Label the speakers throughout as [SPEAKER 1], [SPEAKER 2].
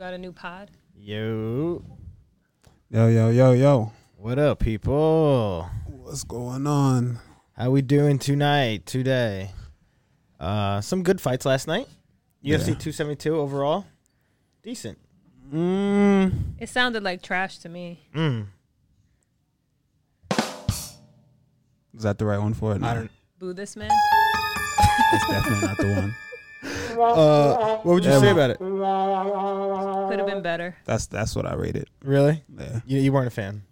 [SPEAKER 1] a new pod.
[SPEAKER 2] Yo,
[SPEAKER 3] Yo, yo, yo, yo.
[SPEAKER 2] what up, people?
[SPEAKER 3] What's going on?
[SPEAKER 2] How we doing tonight? Today, uh, some good fights last night. UFC 272 overall, decent.
[SPEAKER 3] Mm.
[SPEAKER 1] It sounded like trash to me.
[SPEAKER 2] Mm.
[SPEAKER 3] Is that the right one for it? No,
[SPEAKER 2] I don't.
[SPEAKER 1] Boo this man.
[SPEAKER 3] That's definitely not the one.
[SPEAKER 2] Uh, what would you
[SPEAKER 3] Yeah,
[SPEAKER 2] say
[SPEAKER 3] we-
[SPEAKER 2] about it?
[SPEAKER 1] Could have been better.
[SPEAKER 3] That's that's what I rated.
[SPEAKER 2] Really?
[SPEAKER 3] Yeah,
[SPEAKER 2] You, you weren't a fan.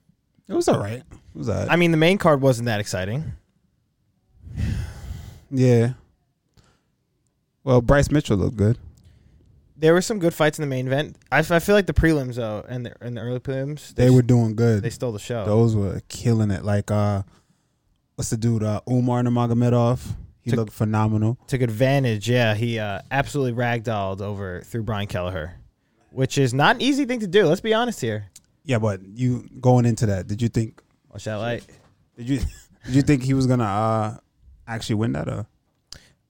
[SPEAKER 3] it was all right. It was all right.
[SPEAKER 2] I mean, the main card wasn't that exciting.
[SPEAKER 3] yeah. Well, Bryce Mitchell looked good.
[SPEAKER 2] There were some good fights in the main event. I, f- I feel like the prelims though, and the, and the early prelims,
[SPEAKER 3] They
[SPEAKER 2] s-
[SPEAKER 3] were doing good.
[SPEAKER 2] they stole the show.
[SPEAKER 3] Those were killing it. Like, uh, what's the dude? Uh, Umar Nurmagomedov. He
[SPEAKER 2] Took-
[SPEAKER 3] looked phenomenal.
[SPEAKER 2] took advantage. Yeah, he uh, absolutely ragdolled over through Brian Kelleher, which is not an easy thing to do. Let's be honest here.
[SPEAKER 3] Yeah, but you going into that, did you think?
[SPEAKER 2] Watch that light.
[SPEAKER 3] Did you did you think he was gonna uh actually win that? Or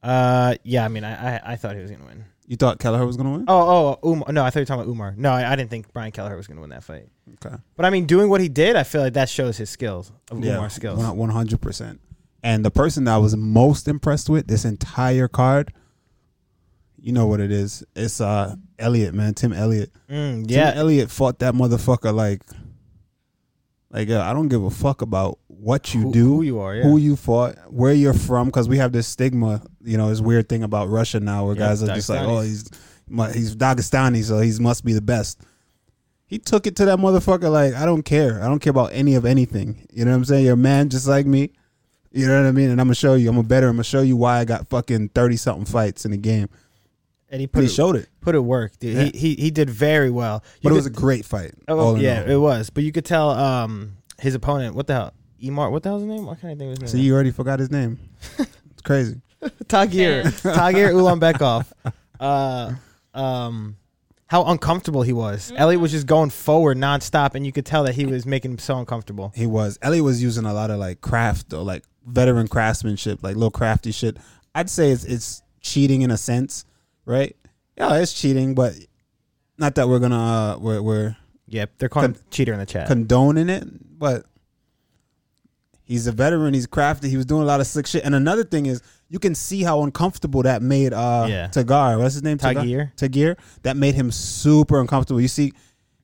[SPEAKER 2] Uh, yeah. I mean, I, I I thought he was gonna win.
[SPEAKER 3] you thought Kelleher was gonna win?
[SPEAKER 2] Oh, oh, Umar. No, I thought you were talking about Umar. No, I, I didn't think Brian Kelleher was gonna win that fight.
[SPEAKER 3] Okay.
[SPEAKER 2] But I mean, doing what he did, I feel like that shows his skills of
[SPEAKER 3] Yeah,
[SPEAKER 2] Umar's skills.
[SPEAKER 3] One hundred percent. And the person that I was most impressed with this entire card, you know what it is? It's uh Elliot, man, Tim Elliot.
[SPEAKER 2] Mm, yeah,
[SPEAKER 3] Tim Elliot fought that motherfucker like, like uh, I don't give a fuck about what you
[SPEAKER 2] Who-
[SPEAKER 3] do,
[SPEAKER 2] who you are, Oh, yeah.
[SPEAKER 3] who you fought, where you're from, because we have this stigma, you know, this weird thing about Russia now, where
[SPEAKER 2] Yeah,
[SPEAKER 3] guys are just like,
[SPEAKER 2] Dagestanis.
[SPEAKER 3] oh, he's mu- he's Dagestani, so he must be the best. He took it to that motherfucker like, I don't care, I don't care about any of anything. You know what I'm saying? You're a man just like me. You know what I mean? And I'm gonna show you. I'm a better. I'm gonna show you why I got fucking thirty something fights in the game.
[SPEAKER 2] and he put
[SPEAKER 3] But he
[SPEAKER 2] it,
[SPEAKER 3] showed it.
[SPEAKER 2] put it work. Dude.
[SPEAKER 3] Yeah.
[SPEAKER 2] He, he he did very well. You
[SPEAKER 3] But
[SPEAKER 2] could-
[SPEAKER 3] it was a great fight.
[SPEAKER 2] Oh,
[SPEAKER 3] all in
[SPEAKER 2] yeah,
[SPEAKER 3] all.
[SPEAKER 2] it was. But you could tell um his opponent. What the hell? Emar. What the hell's his name? Why can't I think of his
[SPEAKER 3] So
[SPEAKER 2] name?
[SPEAKER 3] you already forgot his name. It's crazy.
[SPEAKER 2] Tagir. Tagir Ulanbekov. Uh, um, how uncomfortable he was.
[SPEAKER 1] Mm-hmm.
[SPEAKER 2] Elliot was just going forward nonstop, and you could tell that he was making him so uncomfortable.
[SPEAKER 3] He was. Ellie was using a lot of like craft though, like veteran craftsmanship, like little crafty shit. I'd say it's it's cheating in a sense, right? Yeah, it's cheating, but not that we're gonna uh, we're we're
[SPEAKER 2] Yep, they're calling
[SPEAKER 3] Con-
[SPEAKER 2] him cheater in the chat.
[SPEAKER 3] condoning it, but he's a veteran. He's crafty. He was doing a lot of slick shit. And another thing is, you can see how uncomfortable that made uh
[SPEAKER 2] Yeah.
[SPEAKER 3] Tagar. What's his name?
[SPEAKER 2] Tagir.
[SPEAKER 3] Tagir. That made him super uncomfortable. You see,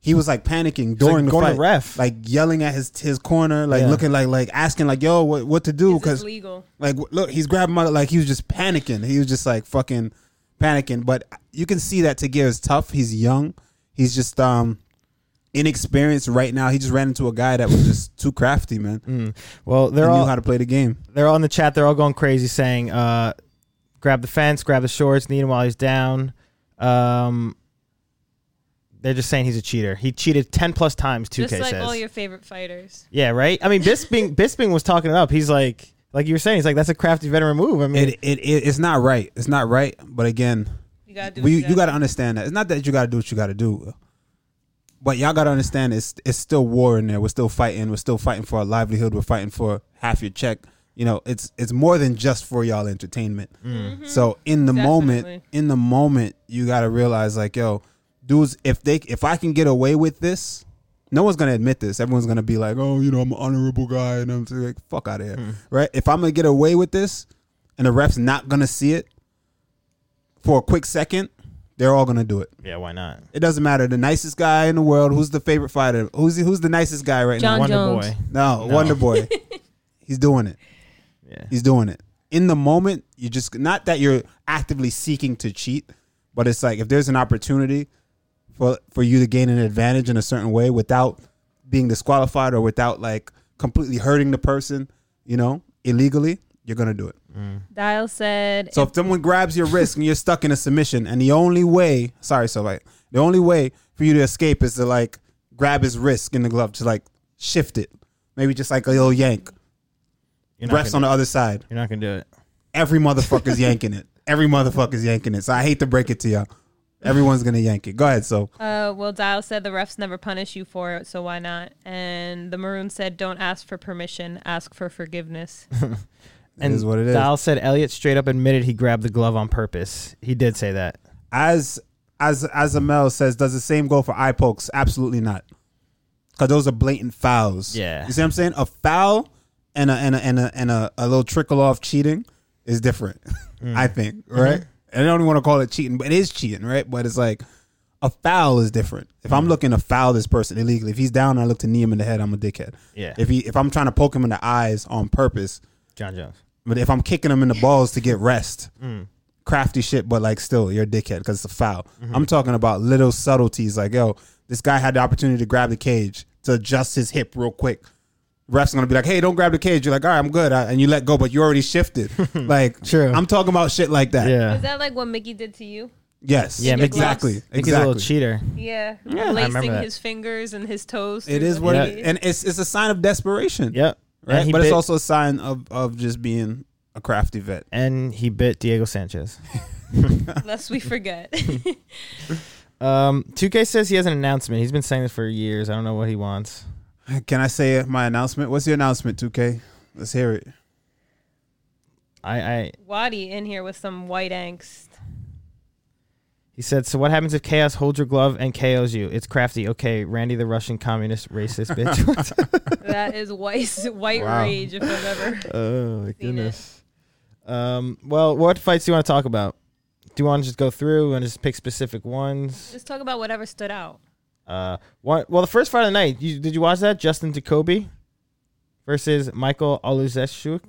[SPEAKER 3] he was like panicking
[SPEAKER 2] like
[SPEAKER 3] during the
[SPEAKER 2] going to
[SPEAKER 3] fight,
[SPEAKER 2] ref.
[SPEAKER 3] like yelling at his his corner, like
[SPEAKER 2] Yeah.
[SPEAKER 3] looking like like asking like, "Yo, what what to do?"
[SPEAKER 1] Is this
[SPEAKER 3] Because
[SPEAKER 1] legal?
[SPEAKER 3] like w- look, he's grabbing my like he was just panicking. He was just like fucking panicking. But you can see that Tagir is tough. He's young. He's just um inexperienced right now. He just ran into a guy that was just too crafty, man.
[SPEAKER 2] well, Mm. they're
[SPEAKER 3] He knew
[SPEAKER 2] all
[SPEAKER 3] how to play the game.
[SPEAKER 2] they're all in the chat. They're all going crazy, saying, uh, "Grab the fence, grab the shorts, need him while he's down." Um, they're just saying he's a cheater. He cheated ten plus times. Two
[SPEAKER 1] Just
[SPEAKER 2] K
[SPEAKER 1] like
[SPEAKER 2] says.
[SPEAKER 1] all your favorite fighters.
[SPEAKER 2] yeah, right. I mean, Bisping Bisping was talking it up. He's like, like you were saying, he's like, that's a crafty veteran move. I mean,
[SPEAKER 3] It, it it it's not right. It's not right. But again,
[SPEAKER 1] You gotta do. what
[SPEAKER 3] we you
[SPEAKER 1] gotta
[SPEAKER 3] got to understand that it's not that you got to do what you got to do. But y'all gotta understand, it's it's still war in there. We're still fighting. We're still fighting for our livelihood. We're fighting for half your check. You know, it's it's more than just for y'all entertainment.
[SPEAKER 2] Mm.
[SPEAKER 3] So in the moment,
[SPEAKER 1] Mm-hmm. Definitely.
[SPEAKER 3] in the moment, you gotta realize like, yo, dudes, if they if I can get away with this, no one's gonna admit this. Everyone's gonna be like, oh, you know, I'm an honorable guy, and I'm just like, fuck out of here, right? If I'm gonna get away with this, and the ref's not gonna see it for a quick second, they're all gonna do it.
[SPEAKER 2] yeah, why not?
[SPEAKER 3] It doesn't matter. The nicest guy in the world. Who's the favorite fighter? Who's who's the nicest guy right
[SPEAKER 1] John
[SPEAKER 2] Wonder
[SPEAKER 1] Jones.
[SPEAKER 2] Boy.
[SPEAKER 3] now? No,
[SPEAKER 2] No.
[SPEAKER 3] Wonder Boy. He's doing it.
[SPEAKER 2] Yeah.
[SPEAKER 3] He's doing it in the moment. You just not that you're actively seeking to cheat, but it's like if there's an opportunity for for you to gain an advantage in a certain way without being disqualified or without like completely hurting the person, you know, illegally, you're gonna do it.
[SPEAKER 1] Dial said.
[SPEAKER 3] So if someone grabs your wrist and you're stuck in a submission, and the only way, sorry, so like the only way for you to escape is to like grab his wrist in the glove, to like shift it, maybe just like a little yank.
[SPEAKER 2] You're not
[SPEAKER 3] Refs
[SPEAKER 2] gonna-
[SPEAKER 3] on the other side.
[SPEAKER 2] You're not gonna do it.
[SPEAKER 3] Every motherfucker's yanking it. Every motherfucker's yanking it. So I hate to break it to y'all. Everyone's gonna yank it. Go ahead. So
[SPEAKER 1] Uh, well, Dial said the refs never punish you for it, so why not? And the maroon said, "Don't ask for permission. Ask for forgiveness."
[SPEAKER 2] And
[SPEAKER 3] is what it is.
[SPEAKER 2] Dahl said Elliot straight up admitted he grabbed the glove on purpose. He did say that.
[SPEAKER 3] as as as Amel says, does the same go for eye pokes? Absolutely not, because those are blatant fouls.
[SPEAKER 2] Yeah.
[SPEAKER 3] you see what I'm saying? A foul and a and a and a and a, a little trickle off cheating is different.
[SPEAKER 2] Mm.
[SPEAKER 3] I think right.
[SPEAKER 2] Mm-hmm.
[SPEAKER 3] And I don't even want to call it cheating, but it is cheating, right? But it's like a foul is different. If
[SPEAKER 2] Mm.
[SPEAKER 3] I'm looking to foul this person illegally, if he's down, and I look to knee him in the head. I'm a dickhead.
[SPEAKER 2] Yeah.
[SPEAKER 3] If he if I'm trying to poke him in the eyes on purpose,
[SPEAKER 2] John Jones.
[SPEAKER 3] but if I'm kicking him in the balls to get rest,
[SPEAKER 2] Mm.
[SPEAKER 3] crafty shit, but like still, you're a dickhead because it's a foul.
[SPEAKER 2] Mm-hmm.
[SPEAKER 3] I'm talking about little subtleties like, yo, this guy had the opportunity to grab the cage to adjust his hip real quick. Ref's gonna be like, hey, don't grab the cage. You're like, all right, I'm good. I- and you let go, but you already shifted. like,
[SPEAKER 2] True.
[SPEAKER 3] I'm talking about shit like that.
[SPEAKER 2] Yeah.
[SPEAKER 1] Is that like what Mickey did to you?
[SPEAKER 3] Yes.
[SPEAKER 2] Yeah, Mickey's-
[SPEAKER 3] exactly.
[SPEAKER 1] Mickey's
[SPEAKER 2] He's a
[SPEAKER 3] Exactly.
[SPEAKER 2] little cheater.
[SPEAKER 1] Yeah,
[SPEAKER 2] I remember
[SPEAKER 1] lacing
[SPEAKER 2] that.
[SPEAKER 1] his fingers and his toes.
[SPEAKER 3] It
[SPEAKER 1] through
[SPEAKER 3] is
[SPEAKER 1] the
[SPEAKER 3] what
[SPEAKER 2] Yeah.
[SPEAKER 3] it
[SPEAKER 1] cage.
[SPEAKER 3] is. And it's it's a sign of desperation.
[SPEAKER 2] Yep.
[SPEAKER 3] Right.
[SPEAKER 2] And he
[SPEAKER 3] But it's
[SPEAKER 2] bit-
[SPEAKER 3] also a sign of of just being a crafty vet.
[SPEAKER 2] and he bit Diego Sanchez.
[SPEAKER 1] Lest we forget.
[SPEAKER 2] Um, 2K says he has an announcement. He's been saying this for years. I don't know what he wants.
[SPEAKER 3] Can I say my announcement? What's your announcement, 2K? Let's hear it.
[SPEAKER 2] I, I
[SPEAKER 1] Waddy in here with some white angst.
[SPEAKER 2] he said. So what happens if Chaos holds your glove and KOs you? It's crafty. Okay, Randy the Russian communist racist bitch.
[SPEAKER 1] That is white white
[SPEAKER 3] Wow.
[SPEAKER 1] rage if I've ever.
[SPEAKER 2] oh my
[SPEAKER 1] Seen
[SPEAKER 2] goodness. Um. Well, what fights do you want to talk about? Do you want to just go through and just pick specific ones?
[SPEAKER 1] Just talk about whatever stood out.
[SPEAKER 2] Uh. One. Well, the first fight of the night. You, did you watch that? Justin Jacoby versus Michael Oluzeshuk.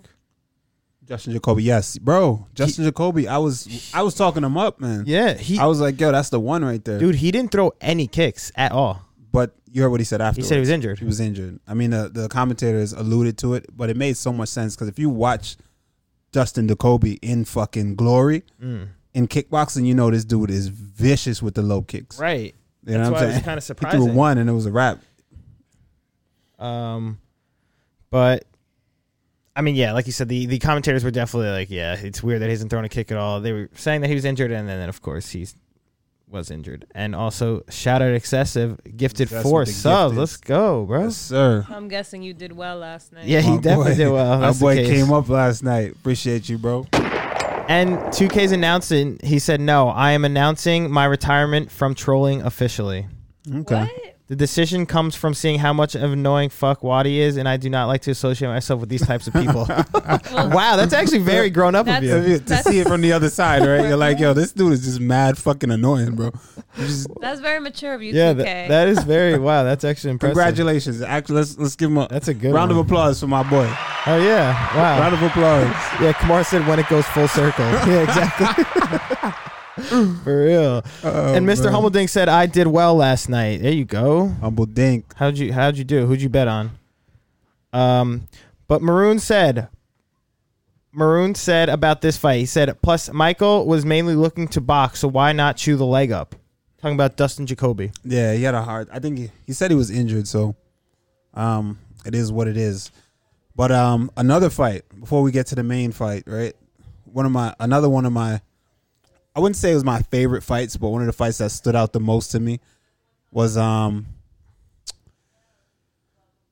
[SPEAKER 3] Justin Jacoby, yes, bro. Justin Jacoby, I was I was talking him up, man.
[SPEAKER 2] Yeah. He.
[SPEAKER 3] I was like, yo, that's the one right there.
[SPEAKER 2] dude, he didn't throw any kicks at all.
[SPEAKER 3] But you heard what he said
[SPEAKER 2] He
[SPEAKER 3] afterwards.
[SPEAKER 2] said he was injured.
[SPEAKER 3] He was injured. I mean, the, the commentators alluded to it, but it made so much sense because if you watch Justin Jacoby in fucking glory
[SPEAKER 2] Mm.
[SPEAKER 3] in kickboxing, you know this dude is vicious with the low kicks.
[SPEAKER 2] Right.
[SPEAKER 3] You know
[SPEAKER 2] That's
[SPEAKER 3] what I'm
[SPEAKER 2] why it was
[SPEAKER 3] saying?
[SPEAKER 2] kinda
[SPEAKER 3] He
[SPEAKER 2] surprising.
[SPEAKER 3] threw one and it was a wrap.
[SPEAKER 2] Um, but I mean, yeah, like you said, the, the commentators were definitely like, yeah, it's weird that he hasn't thrown a kick at all. They were saying that he was injured, and then, then of course he was injured. And also, shout out excessive gifted
[SPEAKER 3] That's
[SPEAKER 2] four
[SPEAKER 3] what the gift
[SPEAKER 2] subs.
[SPEAKER 3] is.
[SPEAKER 2] Let's go, bro.
[SPEAKER 3] Yes, sir.
[SPEAKER 1] I'm guessing you did well last night.
[SPEAKER 2] yeah, he
[SPEAKER 3] My
[SPEAKER 2] definitely
[SPEAKER 3] boy-
[SPEAKER 2] did well.
[SPEAKER 3] My
[SPEAKER 2] That's the
[SPEAKER 3] boy
[SPEAKER 2] case.
[SPEAKER 3] came up last night. Appreciate you, bro.
[SPEAKER 2] And 2K's announcing, he said, no, I am announcing my retirement from trolling officially.
[SPEAKER 3] Okay.
[SPEAKER 1] What?
[SPEAKER 2] The decision comes from seeing how much of an annoying fuck Waddy is, and I do not like to associate myself with these types of people. wow, that's actually very grown up of
[SPEAKER 1] That's-
[SPEAKER 2] you.
[SPEAKER 3] If you- to see it from the other side, right? You're like, yo, this dude is just mad fucking annoying, bro. You just-
[SPEAKER 1] That's very mature of you.
[SPEAKER 2] Yeah,
[SPEAKER 1] 2K.
[SPEAKER 2] tha- that is very wow. That's actually impressive.
[SPEAKER 3] congratulations. Actually, let's let's give him a
[SPEAKER 2] That's a good
[SPEAKER 3] round
[SPEAKER 2] one.
[SPEAKER 3] of applause for my boy.
[SPEAKER 2] Oh yeah, wow.
[SPEAKER 3] Round of applause.
[SPEAKER 2] yeah, Kamar said when it goes full circle. yeah, exactly. For real. and Mr.
[SPEAKER 3] Oh, man.
[SPEAKER 2] Humbledink said I did well last night. There you go.
[SPEAKER 3] Humble Dink.
[SPEAKER 2] How'd you How'd you do? Who'd you bet on? Um, but Maroon said. Maroon said about this fight. He said, plus Michael was mainly looking to box, so why not chew the leg up? Talking about Dustin Jacoby.
[SPEAKER 3] Yeah, he had a hard. I think he, he said he was injured, so um, it is what it is. But um, another fight before we get to the main fight, right? One of my another one of my, I wouldn't say it was my favorite fights, but one of the fights that stood out the most to me was um,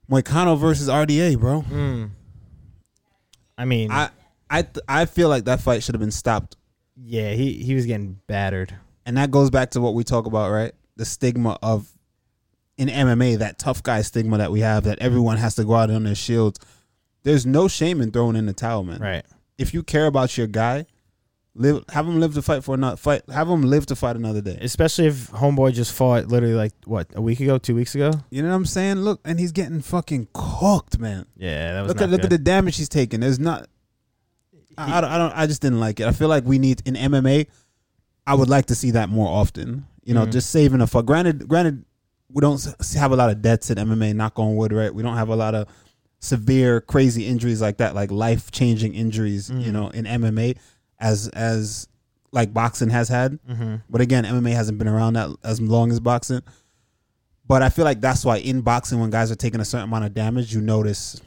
[SPEAKER 3] Moicano versus RDA, bro.
[SPEAKER 2] Mm. I mean,
[SPEAKER 3] Hmm. I I th- I feel like that fight should have been stopped
[SPEAKER 2] yeah, he he was getting battered.
[SPEAKER 3] and that goes back to what we talk about, right? The stigma of in MMA, that tough guy stigma that we have, that everyone has to go out on their shields. There's no shame in throwing in the towel, man.
[SPEAKER 2] Right.
[SPEAKER 3] If you care about your guy, live have him live to fight for another fight. Have him live to fight another day.
[SPEAKER 2] especially if homeboy just fought literally like what a week ago, two weeks ago.
[SPEAKER 3] You know what I'm saying? Look, and he's getting fucking cooked, man.
[SPEAKER 2] Yeah, that was
[SPEAKER 3] Look at look at the damage he's taking. There's not. I, I don't. I don't. I just didn't like it. I feel like we need in MMA. I would like to see that more often. You know,
[SPEAKER 2] Mhm.
[SPEAKER 3] just saving a fuck. Granted, granted, we don't s- have a lot of deaths in MMA. Knock on wood, right? We don't have a lot of severe, crazy injuries like that, like life changing injuries. You know, in MMA, as as like boxing has had.
[SPEAKER 2] Mm-hmm.
[SPEAKER 3] But again, MMA hasn't been around that as long as boxing. But I feel like that's why in boxing, when guys are taking a certain amount of damage, you notice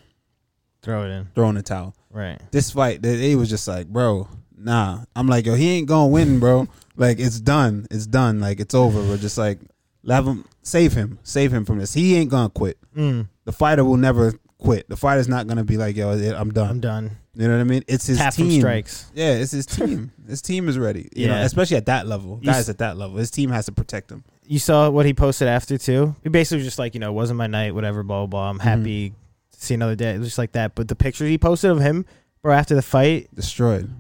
[SPEAKER 2] throw it in.
[SPEAKER 3] throwing the towel.
[SPEAKER 2] Right.
[SPEAKER 3] This fight, they, they was just like, bro, nah. I'm like, yo, he ain't gonna win, bro. like it's done, it's done. Like it's over. We're just Hmm. like, have him, save him, save him from this. He ain't gonna quit. The fighter will never quit. The fighter's not gonna be like, yo, I'm done.
[SPEAKER 2] I'm done.
[SPEAKER 3] You know what I mean? It's his
[SPEAKER 2] Tap from
[SPEAKER 3] team.
[SPEAKER 2] strikes.
[SPEAKER 3] Yeah, it's his team. his team is ready. You know,
[SPEAKER 2] Yeah.
[SPEAKER 3] especially at that level.
[SPEAKER 2] You s-
[SPEAKER 3] Guys at that level, his team has to protect him.
[SPEAKER 2] You saw what he posted after too. He basically was just like, you know, it wasn't my night, whatever, blah blah. blah. I'm happy to see another day. It was just like that. But the pictures he posted of him, bro, after the fight,
[SPEAKER 3] Destroyed.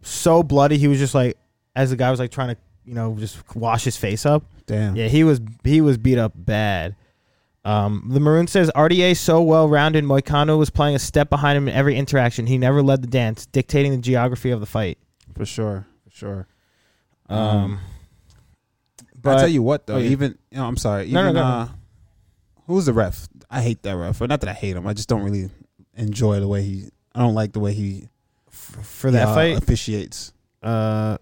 [SPEAKER 2] so bloody. He was just like, as the guy was like trying to, you know, just wash his face up.
[SPEAKER 3] Damn.
[SPEAKER 2] Yeah, he was he was beat up bad. Um, the Maroon says RDA so well rounded. Moicano was playing a step behind him in every interaction. He never led the dance, dictating the geography of the fight.
[SPEAKER 3] for sure. For sure.
[SPEAKER 2] Um,
[SPEAKER 3] Um,
[SPEAKER 2] but
[SPEAKER 3] I tell you what, though,
[SPEAKER 2] oh, yeah.
[SPEAKER 3] even you know, I'm sorry, even
[SPEAKER 2] No, no, go
[SPEAKER 3] uh, who's the ref? I hate that ref. Or not that I hate him. I just don't really enjoy the way he. I don't like the way he
[SPEAKER 2] f- for that
[SPEAKER 3] uh,
[SPEAKER 2] fight,
[SPEAKER 3] officiates.
[SPEAKER 2] uh,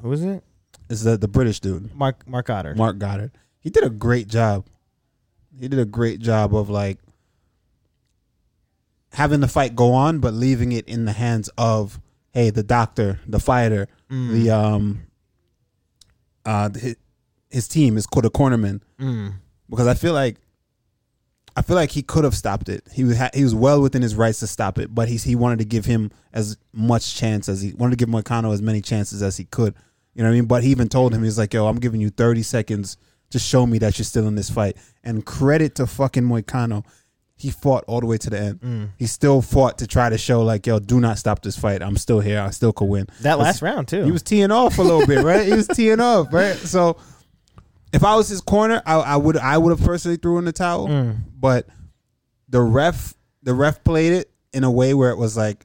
[SPEAKER 2] who was it?
[SPEAKER 3] Is the the British dude
[SPEAKER 2] Mark Mark Otter.
[SPEAKER 3] Mark Goddard? He did a great job. He did a great job of like having the fight go on, but leaving it in the hands of hey, the doctor, the fighter,
[SPEAKER 2] Mm.
[SPEAKER 3] the um, uh, his, his team is called a cornerman.
[SPEAKER 2] Mm.
[SPEAKER 3] because I feel like I feel like he could have stopped it. He was ha- he was well within his rights to stop it, but he's he wanted to give him as much chance as he wanted to give Moicano as many chances as he could. You know what I mean? But he even told him he's like, "Yo, I'm giving you 30 seconds to show me that you're still in this fight." And credit to fucking Moicano, he fought all the way to the end.
[SPEAKER 2] Mm.
[SPEAKER 3] He still fought to try to show like, "Yo, do not stop this fight. I'm still here. I still could win."
[SPEAKER 2] That
[SPEAKER 3] That's-
[SPEAKER 2] last round too.
[SPEAKER 3] He was teeing off a little bit, right? He was teeing off, right? So if I was his corner, I, I would I would have personally threw in the towel.
[SPEAKER 2] Mm.
[SPEAKER 3] But the ref the ref played it in a way where it was like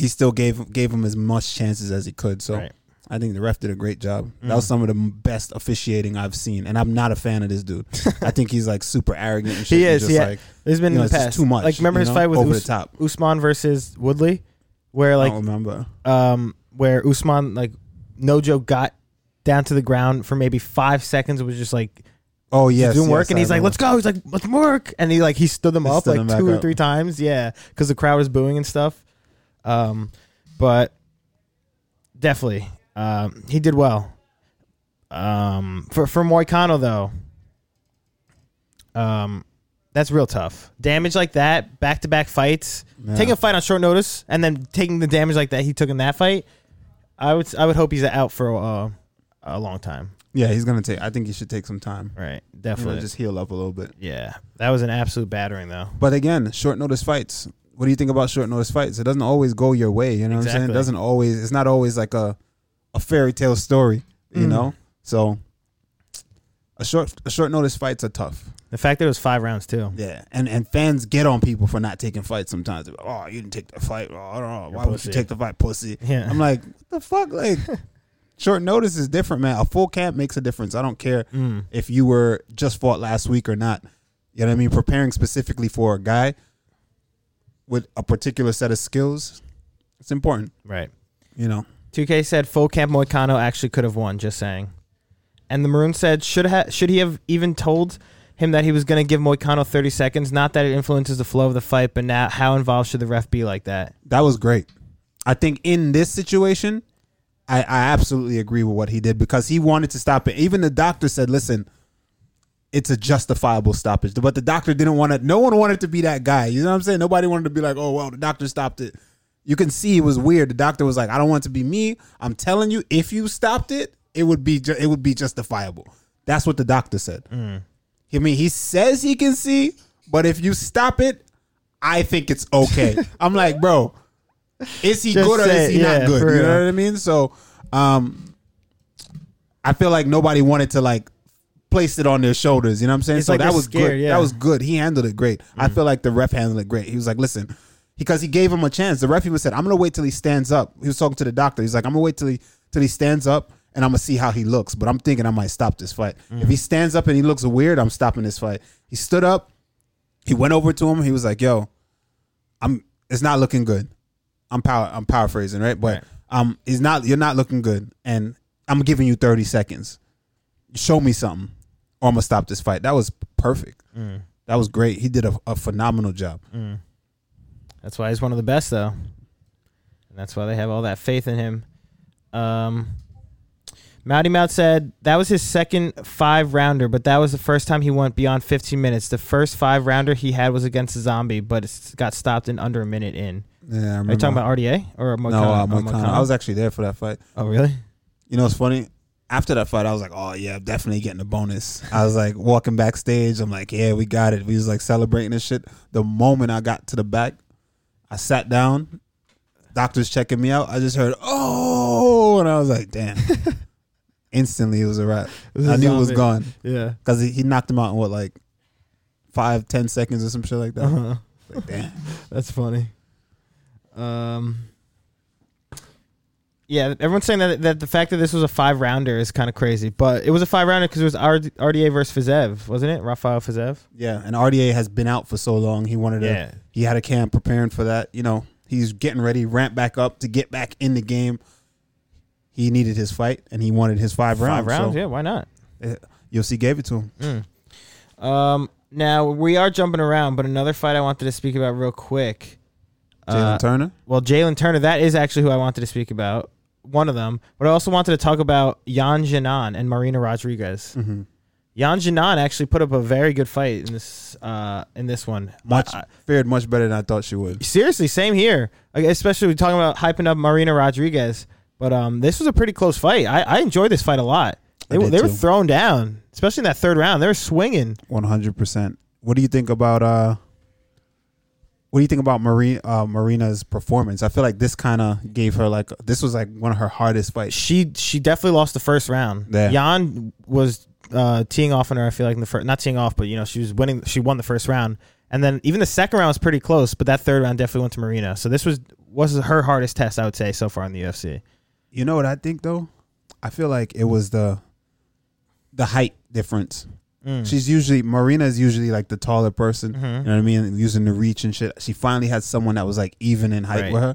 [SPEAKER 3] he still gave gave him as much chances as he could. So
[SPEAKER 2] Right. Mm.
[SPEAKER 3] I think the ref did a great job. That was some of the m- best officiating I've seen, and I'm not a fan of this dude. I think he's like super arrogant. And shit
[SPEAKER 2] he
[SPEAKER 3] and
[SPEAKER 2] is.
[SPEAKER 3] just
[SPEAKER 2] Yeah,
[SPEAKER 3] like,
[SPEAKER 2] there's been
[SPEAKER 3] you know,
[SPEAKER 2] in
[SPEAKER 3] it's
[SPEAKER 2] the
[SPEAKER 3] just
[SPEAKER 2] past
[SPEAKER 3] too much.
[SPEAKER 2] Like remember
[SPEAKER 3] you
[SPEAKER 2] his
[SPEAKER 3] know?
[SPEAKER 2] fight with
[SPEAKER 3] over
[SPEAKER 2] Us-
[SPEAKER 3] the top.
[SPEAKER 2] Usman versus Woodley, where
[SPEAKER 3] I
[SPEAKER 2] like
[SPEAKER 3] don't remember.
[SPEAKER 2] um, where Usman like no joke got down to the ground for maybe five seconds. It was just like
[SPEAKER 3] Oh yes,
[SPEAKER 2] doing
[SPEAKER 3] yes,
[SPEAKER 2] work, and
[SPEAKER 3] I
[SPEAKER 2] he's like,
[SPEAKER 3] remember.
[SPEAKER 2] "Let's go." He's like, "Let's work," and he like he stood them
[SPEAKER 3] He
[SPEAKER 2] up
[SPEAKER 3] stood them
[SPEAKER 2] like
[SPEAKER 3] back
[SPEAKER 2] two or
[SPEAKER 3] up.
[SPEAKER 2] three times. Yeah, because the crowd was booing and stuff. Um, but definitely, um, he did well. Um, for for Moicano though, um, that's real tough. Damage like that, back to back fights,
[SPEAKER 3] Yeah.
[SPEAKER 2] taking a fight on short notice, and then taking the damage like that he took in that fight. I would I would hope he's out for uh, a long time.
[SPEAKER 3] Yeah, he's gonna take. I think he should take some time.
[SPEAKER 2] Right,
[SPEAKER 3] You know,
[SPEAKER 2] definitely.
[SPEAKER 3] just heal up a little bit.
[SPEAKER 2] Yeah, that was an absolute battering, though.
[SPEAKER 3] But again, short notice fights. What do you think about short notice fights? It doesn't always go your way. You know what I'm saying? It
[SPEAKER 2] Exactly.
[SPEAKER 3] doesn't always. It's not always like a a fairy tale story. You
[SPEAKER 2] Mm.
[SPEAKER 3] know, so a short a short notice fights are tough.
[SPEAKER 2] The fact that it was five rounds too.
[SPEAKER 3] Yeah, and and fans get on people for not taking fights sometimes. They're like, Oh, you didn't take the fight. Oh, I don't know. Why would you
[SPEAKER 2] pussy."
[SPEAKER 3] take the fight, pussy?
[SPEAKER 2] Yeah.
[SPEAKER 3] I'm like, what the fuck? Like, short notice is different, man. A full camp makes a difference. I don't care
[SPEAKER 2] Mm.
[SPEAKER 3] if you were just fought last week or not. You know what I mean? Preparing specifically for a guy with a particular set of skills, it's important.
[SPEAKER 2] Right.
[SPEAKER 3] You know,
[SPEAKER 2] 2K said full camp Moicano actually could have won. Just saying. And the maroon said should ha- should he have even told him that he was going to give Moicano 30 seconds? Not that it influences the flow of the fight, but now how involved should the ref be like that?
[SPEAKER 3] that was great. I think in this situation, I, I absolutely agree with what he did because he wanted to stop it. Even the doctor said, listen, it's a justifiable stoppage. But the doctor didn't want to, no one wanted to be that guy. You know what I'm saying? Nobody wanted to be like, oh, well, the doctor stopped it. You can see it was weird. The doctor was like, I don't want it to be me. I'm telling you, if you stopped it, it would be ju- it would be justifiable. That's what the doctor said.
[SPEAKER 2] Mm.
[SPEAKER 3] I mean, he says he can see, but if you stop it, I think it's okay. I'm like, bro, is he
[SPEAKER 2] Just
[SPEAKER 3] good or
[SPEAKER 2] say
[SPEAKER 3] is
[SPEAKER 2] it,
[SPEAKER 3] he
[SPEAKER 2] yeah,
[SPEAKER 3] not good?
[SPEAKER 2] for
[SPEAKER 3] You know
[SPEAKER 2] real.
[SPEAKER 3] what I mean? So, um, I feel like nobody wanted to like place it on their shoulders. You know what I'm saying?
[SPEAKER 2] It's
[SPEAKER 3] so
[SPEAKER 2] like
[SPEAKER 3] that
[SPEAKER 2] they're
[SPEAKER 3] was good.
[SPEAKER 2] scared, yeah. Mm-hmm.
[SPEAKER 3] That was good. He handled it great. I feel like the ref handled it great. He was like, listen, because he gave him a chance. The ref even said, I'm gonna wait till he stands up. He was talking to the doctor. He's like, I'm gonna wait till he till he stands up and I'm gonna see how he looks. But I'm thinking I might stop this fight.
[SPEAKER 2] Mm-hmm.
[SPEAKER 3] If he stands up and he looks weird, I'm stopping this fight. He stood up, he went over to him, he was like, Yo, I'm it's not looking good. I'm power I'm paraphrasing, right? But
[SPEAKER 2] Right.
[SPEAKER 3] um it's not you're not looking good and I'm giving you 30 seconds. Show me something or I'm gonna stop this fight. That was perfect.
[SPEAKER 2] Mm.
[SPEAKER 3] That was great. He did a, a phenomenal job.
[SPEAKER 2] That's why he's one of the best, though. And that's why they have all that faith in him. Um, Matty Mout said that was his second five rounder, but that was the first time he went beyond 15 minutes. The first five rounder he had was against a zombie, but it got stopped in under a minute in.
[SPEAKER 3] Yeah, I
[SPEAKER 2] Are you
[SPEAKER 3] remember.
[SPEAKER 2] talking about RDA or Moicano?
[SPEAKER 3] no, uh,
[SPEAKER 2] Oh,
[SPEAKER 3] Moicano.
[SPEAKER 2] Moicano.
[SPEAKER 3] I was actually there for that fight.
[SPEAKER 2] oh, really?
[SPEAKER 3] You know, it's funny. After that fight, I was like, "Oh yeah, I'm definitely getting a bonus." I was like walking backstage. I'm like, "Yeah, we got it." We was like celebrating this shit. The moment I got to the back, I sat down. Doctors checking me out. I just heard "Oh," and I was like, "Damn!" Instantly, it was a wrap.
[SPEAKER 2] was a
[SPEAKER 3] I knew it was
[SPEAKER 2] zombie.
[SPEAKER 3] gone
[SPEAKER 2] Yeah.
[SPEAKER 3] because he, he knocked him out in what like five, ten seconds or some shit like that.
[SPEAKER 2] Uh-huh.
[SPEAKER 3] Like, damn.
[SPEAKER 2] That's funny. Um, yeah, everyone's saying that that the fact that this was a five rounder is kind of crazy, but it was a five rounder because it was R- RDA versus Fizev, wasn't it? Rafael Fizev.
[SPEAKER 3] Yeah, and RDA has been out for so long. He wanted to.
[SPEAKER 2] Yeah.
[SPEAKER 3] He had a camp preparing for that. You know, he's getting ready, ramp back up to get back in the game. He needed his fight, and he wanted his five,
[SPEAKER 2] Five
[SPEAKER 3] rounds.
[SPEAKER 2] rounds,
[SPEAKER 3] so
[SPEAKER 2] yeah. Mm. Why not?
[SPEAKER 3] yeah. Yossi gave it to him.
[SPEAKER 2] Um, now we are jumping around, but another fight I wanted to speak about real quick.
[SPEAKER 3] Jalen
[SPEAKER 2] Uh,
[SPEAKER 3] Turner.
[SPEAKER 2] well, Jalen Turner, that is actually who I wanted to speak about. One of them, but I also wanted to talk about Jan Janan and Marina Rodriguez.
[SPEAKER 3] Mm-hmm.
[SPEAKER 2] Jan Janan actually put up a very good fight in this uh, in this one.
[SPEAKER 3] Much
[SPEAKER 2] I-
[SPEAKER 3] fared much better than I thought she would.
[SPEAKER 2] Seriously, same here. Like, Especially we're talking about hyping up Marina Rodriguez, but um, this was a pretty close fight. I, I enjoyed this fight a lot. They,
[SPEAKER 3] I
[SPEAKER 2] were-
[SPEAKER 3] did
[SPEAKER 2] they were
[SPEAKER 3] too.
[SPEAKER 2] thrown down, especially in that third round. They were swinging.
[SPEAKER 3] One hundred percent. What do you think about uh? What do you think about Marina, uh, Marina's performance? I feel like this kind of gave her like this was like one of her hardest fights.
[SPEAKER 2] She she definitely lost the first round.
[SPEAKER 3] Yeah.
[SPEAKER 2] Jan was uh, teeing off on her. I feel like in the first, not teeing off, but you know she was winning. She won the first round, and then even the second round was pretty close. But that third round definitely went to Marina. So this was was her hardest test, I would say, so far in the UFC.
[SPEAKER 3] You know what I think though? I feel like it was the the height difference. She's usually Marina is usually like the taller person. You know what I mean? Using the reach and shit. She finally had someone that was like even in height
[SPEAKER 2] Right.
[SPEAKER 3] with her,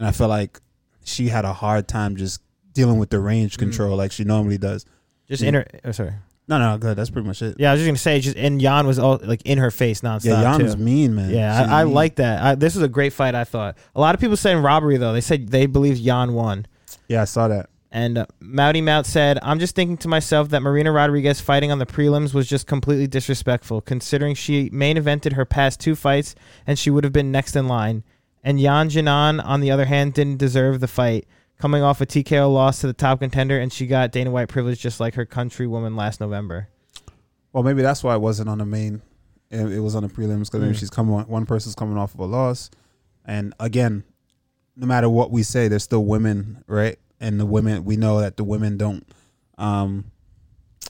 [SPEAKER 3] and I feel like she had a hard time just dealing with the range control like she normally does.
[SPEAKER 2] Just
[SPEAKER 3] Mm.
[SPEAKER 2] inter. Oh, sorry.
[SPEAKER 3] No, no, good. That's pretty much it.
[SPEAKER 2] Yeah, I was just gonna say, just and Jan was all like in her face nonstop.
[SPEAKER 3] Yeah, Jan
[SPEAKER 2] too.
[SPEAKER 3] was mean, man.
[SPEAKER 2] Yeah,
[SPEAKER 3] She's
[SPEAKER 2] I, I
[SPEAKER 3] mean.
[SPEAKER 2] like that. I, this was a great fight. I thought a lot of people said in robbery though. They said they believe Jan won.
[SPEAKER 3] Yeah, I saw that.
[SPEAKER 2] And uh, Mouty Mout said, "I'm just thinking to myself that Marina Rodriguez fighting on the prelims was just completely disrespectful, considering she main evented her past two fights and she would have been next in line. And Jan Janan, on the other hand, didn't deserve the fight, coming off a TKO loss to the top contender, and she got Dana White privilege just like her countrywoman last November.
[SPEAKER 3] Well, maybe that's why it wasn't on the main. It, it was on the prelims because maybe
[SPEAKER 2] Mm.
[SPEAKER 3] she's coming. On, one person's coming off of a loss, and again, no matter what we say, there's still women, right? And the women, we know that the women don't, um,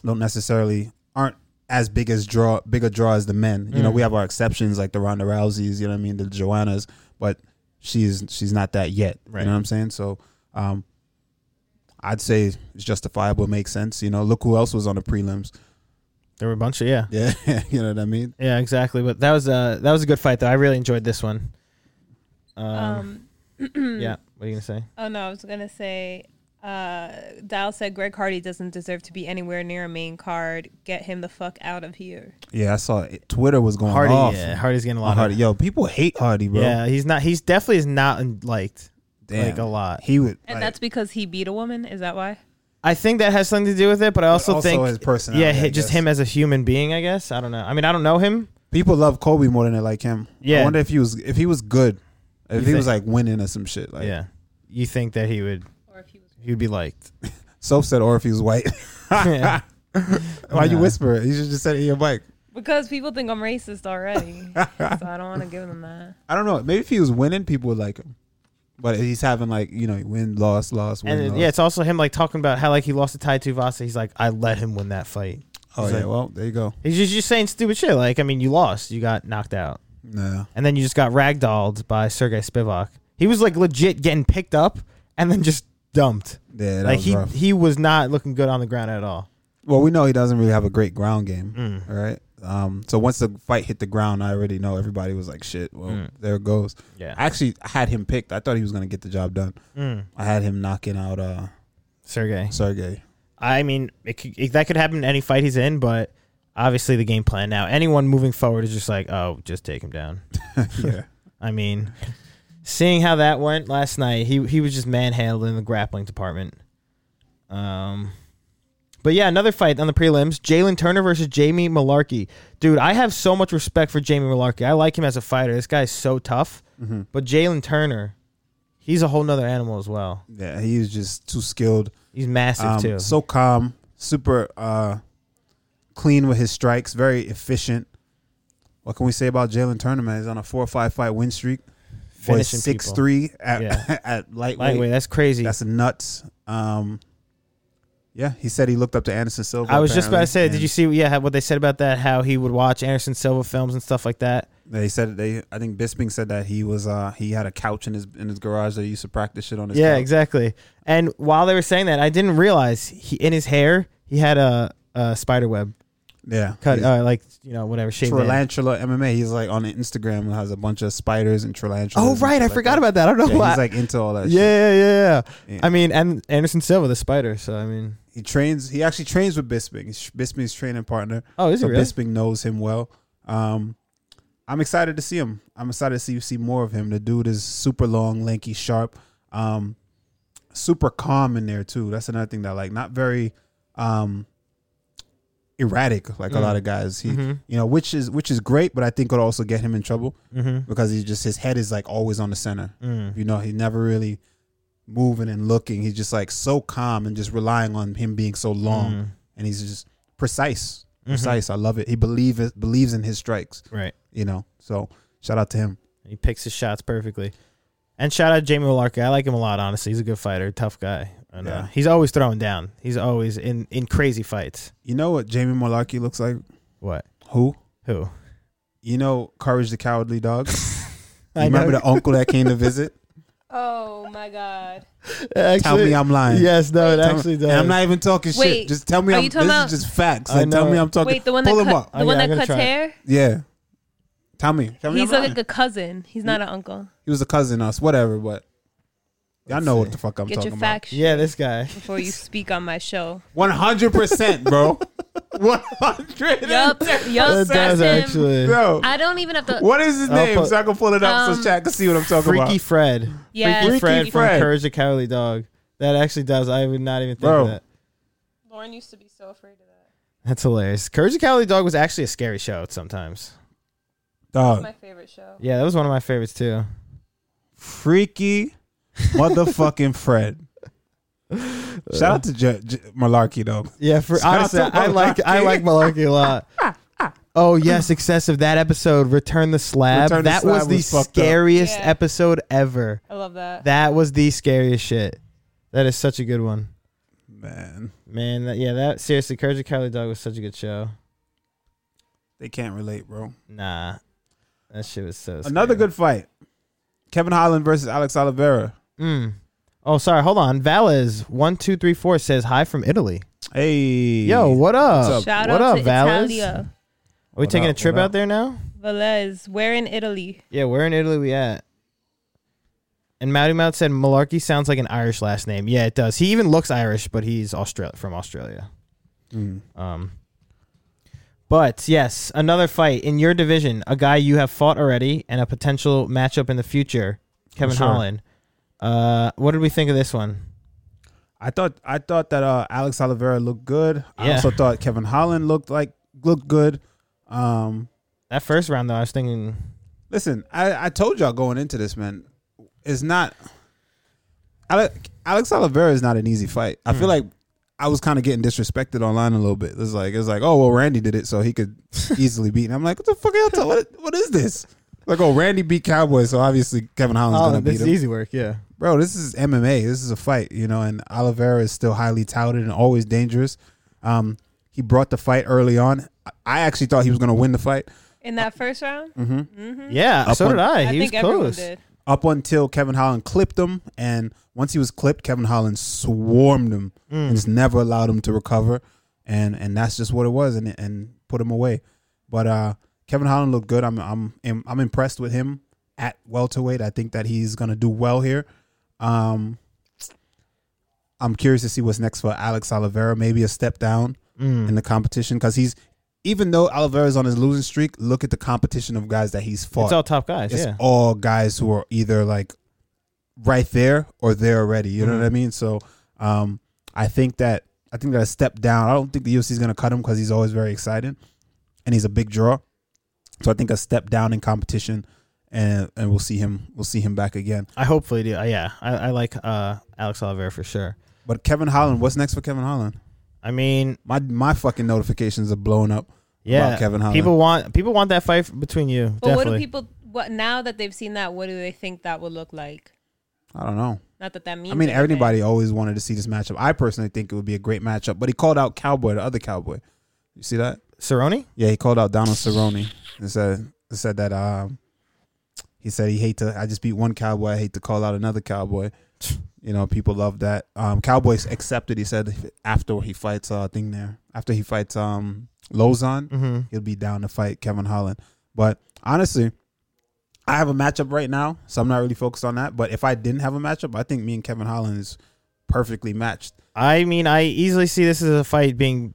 [SPEAKER 3] don't necessarily aren't as big as draw bigger draw as the men. You know,
[SPEAKER 2] Mm.
[SPEAKER 3] we have our exceptions like the Ronda Rouseys. You know what I mean? The Joannas, but she's she's not that yet.
[SPEAKER 2] Right.
[SPEAKER 3] You know what I'm saying? So, um, I'd say it's justifiable. It makes sense. You know, look who else was on the prelims.
[SPEAKER 2] There were a bunch of yeah."
[SPEAKER 3] Yeah, you know what I mean.
[SPEAKER 2] Yeah, exactly. But that was a that was a good fight though. I really enjoyed this one. Um,
[SPEAKER 1] Um,
[SPEAKER 2] yeah. What are you gonna say?
[SPEAKER 1] Oh no, I was gonna say. Uh, Dial said Greg Hardy doesn't deserve to be anywhere near a main card. Get him the fuck out of here.
[SPEAKER 3] Yeah, I saw it. Twitter was going
[SPEAKER 2] Hardy.
[SPEAKER 3] off.
[SPEAKER 2] Yeah, Hardy's getting a
[SPEAKER 3] On
[SPEAKER 2] lot.
[SPEAKER 3] Hardy.
[SPEAKER 2] of,
[SPEAKER 3] Yo, people hate Hardy, bro.
[SPEAKER 2] yeah, he's not. He's definitely is not in- liked
[SPEAKER 3] Damn.
[SPEAKER 2] like a lot.
[SPEAKER 3] He would.
[SPEAKER 1] And
[SPEAKER 3] like,
[SPEAKER 1] that's because he beat a woman. Is that why?
[SPEAKER 2] I think that has something to do with it, but I also,
[SPEAKER 3] also
[SPEAKER 2] think
[SPEAKER 3] his personality,
[SPEAKER 2] Yeah,
[SPEAKER 3] I
[SPEAKER 2] hi- just
[SPEAKER 3] guess.
[SPEAKER 2] him as a human being. I guess I don't know. I mean, I don't know him.
[SPEAKER 3] people love Kobe more than they like him.
[SPEAKER 2] Yeah.
[SPEAKER 3] I wonder if he was if he was good, if
[SPEAKER 2] You
[SPEAKER 3] he was
[SPEAKER 2] think-
[SPEAKER 3] like winning or some shit. Like,
[SPEAKER 2] yeah, you think that he would
[SPEAKER 1] Or if he was.
[SPEAKER 2] he would be liked?
[SPEAKER 3] Soph said, or if he was white.
[SPEAKER 2] Yeah.
[SPEAKER 3] Why you
[SPEAKER 2] Nah.
[SPEAKER 3] whisper it? You should just say it in your mic.
[SPEAKER 1] Because people think I'm racist already, so I don't want to give them that.
[SPEAKER 3] I don't know. Maybe if he was winning, people would like him. But he's having like you know win loss loss win
[SPEAKER 2] And
[SPEAKER 3] loss.
[SPEAKER 2] yeah, it's also him like talking about how like he lost to Tai Tuivasa. He's like, I let him win that fight.
[SPEAKER 3] oh
[SPEAKER 2] he's
[SPEAKER 3] yeah.
[SPEAKER 2] like-
[SPEAKER 3] well, there you go.
[SPEAKER 2] He's just, just saying stupid shit. Like, I mean, you lost. You got knocked out.
[SPEAKER 3] Nah.
[SPEAKER 2] and then you just got ragdolled by Sergei Spivak. He was like legit getting picked up and then just dumped.
[SPEAKER 3] Yeah. That
[SPEAKER 2] like
[SPEAKER 3] was
[SPEAKER 2] he
[SPEAKER 3] rough.
[SPEAKER 2] he was not looking good on the ground at all.
[SPEAKER 3] Well, we know he doesn't really have a great ground game.
[SPEAKER 2] Mm.
[SPEAKER 3] All right. Um, so once the fight hit the ground, I already know everybody was like, "Shit, well,
[SPEAKER 2] Mm.
[SPEAKER 3] there it goes."
[SPEAKER 2] Yeah,
[SPEAKER 3] I actually had him picked. I thought he was gonna get the job done.
[SPEAKER 2] mm.
[SPEAKER 3] I had him knocking out uh,
[SPEAKER 2] Sergei.
[SPEAKER 3] Sergey.
[SPEAKER 2] I mean, it could, it, that could happen in any fight he's in, but obviously the game plan now. Anyone moving forward is just like, oh, just take him down.
[SPEAKER 3] yeah,
[SPEAKER 2] I mean, seeing how that went last night, he he was just manhandled in the grappling department. Um, But yeah, another fight on the prelims: Jalen Turner versus Jamie Malarkey. Dude, I have so much respect for Jamie Malarkey. I like him as a fighter. This guy's so tough.
[SPEAKER 3] Mm-hmm.
[SPEAKER 2] But Jalen Turner, he's a whole nother animal as well.
[SPEAKER 3] Yeah, he was just too skilled.
[SPEAKER 2] He's massive
[SPEAKER 3] Um,
[SPEAKER 2] too.
[SPEAKER 3] So calm, super uh, clean with his strikes, very efficient. What can we say about Jalen Turner? Man, he's on a four or five fight win streak. Boy,
[SPEAKER 2] Finishing
[SPEAKER 3] six
[SPEAKER 2] people.
[SPEAKER 3] three at,
[SPEAKER 2] Yeah.
[SPEAKER 3] at lightweight.
[SPEAKER 2] Lightweight, that's crazy.
[SPEAKER 3] That's nuts. Um, yeah, he said he looked up to Anderson Silva.
[SPEAKER 2] I was just about to say,
[SPEAKER 3] apparently,
[SPEAKER 2] did
[SPEAKER 3] and
[SPEAKER 2] you see? Yeah, what they said about that? How he would watch Anderson Silva films and stuff like that.
[SPEAKER 3] They said they. I think Bisping said that he was. Uh, he had a couch in his in his garage that he used to practice shit on his.
[SPEAKER 2] yeah,
[SPEAKER 3] couch.
[SPEAKER 2] exactly. And while they were saying that, I didn't realize he in his hair he had a, a spider web
[SPEAKER 3] Yeah,
[SPEAKER 2] cut,
[SPEAKER 3] He's-
[SPEAKER 2] uh, like you know whatever shaved. in.
[SPEAKER 3] Tarantula MMA. He's like on Instagram and has a bunch of spiders and tarantulas.
[SPEAKER 2] Oh
[SPEAKER 3] and
[SPEAKER 2] right,
[SPEAKER 3] shit
[SPEAKER 2] I
[SPEAKER 3] like
[SPEAKER 2] forgot
[SPEAKER 3] that.
[SPEAKER 2] about that. I don't know
[SPEAKER 3] Yeah,
[SPEAKER 2] why.
[SPEAKER 3] he's like into all that. shit.
[SPEAKER 2] yeah, yeah, yeah,
[SPEAKER 3] Yeah.
[SPEAKER 2] I mean, and Anderson Silva, the spider. So I mean,
[SPEAKER 3] he trains. He actually trains with Bisping. He's Bisping's training partner.
[SPEAKER 2] oh, is
[SPEAKER 3] so
[SPEAKER 2] it really?
[SPEAKER 3] Bisping knows him well. Um, I'm excited to see him. I'm excited to see see more of him. The dude is super long, lanky, sharp, um, super calm in there too. That's another thing that I like not very um, erratic like a
[SPEAKER 2] Mm.
[SPEAKER 3] lot of guys. He,
[SPEAKER 2] Mhm.
[SPEAKER 3] you know, which is which is great, but I think could also get him in trouble
[SPEAKER 2] Mm-hmm.
[SPEAKER 3] because he just his head is like always on the center.
[SPEAKER 2] Mm.
[SPEAKER 3] You know, he never really moving and looking. He's just like so calm and just relying on him being so long,
[SPEAKER 2] Mm.
[SPEAKER 3] and he's just precise,
[SPEAKER 2] Mhm.
[SPEAKER 3] precise. I love it. He believe believes in his strikes.
[SPEAKER 2] Right.
[SPEAKER 3] You know, so shout out to him.
[SPEAKER 2] He picks his shots perfectly. And shout out Jamie Malarkey. I like him a lot, honestly. He's a good fighter, tough guy. And, uh,
[SPEAKER 3] Yeah.
[SPEAKER 2] He's always throwing down. He's always in, in crazy fights.
[SPEAKER 3] You know what Jamie Malarkey looks like?
[SPEAKER 2] What?
[SPEAKER 3] Who?
[SPEAKER 2] Who?
[SPEAKER 3] You know, Courage the Cowardly Dog. You
[SPEAKER 2] I
[SPEAKER 3] remember
[SPEAKER 2] know-
[SPEAKER 3] the uncle that came to visit?
[SPEAKER 1] Oh my god.
[SPEAKER 2] Actually,
[SPEAKER 3] tell me I'm lying.
[SPEAKER 2] Yes, no, it
[SPEAKER 3] Tell me-
[SPEAKER 2] actually does.
[SPEAKER 3] And I'm not even talking shit.
[SPEAKER 1] Wait,
[SPEAKER 3] Just tell me.
[SPEAKER 1] are
[SPEAKER 3] I'm,
[SPEAKER 1] you
[SPEAKER 3] this
[SPEAKER 1] talking about-
[SPEAKER 3] is just facts.
[SPEAKER 2] I
[SPEAKER 3] Like, tell
[SPEAKER 2] know.
[SPEAKER 3] me I'm talking.
[SPEAKER 1] Wait, the one that
[SPEAKER 3] Pull
[SPEAKER 1] cut,
[SPEAKER 3] him up.
[SPEAKER 1] the
[SPEAKER 2] Okay,
[SPEAKER 1] one
[SPEAKER 2] I'm
[SPEAKER 1] that
[SPEAKER 2] gonna
[SPEAKER 1] cuts
[SPEAKER 2] try it.
[SPEAKER 1] hair.
[SPEAKER 3] Yeah. Tell me. Tell me
[SPEAKER 1] He's
[SPEAKER 3] I'm lying.
[SPEAKER 1] like a cousin. He's not an uncle.
[SPEAKER 3] He was a cousin of us, whatever, but y'all
[SPEAKER 2] Let's
[SPEAKER 3] know
[SPEAKER 2] see.
[SPEAKER 3] what the fuck I'm
[SPEAKER 1] Get
[SPEAKER 3] talking
[SPEAKER 1] your
[SPEAKER 3] about.
[SPEAKER 1] facts
[SPEAKER 2] yeah, this guy.
[SPEAKER 1] before you speak on my show.
[SPEAKER 3] One hundred percent, bro. One
[SPEAKER 1] Yup,
[SPEAKER 3] hundred.
[SPEAKER 1] yup,
[SPEAKER 2] That does
[SPEAKER 1] that's him.
[SPEAKER 2] actually.
[SPEAKER 3] Bro.
[SPEAKER 1] I don't even have to.
[SPEAKER 3] What is his
[SPEAKER 2] I'll
[SPEAKER 3] name?
[SPEAKER 2] put-
[SPEAKER 3] so I can pull it up so
[SPEAKER 1] Um,
[SPEAKER 3] chat can see what I'm talking
[SPEAKER 2] Freaky
[SPEAKER 3] about.
[SPEAKER 2] Fred.
[SPEAKER 1] Yes.
[SPEAKER 2] Freaky Fred
[SPEAKER 3] Freaky
[SPEAKER 2] from
[SPEAKER 3] Fred.
[SPEAKER 2] Courage the Cowardly Dog. That actually does. I would not even think
[SPEAKER 3] Bro.
[SPEAKER 2] of that.
[SPEAKER 1] Lauren used to be so afraid of that.
[SPEAKER 2] That's hilarious. Courage the Cowardly Dog was actually a scary show sometimes.
[SPEAKER 3] Dog.
[SPEAKER 1] My favorite show.
[SPEAKER 2] Yeah, that was one of my favorites too.
[SPEAKER 3] Freaky motherfucking Fred. Shout out to J- J- Malarkey though.
[SPEAKER 2] Yeah, for
[SPEAKER 3] Shout
[SPEAKER 2] honestly,
[SPEAKER 3] out to
[SPEAKER 2] I like I
[SPEAKER 3] Malarkey.
[SPEAKER 2] like Malarkey a lot.
[SPEAKER 1] Ah,
[SPEAKER 2] Oh yes, excessive that episode, Return the Slab.
[SPEAKER 3] Return the
[SPEAKER 2] that
[SPEAKER 3] Slab
[SPEAKER 2] was the
[SPEAKER 3] was fucked up.
[SPEAKER 2] scariest
[SPEAKER 1] Yeah.
[SPEAKER 2] episode ever.
[SPEAKER 1] I love that.
[SPEAKER 2] That was the scariest shit. That is such a good one,
[SPEAKER 3] Man,
[SPEAKER 2] man. That, yeah, that seriously, Courage the Cowardly Dog was such a good show.
[SPEAKER 3] they can't relate, bro.
[SPEAKER 2] Nah, that shit was so.
[SPEAKER 3] Another
[SPEAKER 2] scary.
[SPEAKER 3] good fight. Kevin Holland versus Alex Oliveira.
[SPEAKER 2] Mm. Oh, sorry. Hold on. Valles one two three four says hi from Italy.
[SPEAKER 3] Hey.
[SPEAKER 2] Yo, what up?
[SPEAKER 3] up?
[SPEAKER 1] Shout out
[SPEAKER 2] what up,
[SPEAKER 1] to
[SPEAKER 2] Valles?
[SPEAKER 1] Italia.
[SPEAKER 2] Are we
[SPEAKER 3] What
[SPEAKER 2] taking
[SPEAKER 3] up,
[SPEAKER 2] a trip
[SPEAKER 3] what up?
[SPEAKER 2] out there now?
[SPEAKER 1] Velez, where in Italy?
[SPEAKER 2] Yeah, where in Italy we at? And Matty Mount said Malarkey sounds like an Irish last name. Yeah, it does. He even looks Irish, but he's Austral- from Australia.
[SPEAKER 3] Mm.
[SPEAKER 2] Um, but yes, another fight in your division, a guy you have fought already, and a potential matchup in the future, Kevin
[SPEAKER 3] sure.
[SPEAKER 2] Holland. Uh, what did we think of this one?
[SPEAKER 3] I thought I thought that uh, Alex Oliveira looked good. I
[SPEAKER 2] Yeah.
[SPEAKER 3] also thought Kevin Holland looked like looked good. Um,
[SPEAKER 2] That first round, though, I was thinking,
[SPEAKER 3] listen, I, I told y'all going into this, man, it's not Ale- Alex Oliveira is not an easy fight. I
[SPEAKER 2] Hmm.
[SPEAKER 3] feel like I was kind of getting disrespected online a little bit. It's like it's like oh well, Randy did it, so he could easily beat. And I'm like, what the fuck? Are y'all talking- what what is this? Like oh, Randy beat Cowboy, so obviously Kevin Holland's
[SPEAKER 2] oh,
[SPEAKER 3] gonna beat
[SPEAKER 2] this
[SPEAKER 3] him
[SPEAKER 2] is easy work. Yeah.
[SPEAKER 3] bro, this is MMA. This is a fight, you know, and Oliveira is still highly touted and always dangerous. Um, he brought the fight early on. I- I actually thought he was going to win the fight
[SPEAKER 1] In that first round?
[SPEAKER 2] Yeah,
[SPEAKER 3] Up
[SPEAKER 2] so
[SPEAKER 3] on-
[SPEAKER 2] did I.
[SPEAKER 1] Mm-hmm. I
[SPEAKER 2] he
[SPEAKER 1] think
[SPEAKER 2] was
[SPEAKER 1] everyone
[SPEAKER 2] close.
[SPEAKER 1] did.
[SPEAKER 3] up until Kevin Holland clipped him. And once he was clipped, Kevin Holland swarmed him and just never allowed him to recover. And and that's just what it was, and and put him away. But uh, Kevin Holland looked good. I'm I'm I'm- I'm impressed with him at welterweight. I think that he's gonna do well here. Um, I'm curious to see what's next for Alex Oliveira. Maybe a step down in the competition because he's even though Oliveira's on his losing streak. Look at the competition of guys that he's fought.
[SPEAKER 2] It's all top guys.
[SPEAKER 3] It's
[SPEAKER 2] yeah.
[SPEAKER 3] all guys who are either like right there or there already. You know what I mean? So um, I think that I think they're a step down. I don't think the UFC is going to cut him because he's always very exciting and he's a big draw. So I think a step down in competition, and and we'll see him we'll see him back again.
[SPEAKER 2] I hopefully do. Uh, yeah, I, I like uh, Alex Oliveira for sure.
[SPEAKER 3] But Kevin Holland, what's next for Kevin Holland?
[SPEAKER 2] I mean,
[SPEAKER 3] My my fucking notifications are blowing up.
[SPEAKER 2] yeah,
[SPEAKER 3] About Kevin Holland.
[SPEAKER 2] people want people want that fight between you.
[SPEAKER 1] But what do
[SPEAKER 2] definitely.
[SPEAKER 1] people? What now that they've seen that? What do they think that would look like?
[SPEAKER 3] I don't know.
[SPEAKER 1] Not that that means.
[SPEAKER 3] I mean,
[SPEAKER 1] anything.
[SPEAKER 3] everybody always wanted to see this matchup. I personally think it would be a great matchup. But he called out Cowboy, the other Cowboy. You see that?
[SPEAKER 2] Cerrone?
[SPEAKER 3] Yeah, he called out Donald Cerrone and said said that um, he said he hate to. I just beat one cowboy. I hate to call out another cowboy. You know, people love that. Um, Cowboys accepted. He said after he fights uh thing there after he fights um Lozon,
[SPEAKER 2] Mm-hmm.
[SPEAKER 3] he'll be down to fight Kevin Holland. But honestly, I have a matchup right now, so I'm not really focused on that. But if I didn't have a matchup, I think me and Kevin Holland is perfectly matched.
[SPEAKER 2] I mean, I easily see this as a fight being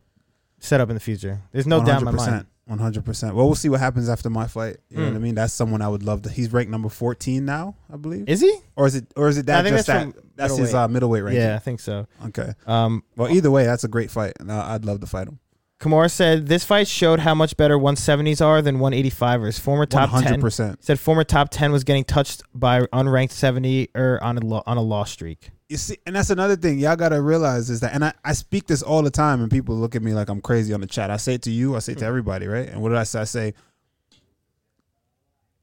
[SPEAKER 2] set up in the future. There's no doubt in my mind.
[SPEAKER 3] One hundred percent. Well, we'll see what happens after my fight. You know
[SPEAKER 2] Mm.
[SPEAKER 3] what I mean? That's someone I would love to. He's ranked number fourteen now, I believe.
[SPEAKER 2] Is he?
[SPEAKER 3] or is it? Or is it
[SPEAKER 2] I
[SPEAKER 3] that
[SPEAKER 2] think
[SPEAKER 3] just
[SPEAKER 2] that's
[SPEAKER 3] that? That's his uh, middleweight ranking.
[SPEAKER 2] Yeah, I think so.
[SPEAKER 3] Okay.
[SPEAKER 2] Um,
[SPEAKER 3] Well, either way, that's a great fight, and I I'd love to fight him.
[SPEAKER 2] Kimura said this fight showed how much better 170s are than 185ers. Former
[SPEAKER 3] One
[SPEAKER 2] top 10
[SPEAKER 3] hundred percent.
[SPEAKER 2] said former top 10 was getting touched by unranked 70 or on a lo- on a loss streak.
[SPEAKER 3] You see, and that's another thing y'all gotta realize is that, and I, I speak this all the time, and people look at me like I'm crazy on the chat. I say it to you, I say it to everybody, right? And what did I say? I say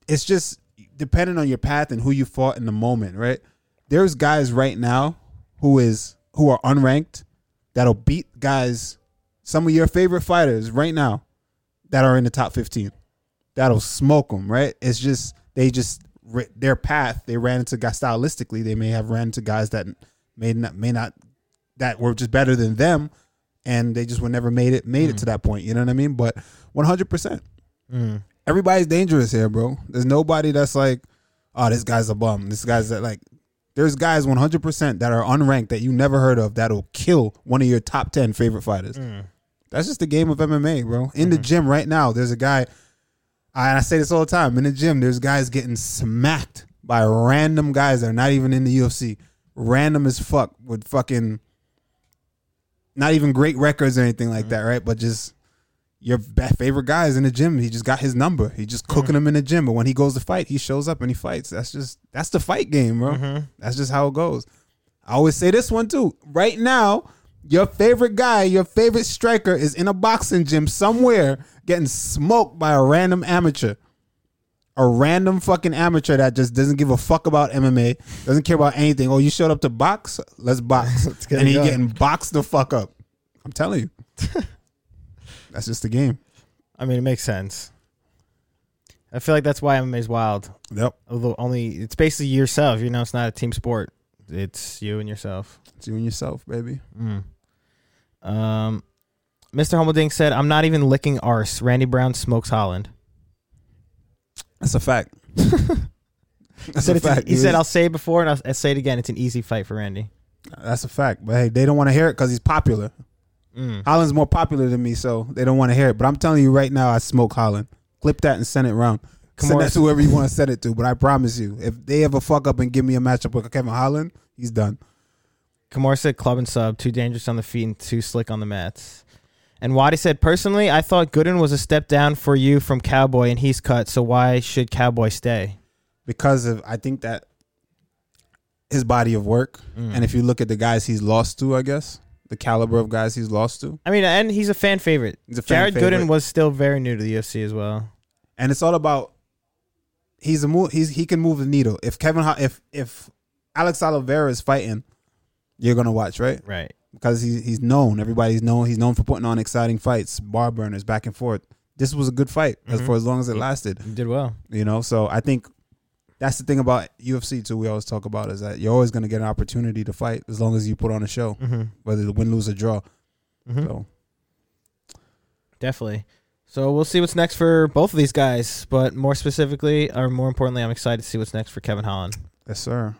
[SPEAKER 3] it's just depending on your path and who you fought in the moment, right? There's guys right now who is who are unranked that'll beat guys, some of your favorite fighters right now that are in the top 15. That'll smoke them, right? It's just they just ri- their path they ran into guys stylistically. They may have ran into guys that may not may not that were just better than them, and they just were never made it made it to that point. You know what I mean? But 100. percent
[SPEAKER 2] Mm.
[SPEAKER 3] everybody's dangerous here, bro. There's nobody that's like, oh, this guy's a bum. This guy's that like, there's guys 100% that are unranked that you never heard of that'll kill one of your top 10 favorite fighters. That's just the game of MMA, bro. In the gym right now, there's a guy, I, I say this all the time, in the gym, there's guys getting smacked by random guys that are not even in the UFC. Random as fuck with fucking not even great records or anything like that, right? But just your be- favorite guy is in the gym. He just got his number. He just cooking him in the gym. But when he goes to fight, he shows up and he fights. That's just that's the fight game, bro. That's just how it goes. I always say this one too. Right now, your favorite guy, your favorite striker, is in a boxing gym somewhere getting smoked by a random amateur. A random fucking amateur that just doesn't give a fuck about MMA, doesn't care about anything. Oh, you showed up to box? Let's box.
[SPEAKER 2] Let's get
[SPEAKER 3] and
[SPEAKER 2] it
[SPEAKER 3] he
[SPEAKER 2] going.
[SPEAKER 3] getting boxed the fuck up. I'm telling you. That's just the game.
[SPEAKER 2] I mean, it makes sense. I feel like that's why MMA's wild.
[SPEAKER 3] Yep.
[SPEAKER 2] Although only it's basically yourself, you know, it's not a team sport. It's you and yourself.
[SPEAKER 3] It's you and yourself, baby.
[SPEAKER 2] Mm. Um, Mr. Humbledink said, "I'm not even licking arse." Randy Brown smokes Holland.
[SPEAKER 3] That's a fact. That's
[SPEAKER 2] Said
[SPEAKER 3] a
[SPEAKER 2] it's an-
[SPEAKER 3] fact.
[SPEAKER 2] he
[SPEAKER 3] dude.
[SPEAKER 2] said, "I'll say it before and I'll, I'll say it again. It's an easy fight for Randy."
[SPEAKER 3] That's a fact. But hey, they don't want to hear it because he's popular.
[SPEAKER 2] Mm.
[SPEAKER 3] Holland's more popular than me, so they don't want to hear it. But I'm telling you right now, I smoke Holland. Clip that and send it round. Send
[SPEAKER 2] Kamara-
[SPEAKER 3] that to whoever you want to send it to. But I promise you, if they ever fuck up and give me a matchup with Kevin Holland, he's done.
[SPEAKER 2] Kamar said, "Club and sub, too dangerous on the feet and too slick on the mats." And Wadi said, "Personally, I thought Gooden was a step down for you from Cowboy, and he's cut. So why should Cowboy stay?"
[SPEAKER 3] because of I think that his body of work,
[SPEAKER 2] Mm.
[SPEAKER 3] and if you look at the guys he's lost to, I guess the caliber of guys he's lost to,
[SPEAKER 2] I mean, and he's a fan favorite.
[SPEAKER 3] He's a fan
[SPEAKER 2] Jared
[SPEAKER 3] favorite.
[SPEAKER 2] Gooden was still very new to the UFC as well.
[SPEAKER 3] and it's all about he's a move. He's he can move the needle. If Kevin, Ho- if if Alex Oliveira is fighting, you're gonna watch right
[SPEAKER 2] Right.
[SPEAKER 3] because he's he's known. Everybody's known. He's known for putting on exciting fights, bar burners, back and forth. This was a good fight as for as long as it lasted.
[SPEAKER 2] He did well.
[SPEAKER 3] you know so i think that's the thing about ufc too we always talk about is that you're always going to get an opportunity to fight as long as you put on a show
[SPEAKER 2] Mm-hmm.
[SPEAKER 3] whether the win lose or draw
[SPEAKER 2] Mhm.
[SPEAKER 3] so
[SPEAKER 2] Definitely. So we'll see what's next for both of these guys, but more specifically, or more importantly, I'm excited to see what's next for Kevin Holland.
[SPEAKER 3] yes sir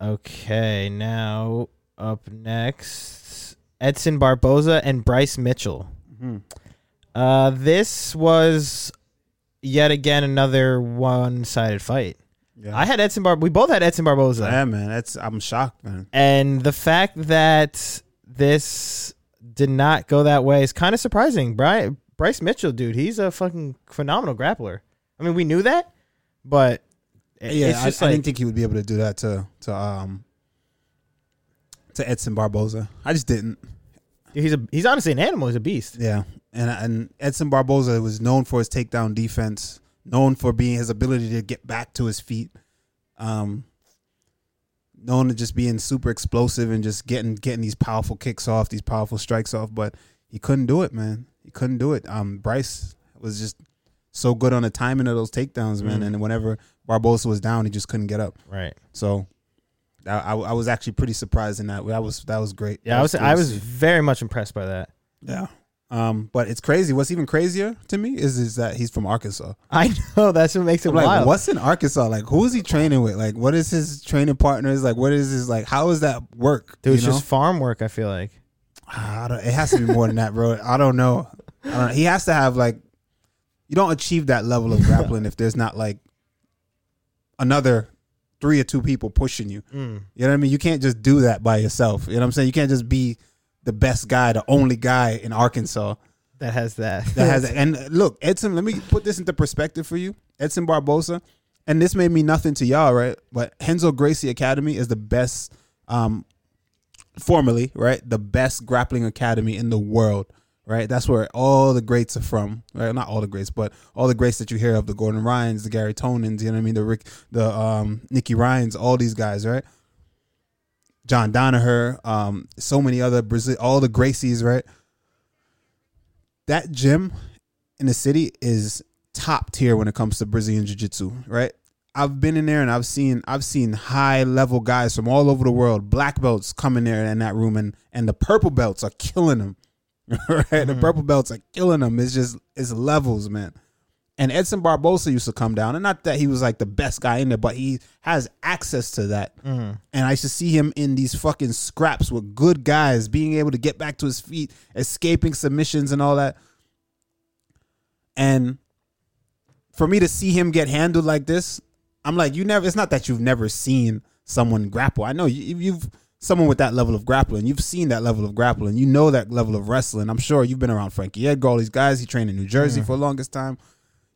[SPEAKER 2] Okay, now up next, Edson Barboza and Bryce Mitchell. Uh, this was yet again another one-sided fight.
[SPEAKER 3] yeah
[SPEAKER 2] I had Edson Bar. We both had Edson Barboza.
[SPEAKER 3] yeah man that's i'm shocked man
[SPEAKER 2] and the fact that this did not go that way is kind of surprising. Bry Bryce Mitchell, dude, he's a fucking phenomenal grappler. I mean, we knew that, but it-
[SPEAKER 3] Yeah,
[SPEAKER 2] it's
[SPEAKER 3] I,
[SPEAKER 2] just
[SPEAKER 3] I
[SPEAKER 2] like
[SPEAKER 3] didn't think he would be able to do that to to um to Edson Barboza. I just didn't.
[SPEAKER 2] he's a he's honestly an animal. He's a beast.
[SPEAKER 3] Yeah, and and Edson Barboza was known for his takedown defense, known for being his ability to get back to his feet, um, known to just being super explosive and just getting getting these powerful kicks off, these powerful strikes off. But he couldn't do it, man. He couldn't do it. Um, Bryce was just so good on the timing of those takedowns, man.
[SPEAKER 2] Mhm.
[SPEAKER 3] And whenever Barboza was down, he just couldn't get up.
[SPEAKER 2] Right.
[SPEAKER 3] So I, I, I was actually pretty surprised in that. That was that was great.
[SPEAKER 2] Yeah, I was
[SPEAKER 3] That cool
[SPEAKER 2] I
[SPEAKER 3] to
[SPEAKER 2] was
[SPEAKER 3] see.
[SPEAKER 2] very much impressed by that.
[SPEAKER 3] yeah. Um, but it's crazy. What's even crazier to me is is that he's from Arkansas.
[SPEAKER 2] I know that's what makes it
[SPEAKER 3] I'm like,
[SPEAKER 2] wild.
[SPEAKER 3] what's in Arkansas? Like, who is he training with? Like, what is his training partners? Like, what is his like? How is that work?
[SPEAKER 2] Dude,
[SPEAKER 3] you
[SPEAKER 2] it's
[SPEAKER 3] know? Ah,
[SPEAKER 2] just farm work. I feel like
[SPEAKER 3] I don't, it has to be more than that, bro. I don't know. I don't, he has to have like you don't achieve that level of grappling if there's not like another three or two people pushing you.
[SPEAKER 2] Mm.
[SPEAKER 3] You know what I mean? You can't just do that by yourself. You know what I'm saying? You can't just be the best guy, the only guy in Arkansas
[SPEAKER 2] that has that.
[SPEAKER 3] that has and look, Edson, let me put this into perspective for you. Edson Barbosa, and this may mean nothing to y'all, right? But Henzo Gracie Academy is the best um formerly, right? The best grappling academy in the world, right? That's where all the greats are from. Right? Not all the greats, but all the greats that you hear of, the Gordon Ryans, the Gary Tonans, you know what I mean, the Rick the um Nicky Ryans, all these guys, right? John Donaher, um, so many other Brazil, all the Gracies, right? that gym in the city is top tier when it comes to Brazilian Jiu Jitsu, right? I've been in there and I've seen I've seen high level guys from all over the world, black belts come in there in that room and and the purple belts are killing them. right? The purple belts are killing them. It's just it's levels, man. And Edson Barbosa used to come down, and not that he was like the best guy in there, but he has access to that. And I used to see him in these fucking scraps with good guys, being able to get back to his feet, escaping submissions and all that. And for me to see him get handled like this, I'm like, you never. It's not that you've never seen someone grapple. I know you, you've someone with that level of grappling. You've seen that level of grappling. You know that level of wrestling. I'm sure you've been around Frankie Edgar, all these guys. He trained in New Jersey for the longest time.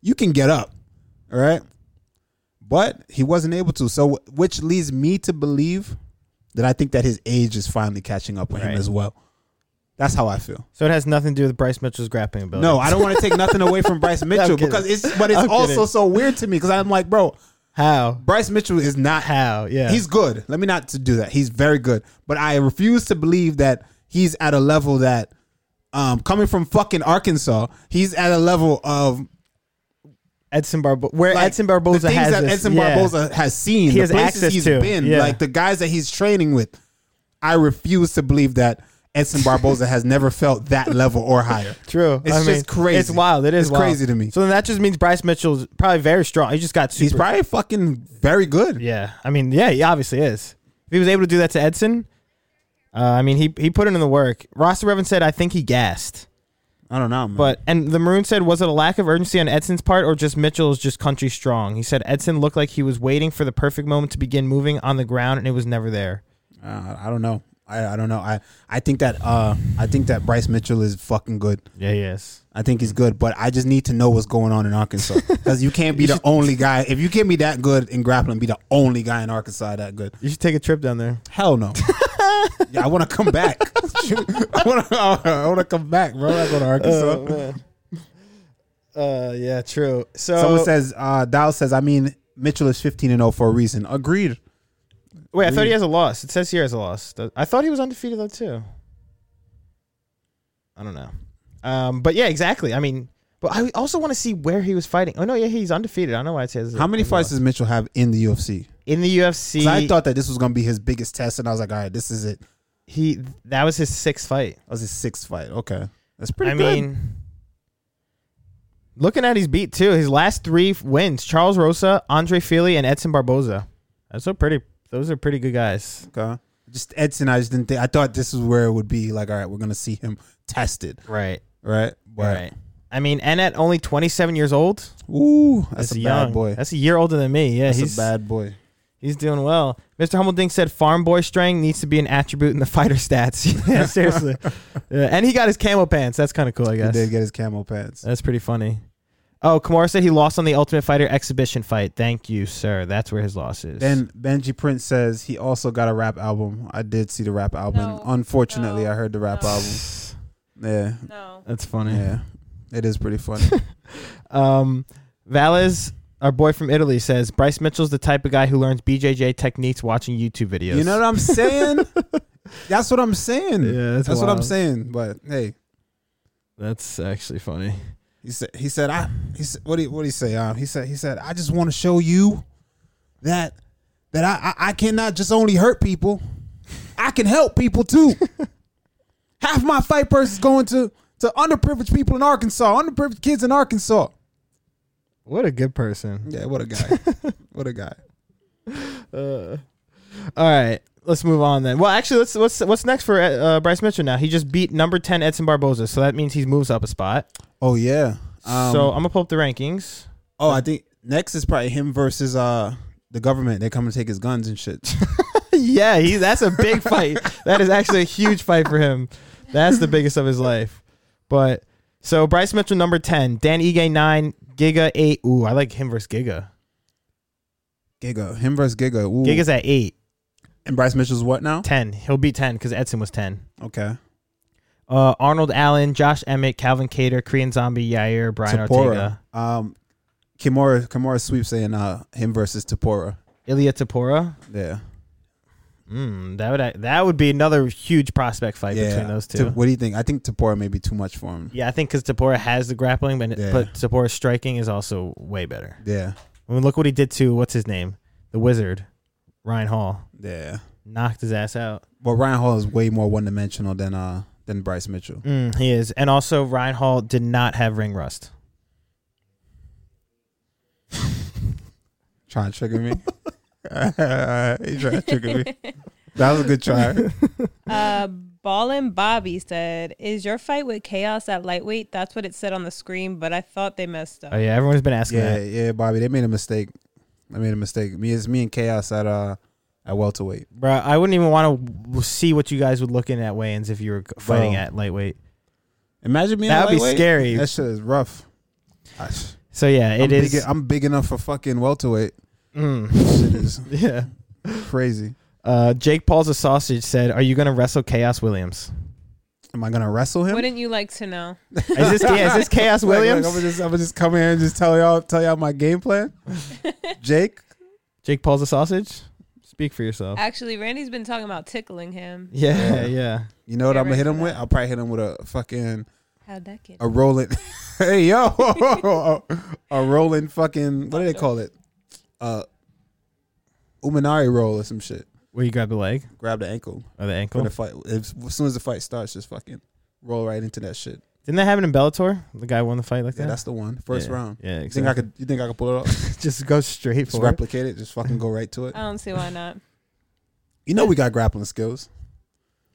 [SPEAKER 3] You can get up, all right. But he wasn't able to. So, which leads me to believe that I think that his age is finally catching up with
[SPEAKER 2] Right.
[SPEAKER 3] him as well. That's how I feel.
[SPEAKER 2] So it has nothing to do with Bryce Mitchell's grappling ability.
[SPEAKER 3] No, I don't want to take nothing away from Bryce Mitchell
[SPEAKER 2] kidding.
[SPEAKER 3] because it's, but it's
[SPEAKER 2] I'm
[SPEAKER 3] also
[SPEAKER 2] kidding.
[SPEAKER 3] so weird to me because I'm like, bro,
[SPEAKER 2] how
[SPEAKER 3] Bryce Mitchell is not.
[SPEAKER 2] how yeah
[SPEAKER 3] He's good. Let me not to do that. He's very good. But I refuse to believe that he's at a level that, um, coming from fucking Arkansas, he's at a level of
[SPEAKER 2] Edson Barboza. Where
[SPEAKER 3] like,
[SPEAKER 2] Edson Barboza
[SPEAKER 3] the things
[SPEAKER 2] has
[SPEAKER 3] that
[SPEAKER 2] this-
[SPEAKER 3] Edson
[SPEAKER 2] yeah.
[SPEAKER 3] Barboza has seen,
[SPEAKER 2] He
[SPEAKER 3] the
[SPEAKER 2] has
[SPEAKER 3] places
[SPEAKER 2] access
[SPEAKER 3] he's
[SPEAKER 2] to,
[SPEAKER 3] been,
[SPEAKER 2] yeah.
[SPEAKER 3] like the guys that he's training with. I refuse to believe that Edson Barboza has never felt that level or higher.
[SPEAKER 2] True.
[SPEAKER 3] It's
[SPEAKER 2] I
[SPEAKER 3] just
[SPEAKER 2] mean,
[SPEAKER 3] crazy.
[SPEAKER 2] It's wild. It is
[SPEAKER 3] It's
[SPEAKER 2] wild.
[SPEAKER 3] crazy to me.
[SPEAKER 2] So then that just means Bryce Mitchell's probably very strong. He just got super.
[SPEAKER 3] He's probably fucking very good.
[SPEAKER 2] yeah. I mean, yeah, he obviously is. If he was able to do that to Edson, uh, I mean, he he put in the work. Roster Revan said, "I think he gassed."
[SPEAKER 3] I don't know, man.
[SPEAKER 2] But and the maroon said, was it a lack of urgency on Edson's part, or just Mitchell's just country strong? He said Edson looked like he was waiting for the perfect moment to begin moving on the ground, and it was never there.
[SPEAKER 3] Uh, I don't know. I, I don't know. I, I think that uh I think that Bryce Mitchell is fucking good.
[SPEAKER 2] Yeah, yes.
[SPEAKER 3] I think he's good, but I just need to know what's going on in Arkansas because you can't be the only guy. If you can't be that good in grappling, be the only guy in Arkansas that good.
[SPEAKER 2] You should take a trip down there.
[SPEAKER 3] Hell no. yeah, I want to come back. I want to. I want to come back, bro. I go to Arkansas.
[SPEAKER 2] Uh, yeah, true. So
[SPEAKER 3] Someone says, uh, Dow says, I mean, Mitchell is 15 and 0 for a reason. Agreed.
[SPEAKER 2] wait, I thought he has a loss. It says here has a loss. Th- I thought he was undefeated though too. I don't know. Um, but yeah, exactly. I mean, but I also want to see where he was fighting. Oh no, yeah, he's undefeated. I don't know why it says
[SPEAKER 3] How many
[SPEAKER 2] has a
[SPEAKER 3] fights
[SPEAKER 2] loss.
[SPEAKER 3] does Mitchell have in the UFC?
[SPEAKER 2] in the UFC?
[SPEAKER 3] 'Cause I thought that this was going to be his biggest test, and I was like, all right, this is it. That
[SPEAKER 2] he that was his sixth fight.
[SPEAKER 3] was his sixth fight. Okay. That's pretty
[SPEAKER 2] I
[SPEAKER 3] good.
[SPEAKER 2] mean, looking at his beat too, his last three f- wins: Charles Rosa, Andre Feely, and Edson Barboza. Those are pretty. Those are pretty good guys.
[SPEAKER 3] okay. Just Edson, I just didn't think. I thought this is where it would be like, all right, we're going to see him tested,
[SPEAKER 2] Right.
[SPEAKER 3] right? But,
[SPEAKER 2] Right. I mean, and at only 27 years old,
[SPEAKER 3] Ooh, that's,
[SPEAKER 2] that's,
[SPEAKER 3] a
[SPEAKER 2] young
[SPEAKER 3] bad boy.
[SPEAKER 2] That's a year older than me. Yeah,
[SPEAKER 3] That's
[SPEAKER 2] he's
[SPEAKER 3] a bad boy.
[SPEAKER 2] He's doing well. Mr. Humbledink said farm boy strength needs to be an attribute in the fighter stats. yeah, seriously. Yeah, and he got his camo pants. That's kind of cool, I
[SPEAKER 3] He
[SPEAKER 2] guess.
[SPEAKER 3] did get his camel pants.
[SPEAKER 2] That's pretty funny. Oh, Kamara said he lost on the Ultimate Fighter exhibition fight. Thank you, sir. That's where his loss is.
[SPEAKER 3] Then Benji Prince says he also got a rap album. I did see the rap album.
[SPEAKER 1] No,
[SPEAKER 3] Unfortunately,
[SPEAKER 1] no,
[SPEAKER 3] I heard the rap
[SPEAKER 1] no.
[SPEAKER 3] album. Yeah,
[SPEAKER 1] No.
[SPEAKER 2] That's funny.
[SPEAKER 3] yeah, it is pretty funny.
[SPEAKER 2] Um, Valles, our boy from Italy, says Bryce Mitchell's the type of guy who learns BJJ techniques watching YouTube videos.
[SPEAKER 3] You know what I'm saying? that's what I'm saying.
[SPEAKER 2] Yeah,
[SPEAKER 3] that's what I'm saying. But hey,
[SPEAKER 2] That's actually funny.
[SPEAKER 3] he said he said I he said what he what he say? Um, he said he said I just want to show you that that I, I I cannot just only hurt people. I can help people too. Half my fight purse is going to to underprivileged people in Arkansas, underprivileged kids in Arkansas.
[SPEAKER 2] What a good person.
[SPEAKER 3] Yeah, what a guy. what a guy.
[SPEAKER 2] Uh, all right, let's move on then. Well, actually, let's what's what's next for uh, Bryce Mitchell now? He just beat number ten Edson Barboza, so that means he moves up a spot.
[SPEAKER 3] Oh yeah. Um,
[SPEAKER 2] so I'm gonna pull up the rankings.
[SPEAKER 3] oh, I think next is probably him versus uh the government. They come and take his guns and shit.
[SPEAKER 2] yeah, he that's a big fight. That is actually a huge fight for him. That's the biggest of his life. But so Bryce Mitchell number ten, Dan Ige nine, Giga eight. Ooh, I like him versus Giga.
[SPEAKER 3] Giga, him versus Giga. Ooh.
[SPEAKER 2] Giga's at eight,
[SPEAKER 3] and Bryce Mitchell's what now?
[SPEAKER 2] ten. He'll beat ten because Edson was ten.
[SPEAKER 3] Okay.
[SPEAKER 2] Uh, Arnold Allen, Josh Emmett, Calvin Cater, Korean Zombie, Yair, Brian Ortega,
[SPEAKER 3] Tapora. Um, Kimura Kimura sweep saying uh him versus Tapora.
[SPEAKER 2] Ilya Tapora.
[SPEAKER 3] Yeah.
[SPEAKER 2] Mm, that would that would be another huge prospect fight
[SPEAKER 3] yeah.
[SPEAKER 2] between those two.
[SPEAKER 3] Ta- what do you think? I think Tapora may be too much for him.
[SPEAKER 2] yeah, I think because Tapora has the grappling, but
[SPEAKER 3] Yeah.
[SPEAKER 2] but Tapora's striking is also way better.
[SPEAKER 3] Yeah.
[SPEAKER 2] I mean, look what he did to what's his name, the wizard, Ryan Hall.
[SPEAKER 3] Yeah.
[SPEAKER 2] Knocked his ass out.
[SPEAKER 3] But Ryan Hall is way more one dimensional than uh than Bryce Mitchell.
[SPEAKER 2] Mm, he is, and also Ryan Hall did not have ring rust.
[SPEAKER 3] Trying to trigger me. he tried to trigger me. That was a good try.
[SPEAKER 1] Uh, Ballin Bobby said, "Is your fight with Chaos at lightweight? That's what it said on the screen, but I thought they messed up."
[SPEAKER 2] Oh yeah, everyone's been asking
[SPEAKER 3] yeah,
[SPEAKER 2] that.
[SPEAKER 3] yeah, Bobby. They made a mistake. I made a mistake. Me, it's me and Chaos at uh at welterweight.
[SPEAKER 2] Bro, I wouldn't even want to w- see what you guys would look in at weigh-ins if you were g- fighting
[SPEAKER 3] Bro.
[SPEAKER 2] at lightweight.
[SPEAKER 3] Imagine me.
[SPEAKER 2] That would be scary.
[SPEAKER 3] That shit is rough. I,
[SPEAKER 2] So yeah,
[SPEAKER 3] I'm
[SPEAKER 2] it is.
[SPEAKER 3] Big, I'm big enough for fucking welterweight.
[SPEAKER 2] Mm,
[SPEAKER 3] Shit is
[SPEAKER 2] yeah.
[SPEAKER 3] crazy.
[SPEAKER 2] Uh, Jake Paul's a sausage said, "Are you gonna wrestle Chaos Williams?
[SPEAKER 3] Am I gonna wrestle him?
[SPEAKER 1] Wouldn't you like to know?
[SPEAKER 2] Is this yeah, is this Chaos
[SPEAKER 3] Like, like,
[SPEAKER 2] Williams?
[SPEAKER 3] I'm gonna just I'm gonna just come here and just tell y'all tell y'all my game plan. Jake,
[SPEAKER 2] Jake Paul's a sausage. Speak for yourself.
[SPEAKER 1] Actually, Randy's been talking about tickling him.
[SPEAKER 2] Yeah,
[SPEAKER 3] Yeah.
[SPEAKER 2] yeah.
[SPEAKER 3] you know what
[SPEAKER 1] Get
[SPEAKER 3] I'm gonna hit
[SPEAKER 1] ready
[SPEAKER 3] him
[SPEAKER 1] for
[SPEAKER 3] with?
[SPEAKER 1] that.
[SPEAKER 3] I'll probably hit him with a fucking
[SPEAKER 1] How'd that get?
[SPEAKER 3] a rolling. hey yo, a rolling fucking what do they call it? Uh, Umanari roll or some shit.
[SPEAKER 2] Where you grab the leg
[SPEAKER 3] Grab the ankle
[SPEAKER 2] or the ankle?
[SPEAKER 3] for the fight. If, as soon as the fight starts, just fucking roll right into that shit.
[SPEAKER 2] Didn't that happen in Bellator? The guy won the fight like
[SPEAKER 3] Yeah,
[SPEAKER 2] that.
[SPEAKER 3] that's the one. First
[SPEAKER 2] Yeah,
[SPEAKER 3] round.
[SPEAKER 2] Yeah,
[SPEAKER 3] You think I could? You think I could pull it off?
[SPEAKER 2] could just go straight
[SPEAKER 3] Just
[SPEAKER 2] for it?
[SPEAKER 3] replicate it. Just fucking go right to it.
[SPEAKER 1] I don't see why not.
[SPEAKER 3] You know we got grappling skills.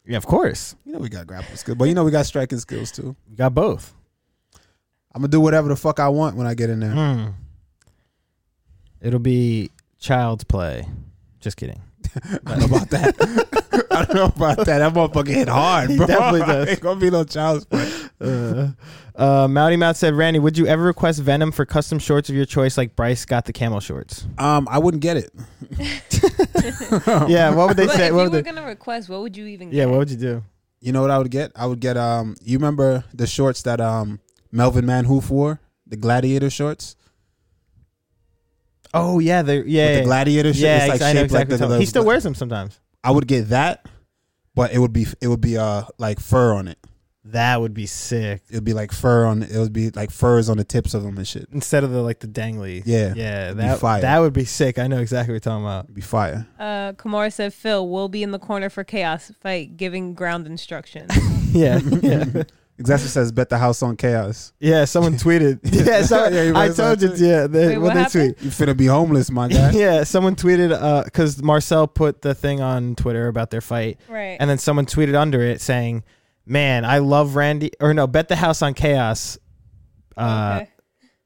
[SPEAKER 2] Yeah, of course.
[SPEAKER 3] You know we got grappling skills, but you know we got striking skills too.
[SPEAKER 2] You got both.
[SPEAKER 3] I'm gonna do whatever the fuck I want when I get in there.
[SPEAKER 2] Hmm. It'll be child's play. Just kidding.
[SPEAKER 3] I don't know about that. I don't know about that. That motherfucker hit hard,
[SPEAKER 2] He
[SPEAKER 3] bro.
[SPEAKER 2] definitely does.
[SPEAKER 3] Ain't gonna be no child's play.
[SPEAKER 2] Uh, uh, Mouty Mouth said, Randy, would you ever request Venom for custom shorts of your choice, like Bryce got the camel shorts?
[SPEAKER 3] Um, I wouldn't get it. Oh.
[SPEAKER 2] yeah, what would they
[SPEAKER 1] but
[SPEAKER 2] say?
[SPEAKER 1] if
[SPEAKER 2] What
[SPEAKER 1] you
[SPEAKER 2] would
[SPEAKER 1] were
[SPEAKER 2] they-
[SPEAKER 1] gonna request, what would you even?
[SPEAKER 2] yeah,
[SPEAKER 1] get?
[SPEAKER 2] what would you do?
[SPEAKER 3] You know what I would get? I would get um. You remember the shorts that um Melvin Manhoof wore, the gladiator shorts,
[SPEAKER 2] Oh yeah, the yeah,
[SPEAKER 3] With the gladiator shorts.
[SPEAKER 2] yeah.
[SPEAKER 3] it's like
[SPEAKER 2] ex- I know
[SPEAKER 3] shaped
[SPEAKER 2] exactly
[SPEAKER 3] like the,
[SPEAKER 2] what
[SPEAKER 3] the,
[SPEAKER 2] you're talking- He still wears them sometimes.
[SPEAKER 3] I would get that, but it would be it would be uh like fur on it.
[SPEAKER 2] That would be sick.
[SPEAKER 3] It would be like fur on. It would be like furs on the tips of them and shit.
[SPEAKER 2] Instead of the like the dangly.
[SPEAKER 3] Yeah.
[SPEAKER 2] yeah.
[SPEAKER 3] be
[SPEAKER 2] That
[SPEAKER 3] fire.
[SPEAKER 2] that would be sick. I know exactly what you're talking about.
[SPEAKER 3] It'd be fire.
[SPEAKER 1] Uh, Kamara said, "Phil will be in the corner for Chaos fight, giving ground instructions."
[SPEAKER 2] Yeah, yeah,
[SPEAKER 3] Exactly says bet the house on chaos.
[SPEAKER 2] yeah. Someone tweeted. Yeah, so,
[SPEAKER 3] Yeah, you
[SPEAKER 2] I
[SPEAKER 3] read
[SPEAKER 2] told you.
[SPEAKER 3] that?
[SPEAKER 2] Yeah, they,
[SPEAKER 1] Wait,
[SPEAKER 2] what
[SPEAKER 1] what
[SPEAKER 2] they
[SPEAKER 1] happened?
[SPEAKER 2] tweet.
[SPEAKER 3] You finna be homeless, my guy.
[SPEAKER 2] Yeah, someone tweeted because Marcel put the thing on Twitter about their fight,
[SPEAKER 1] right.
[SPEAKER 2] and then someone tweeted under it saying, "Man, I love Randy." Or no, bet the house on chaos. Uh,
[SPEAKER 1] Okay.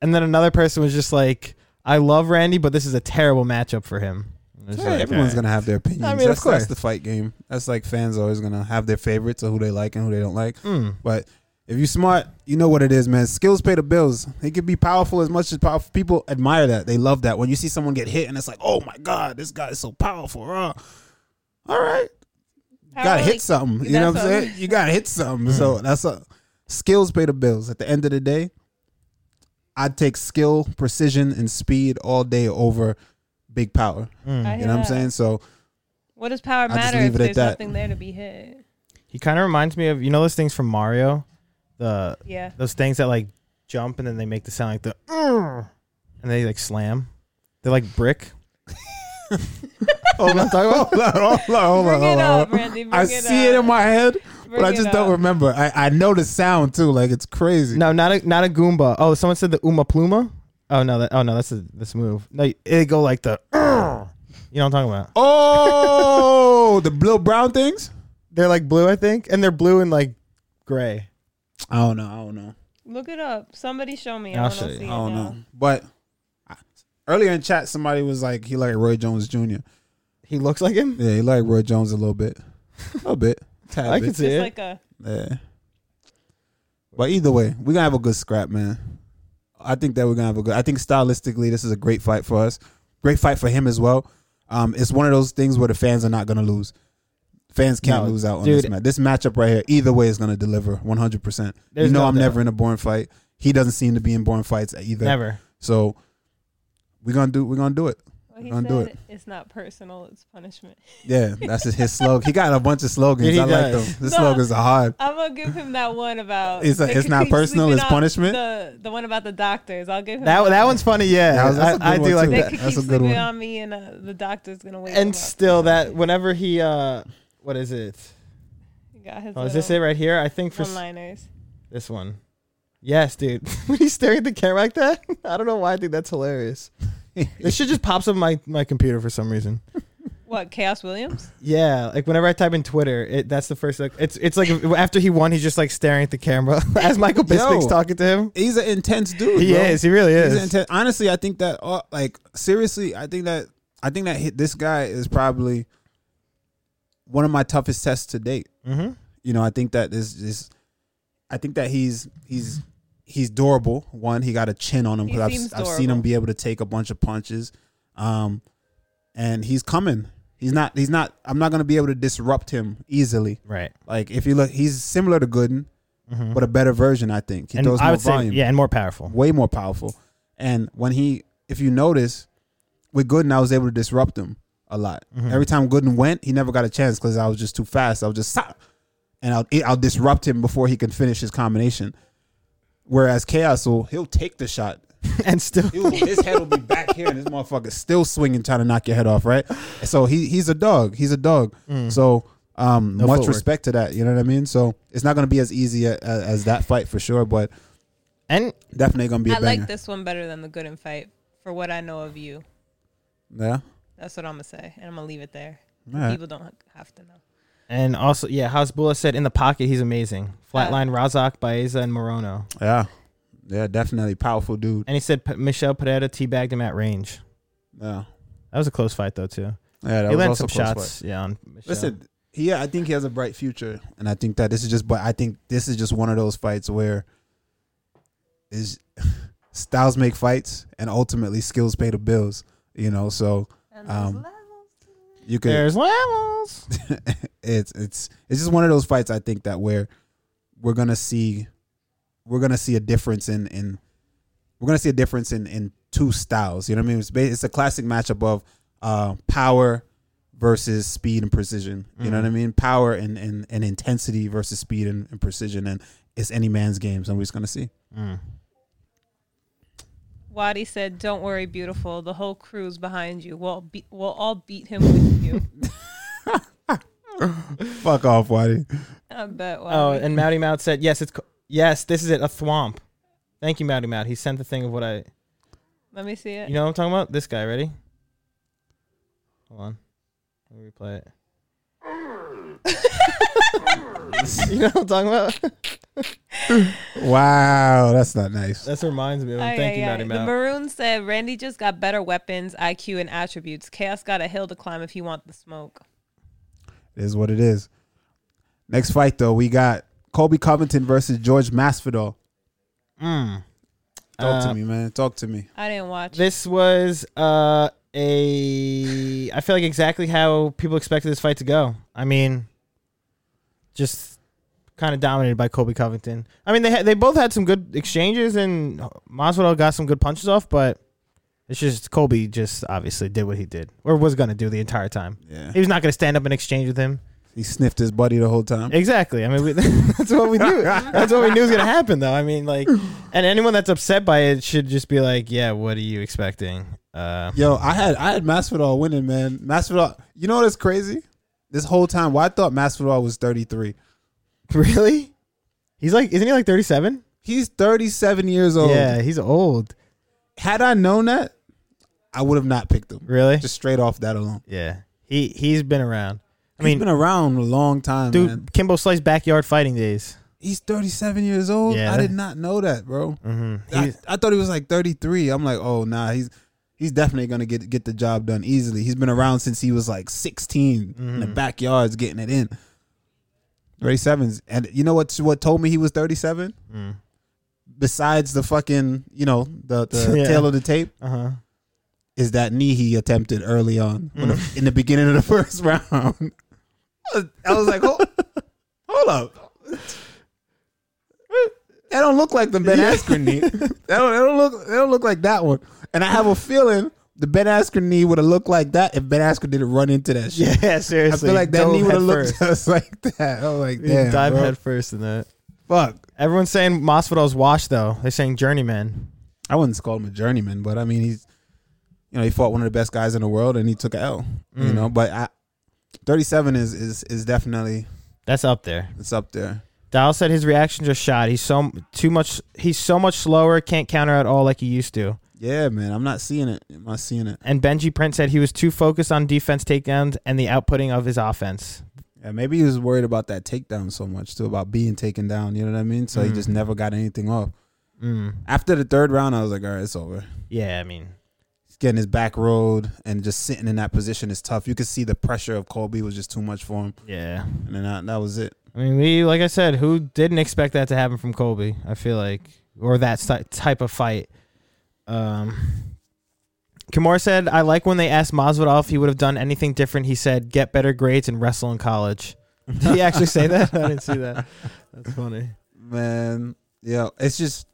[SPEAKER 2] And then another person was just like, "I love Randy, but this is a terrible matchup for him." It's
[SPEAKER 3] Yeah,
[SPEAKER 2] like,
[SPEAKER 3] everyone's
[SPEAKER 2] okay.
[SPEAKER 3] gonna have their opinions.
[SPEAKER 2] I mean, of
[SPEAKER 3] that's,
[SPEAKER 2] course.
[SPEAKER 3] that's the fight game. That's like fans are always gonna have their favorites of who they like and who they don't like.
[SPEAKER 2] Mm.
[SPEAKER 3] But if you smart, you know what it is, man. Skills pay the bills. They can be powerful as much as powerful. People admire that. They love that. When you see someone get hit and it's like, oh my god, this guy is so powerful. rah. All right, you gotta hit something. You know what
[SPEAKER 1] that's
[SPEAKER 3] I'm
[SPEAKER 1] what-
[SPEAKER 3] saying? You gotta hit something. So that's a skills pay the bills. At the end of the day, I'd take skill, precision, and speed all day over big power.
[SPEAKER 1] I hear
[SPEAKER 3] You know what I'm
[SPEAKER 1] that.
[SPEAKER 3] saying? So.
[SPEAKER 1] What does power
[SPEAKER 3] just
[SPEAKER 1] matter if
[SPEAKER 3] leave it at
[SPEAKER 1] there's
[SPEAKER 3] that.
[SPEAKER 1] nothing there to be hit?
[SPEAKER 2] He kind of reminds me of you know those things from Mario, the
[SPEAKER 1] Yeah.
[SPEAKER 2] those things that like jump and then they make the sound like the "Urgh," and they like slam. They're like brick. Oh,
[SPEAKER 3] Hold on, hold on, hold on, hold on,
[SPEAKER 1] Bring it
[SPEAKER 3] hold on.
[SPEAKER 1] up, Randy. Bring
[SPEAKER 3] I
[SPEAKER 1] it
[SPEAKER 3] see it
[SPEAKER 1] up.
[SPEAKER 3] in my head,
[SPEAKER 1] Bring
[SPEAKER 3] but I
[SPEAKER 1] it
[SPEAKER 3] just don't
[SPEAKER 1] up.
[SPEAKER 3] remember. I, I know the sound too, like it's crazy.
[SPEAKER 2] No, not a not a Goomba. Oh, someone said the Uma Pluma. Oh no, that oh no, that's a, this move. No, it go like the. "Urgh." You know what I'm talking about?
[SPEAKER 3] Oh, the little brown things.
[SPEAKER 2] They're like blue, I think, and they're blue and like gray.
[SPEAKER 3] I don't know. I don't know.
[SPEAKER 1] Look it up. Somebody show me.
[SPEAKER 2] I'll
[SPEAKER 1] I want
[SPEAKER 2] show
[SPEAKER 1] to
[SPEAKER 2] you.
[SPEAKER 1] see
[SPEAKER 3] I
[SPEAKER 1] it
[SPEAKER 3] don't
[SPEAKER 1] now.
[SPEAKER 3] know. But I- earlier in chat, somebody was like, he like Roy Jones Jr.
[SPEAKER 2] He looks like him.
[SPEAKER 3] Yeah, he like Roy Jones a little bit, a little bit, tad
[SPEAKER 2] I
[SPEAKER 3] bit.
[SPEAKER 2] can see
[SPEAKER 1] Just
[SPEAKER 2] it.
[SPEAKER 1] like a
[SPEAKER 3] Yeah. But either way, we're gonna have a good scrap, man. I think that we're gonna have a good. I think stylistically, this is a great fight for us. Great fight for him as well. Um, it's one of those things where the fans are not gonna lose. Fans can't
[SPEAKER 2] No,
[SPEAKER 3] lose out on
[SPEAKER 2] dude.
[SPEAKER 3] this match. This matchup right here, either way, is gonna deliver one hundred percent. You
[SPEAKER 2] There's
[SPEAKER 3] know,
[SPEAKER 2] no
[SPEAKER 3] I'm
[SPEAKER 2] doubt.
[SPEAKER 3] never in a born fight. He doesn't seem to be in born fights either.
[SPEAKER 2] Never.
[SPEAKER 3] So we're gonna do. We're gonna do it.
[SPEAKER 1] Well, he
[SPEAKER 3] Gonna do
[SPEAKER 1] said it's not personal, it's punishment.
[SPEAKER 3] Yeah, that's his, his slogan. He got a bunch of slogans.
[SPEAKER 2] Yeah, he
[SPEAKER 3] I like
[SPEAKER 2] does.
[SPEAKER 3] them. The
[SPEAKER 1] No.
[SPEAKER 3] slogans are hard.
[SPEAKER 1] I'm gonna give him that one about
[SPEAKER 3] It's a-
[SPEAKER 1] the
[SPEAKER 3] it's not
[SPEAKER 1] sleeping
[SPEAKER 3] personal, it's
[SPEAKER 1] on-
[SPEAKER 3] punishment?
[SPEAKER 1] The the one about the doctors. I'll give him
[SPEAKER 2] That that one's funny.
[SPEAKER 3] That
[SPEAKER 2] Yeah,
[SPEAKER 3] was- that's a
[SPEAKER 2] I, I
[SPEAKER 3] good
[SPEAKER 2] do
[SPEAKER 3] one,
[SPEAKER 2] like
[SPEAKER 3] too.
[SPEAKER 1] They
[SPEAKER 2] that.
[SPEAKER 1] could
[SPEAKER 3] That's
[SPEAKER 1] keep
[SPEAKER 3] a good
[SPEAKER 1] sleeping
[SPEAKER 3] one.
[SPEAKER 1] on me, and uh, the doctor's gonna wake him
[SPEAKER 2] and
[SPEAKER 1] up.
[SPEAKER 2] still that whenever he uh what is it
[SPEAKER 1] He got his
[SPEAKER 2] oh is this it right here i think for s-
[SPEAKER 1] One-liners.
[SPEAKER 2] this one yes dude when he's staring at the camera like that i don't know why i think that's hilarious this shit just pops up on my my computer for some reason
[SPEAKER 1] What Chaos Williams?
[SPEAKER 2] yeah like whenever i type in twitter it that's the first like it's it's like after he won he's just like staring at the camera as michael bisping's
[SPEAKER 3] Yo.
[SPEAKER 2] talking to him
[SPEAKER 3] He's an intense dude.
[SPEAKER 2] he
[SPEAKER 3] bro.
[SPEAKER 2] is he really
[SPEAKER 3] He's
[SPEAKER 2] is
[SPEAKER 3] inten- Honestly, I think that uh, like seriously, I think that I think that hit this guy is probably one of my toughest tests to date.
[SPEAKER 2] Mhm.
[SPEAKER 3] You know, I think that this is I think that he's he's he's durable. One, he got a chin on him
[SPEAKER 1] He
[SPEAKER 3] because
[SPEAKER 1] seems
[SPEAKER 3] I've, I've seen him
[SPEAKER 1] durable.
[SPEAKER 3] be able to take a bunch of punches, um, and he's coming. He's not. He's not. I'm not going to be able to disrupt him easily.
[SPEAKER 2] right
[SPEAKER 3] Like if you look, he's similar to Gooden,
[SPEAKER 2] Mhm.
[SPEAKER 3] but a better version. I think he
[SPEAKER 2] and
[SPEAKER 3] throws
[SPEAKER 2] i
[SPEAKER 3] more
[SPEAKER 2] would say
[SPEAKER 3] volume
[SPEAKER 2] yeah and more powerful
[SPEAKER 3] way more powerful. And when he, if you notice, with Gooden, I was able to disrupt him a lot.
[SPEAKER 2] Mm-hmm.
[SPEAKER 3] Every time Gooden went, he never got a chance because I was just too fast. I was just, "Sa-" and I'll, I'll disrupt him before he can finish his combination. Whereas Chaos will, he'll take the shot.
[SPEAKER 2] and still
[SPEAKER 3] He'll- his head will be back here, and this motherfucker's still swinging, trying to knock your head off, right? So he he's a dog. He's a dog. So um,
[SPEAKER 2] Mm. No
[SPEAKER 3] much
[SPEAKER 2] footwork.
[SPEAKER 3] respect to that. You know what I mean? So it's not going to be as easy a, a- as that fight for sure, but
[SPEAKER 2] and
[SPEAKER 3] definitely going to be a
[SPEAKER 1] I
[SPEAKER 3] banger.
[SPEAKER 1] like this one better than the Good and Fight for what I know of you.
[SPEAKER 3] Yeah.
[SPEAKER 1] That's what I'm gonna say, and I'm gonna leave it there.
[SPEAKER 3] All right.
[SPEAKER 1] People don't have to know.
[SPEAKER 2] and also yeah hasbullah said in the pocket he's amazing flatline razak baeza and morono
[SPEAKER 3] Yeah. Yeah, definitely powerful dude.
[SPEAKER 2] And he said P- Michelle Pereira teabagged him at range.
[SPEAKER 3] Yeah.
[SPEAKER 2] That was a close fight though too.
[SPEAKER 3] Yeah, that
[SPEAKER 2] he
[SPEAKER 3] was
[SPEAKER 2] landed
[SPEAKER 3] also
[SPEAKER 2] some
[SPEAKER 3] close
[SPEAKER 2] shots. Yeah. On
[SPEAKER 3] fight.
[SPEAKER 2] Michelle.
[SPEAKER 3] Listen, yeah, I think he has a bright future. And I think that this is just but I think this is just one of those fights where is styles make fights and ultimately skills pay the bills. You know, so
[SPEAKER 1] And
[SPEAKER 3] there's Um,
[SPEAKER 1] levels.
[SPEAKER 3] you could
[SPEAKER 2] there's levels.
[SPEAKER 3] it's it's it's just one of those fights I think that where we're gonna see we're gonna see a difference in in we're gonna see a difference in in two styles. You know what I mean? It's ba- it's a classic matchup of uh, power versus speed and precision. You know what I mean? Power and and, and intensity versus speed and, and precision, and it's any man's game. So we're just gonna see.
[SPEAKER 1] Wadi said, "Don't worry, beautiful. The whole crew's behind you. We'll be- we'll all beat him with you.
[SPEAKER 3] Fuck off, Waddy.
[SPEAKER 1] I bet." Wadi.
[SPEAKER 2] Oh, and Mowdy Mout said yes. It's co- yes. This is it. A thwomp. Thank you, Mowdy Mout. He sent the thing of what I.
[SPEAKER 1] let me see it.
[SPEAKER 2] You know what I'm talking about? This guy. Ready? Hold on. Let me replay it. you know what I'm talking about?
[SPEAKER 3] Wow, that's not nice.
[SPEAKER 2] That reminds me of him.
[SPEAKER 1] Aye,
[SPEAKER 2] Thank you,
[SPEAKER 1] aye,
[SPEAKER 2] Naughty
[SPEAKER 1] aye. Oh, The
[SPEAKER 2] Mal.
[SPEAKER 1] Maroon said Randy just got better weapons, IQ, and attributes. Chaos got a hill to climb if you want the smoke.
[SPEAKER 3] It is what it is. Next fight though, we got Kobe Covington versus George Masvidal.
[SPEAKER 2] Mm.
[SPEAKER 3] Talk
[SPEAKER 2] Uh,
[SPEAKER 3] to me, man. Talk to me.
[SPEAKER 1] I didn't watch.
[SPEAKER 2] This was uh, a. I feel like exactly how people expected this fight to go. I mean, just kind of dominated by Kobe Covington. I mean, they had, they both had some good exchanges, and Masvidal got some good punches off, but it's just Kobe just obviously did what he did or was going to do the entire time.
[SPEAKER 3] Yeah.
[SPEAKER 2] He was not going to stand up and exchange with him.
[SPEAKER 3] He sniffed his buddy the whole time.
[SPEAKER 2] Exactly. I mean, we, that's what we knew. That's what we knew was gonna happen, though. I mean, like, and anyone that's upset by it should just be like, "Yeah, what are you expecting?" Uh,
[SPEAKER 3] Yo, I had I had Masvidal winning, man. Masvidal, you know what's crazy? This whole time, well, I thought Masvidal was 33.
[SPEAKER 2] really? He's like, isn't he like thirty-seven?
[SPEAKER 3] He's 37 years old.
[SPEAKER 2] Yeah, he's old.
[SPEAKER 3] Had I known that, I would have not picked him.
[SPEAKER 2] Really?
[SPEAKER 3] Just straight off that alone.
[SPEAKER 2] yeah. He he's been around. I mean,
[SPEAKER 3] he's been around a long time,
[SPEAKER 2] dude,
[SPEAKER 3] man.
[SPEAKER 2] Kimbo Slice backyard fighting days.
[SPEAKER 3] He's 37 years old.
[SPEAKER 2] Yeah.
[SPEAKER 3] I did not know that, bro.
[SPEAKER 2] Mm-hmm.
[SPEAKER 3] I, I thought he was like 33. I'm like, oh nah, he's he's definitely gonna get get the job done easily. He's been around since he was like 16 in
[SPEAKER 2] Mm-hmm.
[SPEAKER 3] the backyards getting it in. 37s, and you know what? What told me he was 37?
[SPEAKER 2] Mm.
[SPEAKER 3] Besides the fucking, you know, the, the
[SPEAKER 2] Yeah.
[SPEAKER 3] tail of the tape,
[SPEAKER 2] uh huh.
[SPEAKER 3] is that knee he attempted early on when the- in the beginning of the first round. I was- I was like, hold, hold up. That don't look like the Ben Askren knee. That don't, that don't look. That don't look like that one. And I have a feeling the Ben Askren knee would have looked like that if Ben Askren didn't run into that shit.
[SPEAKER 2] Yeah,
[SPEAKER 3] I
[SPEAKER 2] seriously.
[SPEAKER 3] feel like that
[SPEAKER 2] Dove
[SPEAKER 3] knee would have
[SPEAKER 2] head
[SPEAKER 3] looked
[SPEAKER 2] first.
[SPEAKER 3] just like that. I was like,
[SPEAKER 2] He
[SPEAKER 3] damn,
[SPEAKER 2] dive
[SPEAKER 3] bro.
[SPEAKER 2] head first in that.
[SPEAKER 3] fuck.
[SPEAKER 2] Everyone's saying Masvidal's washed though. They're saying journeyman.
[SPEAKER 3] I wouldn't call him a journeyman, but I mean he's you know, he fought one of the best guys in the world and he took an L. You
[SPEAKER 2] Mm.
[SPEAKER 3] know, but I thirty seven is, is is definitely
[SPEAKER 2] That's up there.
[SPEAKER 3] it's up there.
[SPEAKER 2] Dial said his reactions are shot. He's so too much. He's so much slower. Can't counter at all like he used to.
[SPEAKER 3] Yeah, man. I'm not seeing it. I'm not seeing it.
[SPEAKER 2] And Benji Print said he was too focused on defense takedowns and the outputting of his offense.
[SPEAKER 3] Yeah, maybe he was worried about that takedown so much too, about being taken down, you know what I mean? So he
[SPEAKER 2] Mm.
[SPEAKER 3] just never got anything off.
[SPEAKER 2] Mm.
[SPEAKER 3] After the third round, I was like, all right, it's over.
[SPEAKER 2] Yeah, I mean,
[SPEAKER 3] He's getting his back road and just sitting in that position is tough. You could see the pressure of Colby was just too much for him.
[SPEAKER 2] yeah.
[SPEAKER 3] And then that, that was it.
[SPEAKER 2] I mean, we like I said, who didn't expect that to happen from Colby? I feel like, or that si- type of fight. Um, Kimura said, "I like when they asked Masvidal if he would have done anything different. He said, get better grades and wrestle in college.' Did he actually say that? I didn't see that. That's funny.
[SPEAKER 3] man. Yeah, it's just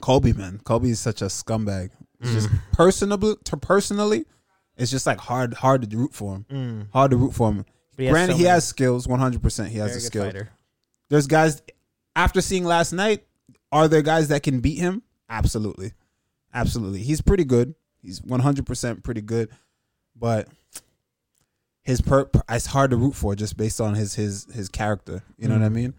[SPEAKER 3] Kobe, man. Kobe is such a scumbag. It's just
[SPEAKER 2] Mm.
[SPEAKER 3] personably, to personally, it's just like hard, hard to root for him.
[SPEAKER 2] Mm.
[SPEAKER 3] Hard to root for him.
[SPEAKER 2] But
[SPEAKER 3] Granted,
[SPEAKER 2] so
[SPEAKER 3] he
[SPEAKER 2] many-
[SPEAKER 3] has skills, one hundred percent. He has
[SPEAKER 2] very
[SPEAKER 3] a
[SPEAKER 2] good
[SPEAKER 3] skill.
[SPEAKER 2] fighter.
[SPEAKER 3] There's guys. After seeing last night, are there guys that can beat him? Absolutely, absolutely. He's pretty good. He's one hundred percent pretty good, but his per it's hard to root for just based on his his his character. You know what I
[SPEAKER 2] Mm.
[SPEAKER 3] mean?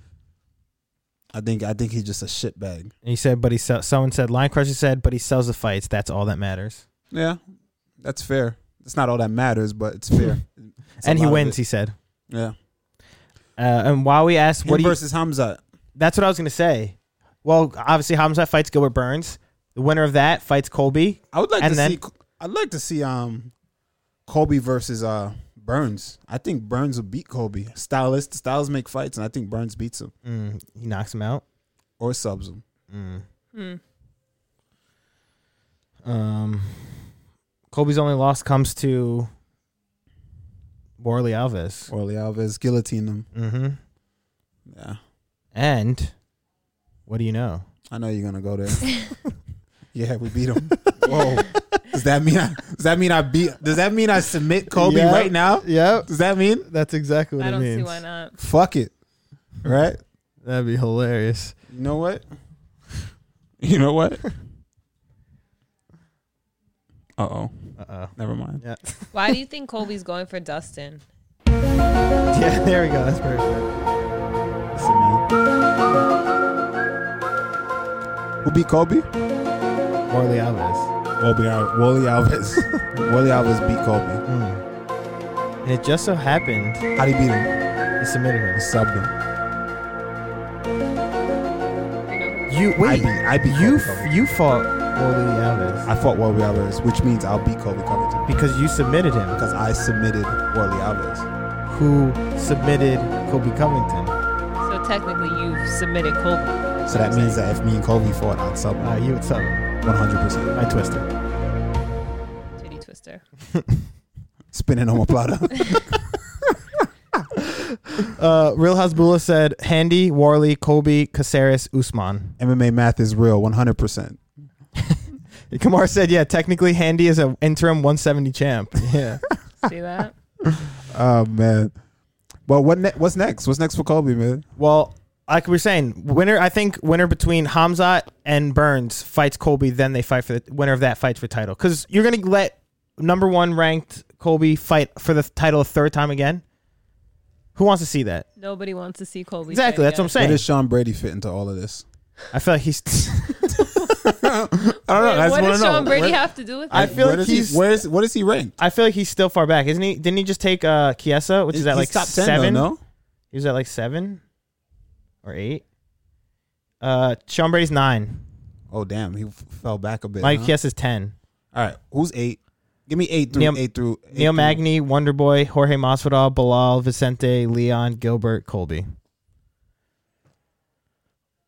[SPEAKER 3] I think I think he's just a shitbag.
[SPEAKER 2] And he said, but he sell, someone said, Line Crusher said, but he sells the fights. That's all that matters.
[SPEAKER 3] Yeah, that's fair. It's not all that matters, but it's fair. It's a
[SPEAKER 2] and he
[SPEAKER 3] lot of
[SPEAKER 2] wins.
[SPEAKER 3] it.
[SPEAKER 2] He said.
[SPEAKER 3] Yeah,
[SPEAKER 2] Uh, and while we asked, what
[SPEAKER 3] him
[SPEAKER 2] do you,
[SPEAKER 3] versus Hamza.
[SPEAKER 2] that's what I was gonna say. Well, obviously Hamza fights Gilbert Burns. The winner of that fights Colby.
[SPEAKER 3] I would like
[SPEAKER 2] And
[SPEAKER 3] to
[SPEAKER 2] then-
[SPEAKER 3] see. I'd like to see um, Kobe versus uh Burns. I think Burns will beat Kobe. Stylist, styles make fights, and I think Burns beats him
[SPEAKER 2] Mm, he knocks him out.
[SPEAKER 3] or subs him.
[SPEAKER 2] Mm.
[SPEAKER 1] Hmm.
[SPEAKER 2] Um, Colby's only loss comes to Warley Alves.
[SPEAKER 3] Orly Alves guillotine him.
[SPEAKER 2] Mm-hmm.
[SPEAKER 3] Yeah,
[SPEAKER 2] And what do you know?
[SPEAKER 3] I know you're gonna go there. yeah, we beat him. Whoa. Does that mean? I, does that mean I beat? Does that mean I submit Kobe
[SPEAKER 2] Yeah.
[SPEAKER 3] right now?
[SPEAKER 2] Yep,
[SPEAKER 3] Does that mean?
[SPEAKER 2] that's exactly
[SPEAKER 1] I don't see why not.
[SPEAKER 3] Fuck it. Right.
[SPEAKER 2] That'd be hilarious.
[SPEAKER 3] You know what? You know what? Uh oh.
[SPEAKER 2] Uh oh.
[SPEAKER 3] Never mind.
[SPEAKER 2] Yeah.
[SPEAKER 1] Why do you think Colby's going for Dustin?
[SPEAKER 2] Yeah, there we go. That's perfect.
[SPEAKER 3] Listen, man. Who beat Kobe?
[SPEAKER 2] Morley Alves.
[SPEAKER 3] Wally Al- Wally Alves. Wally Alves beat Kobe.
[SPEAKER 2] And it just so happened
[SPEAKER 3] How would he beat him?
[SPEAKER 2] he submitted
[SPEAKER 3] He
[SPEAKER 2] him.
[SPEAKER 3] subbed him.
[SPEAKER 2] You wait.
[SPEAKER 3] I beat, I beat
[SPEAKER 2] you
[SPEAKER 3] Kobe
[SPEAKER 2] f-
[SPEAKER 3] Covington.
[SPEAKER 2] you fought Wally Alves
[SPEAKER 3] I fought Worley Alvarez, which means I'll beat Kobe Covington
[SPEAKER 2] because you submitted him.
[SPEAKER 3] because I submitted Worley Alvarez.
[SPEAKER 2] Who submitted Kobe Covington?
[SPEAKER 1] So technically, you've submitted Colby.
[SPEAKER 3] So that means that if me and Kobe fought, I'd sub
[SPEAKER 2] Uh, you would sub him.
[SPEAKER 3] 100%.
[SPEAKER 2] I twisted.
[SPEAKER 1] Titty Twister.
[SPEAKER 3] Spinning on my platter.
[SPEAKER 2] Uh, Real Hasbullah said Handy, Warley, Kobe, Caceres, Usman.
[SPEAKER 3] MMA math is real, 100%.
[SPEAKER 2] Kamar said, "Yeah, technically, Handy is an interim 170 champ. Yeah,
[SPEAKER 1] See that?
[SPEAKER 3] Oh, man. But what ne- what's next? What's next for Kobe, man?
[SPEAKER 2] Well, like we were saying, winner. I think winner between Hamzat and Burns fights Colby. Then they fight for the winner of that fights for title. Because you're gonna let number one ranked Colby fight for the title a third time again. Who wants to see that?
[SPEAKER 1] Nobody wants to see Colby.
[SPEAKER 2] exactly. That's what I'm
[SPEAKER 3] Where
[SPEAKER 2] saying.
[SPEAKER 3] does Sean Brady fit into all of this?
[SPEAKER 2] I feel like he's.
[SPEAKER 3] I don't know. I just
[SPEAKER 1] what
[SPEAKER 3] wanna
[SPEAKER 1] does
[SPEAKER 3] know.
[SPEAKER 1] Sean Brady
[SPEAKER 3] Where-
[SPEAKER 1] have to do with it?
[SPEAKER 2] I feel
[SPEAKER 3] where
[SPEAKER 2] like
[SPEAKER 3] does
[SPEAKER 2] he's-
[SPEAKER 3] he, where is what is he ranked?
[SPEAKER 2] I feel like he's still far back, isn't he? Didn't he just take uh Kiesa, which is at
[SPEAKER 3] He's
[SPEAKER 2] like
[SPEAKER 3] top ten,
[SPEAKER 2] seven?
[SPEAKER 3] Though, no,
[SPEAKER 2] He was at like seven or eight. Uh, Sean Brady's nine.
[SPEAKER 3] oh damn, he f- fell back a bit.
[SPEAKER 2] Mike
[SPEAKER 3] huh?
[SPEAKER 2] Kies is ten.
[SPEAKER 3] All right, who's eight? Give me eight through
[SPEAKER 2] Neil-
[SPEAKER 3] eight through eight
[SPEAKER 2] Neil
[SPEAKER 3] through-
[SPEAKER 2] Magny, Wonder Boy, Jorge Masvidal, Bilal, Vicente, Leon, Gilbert, Colby.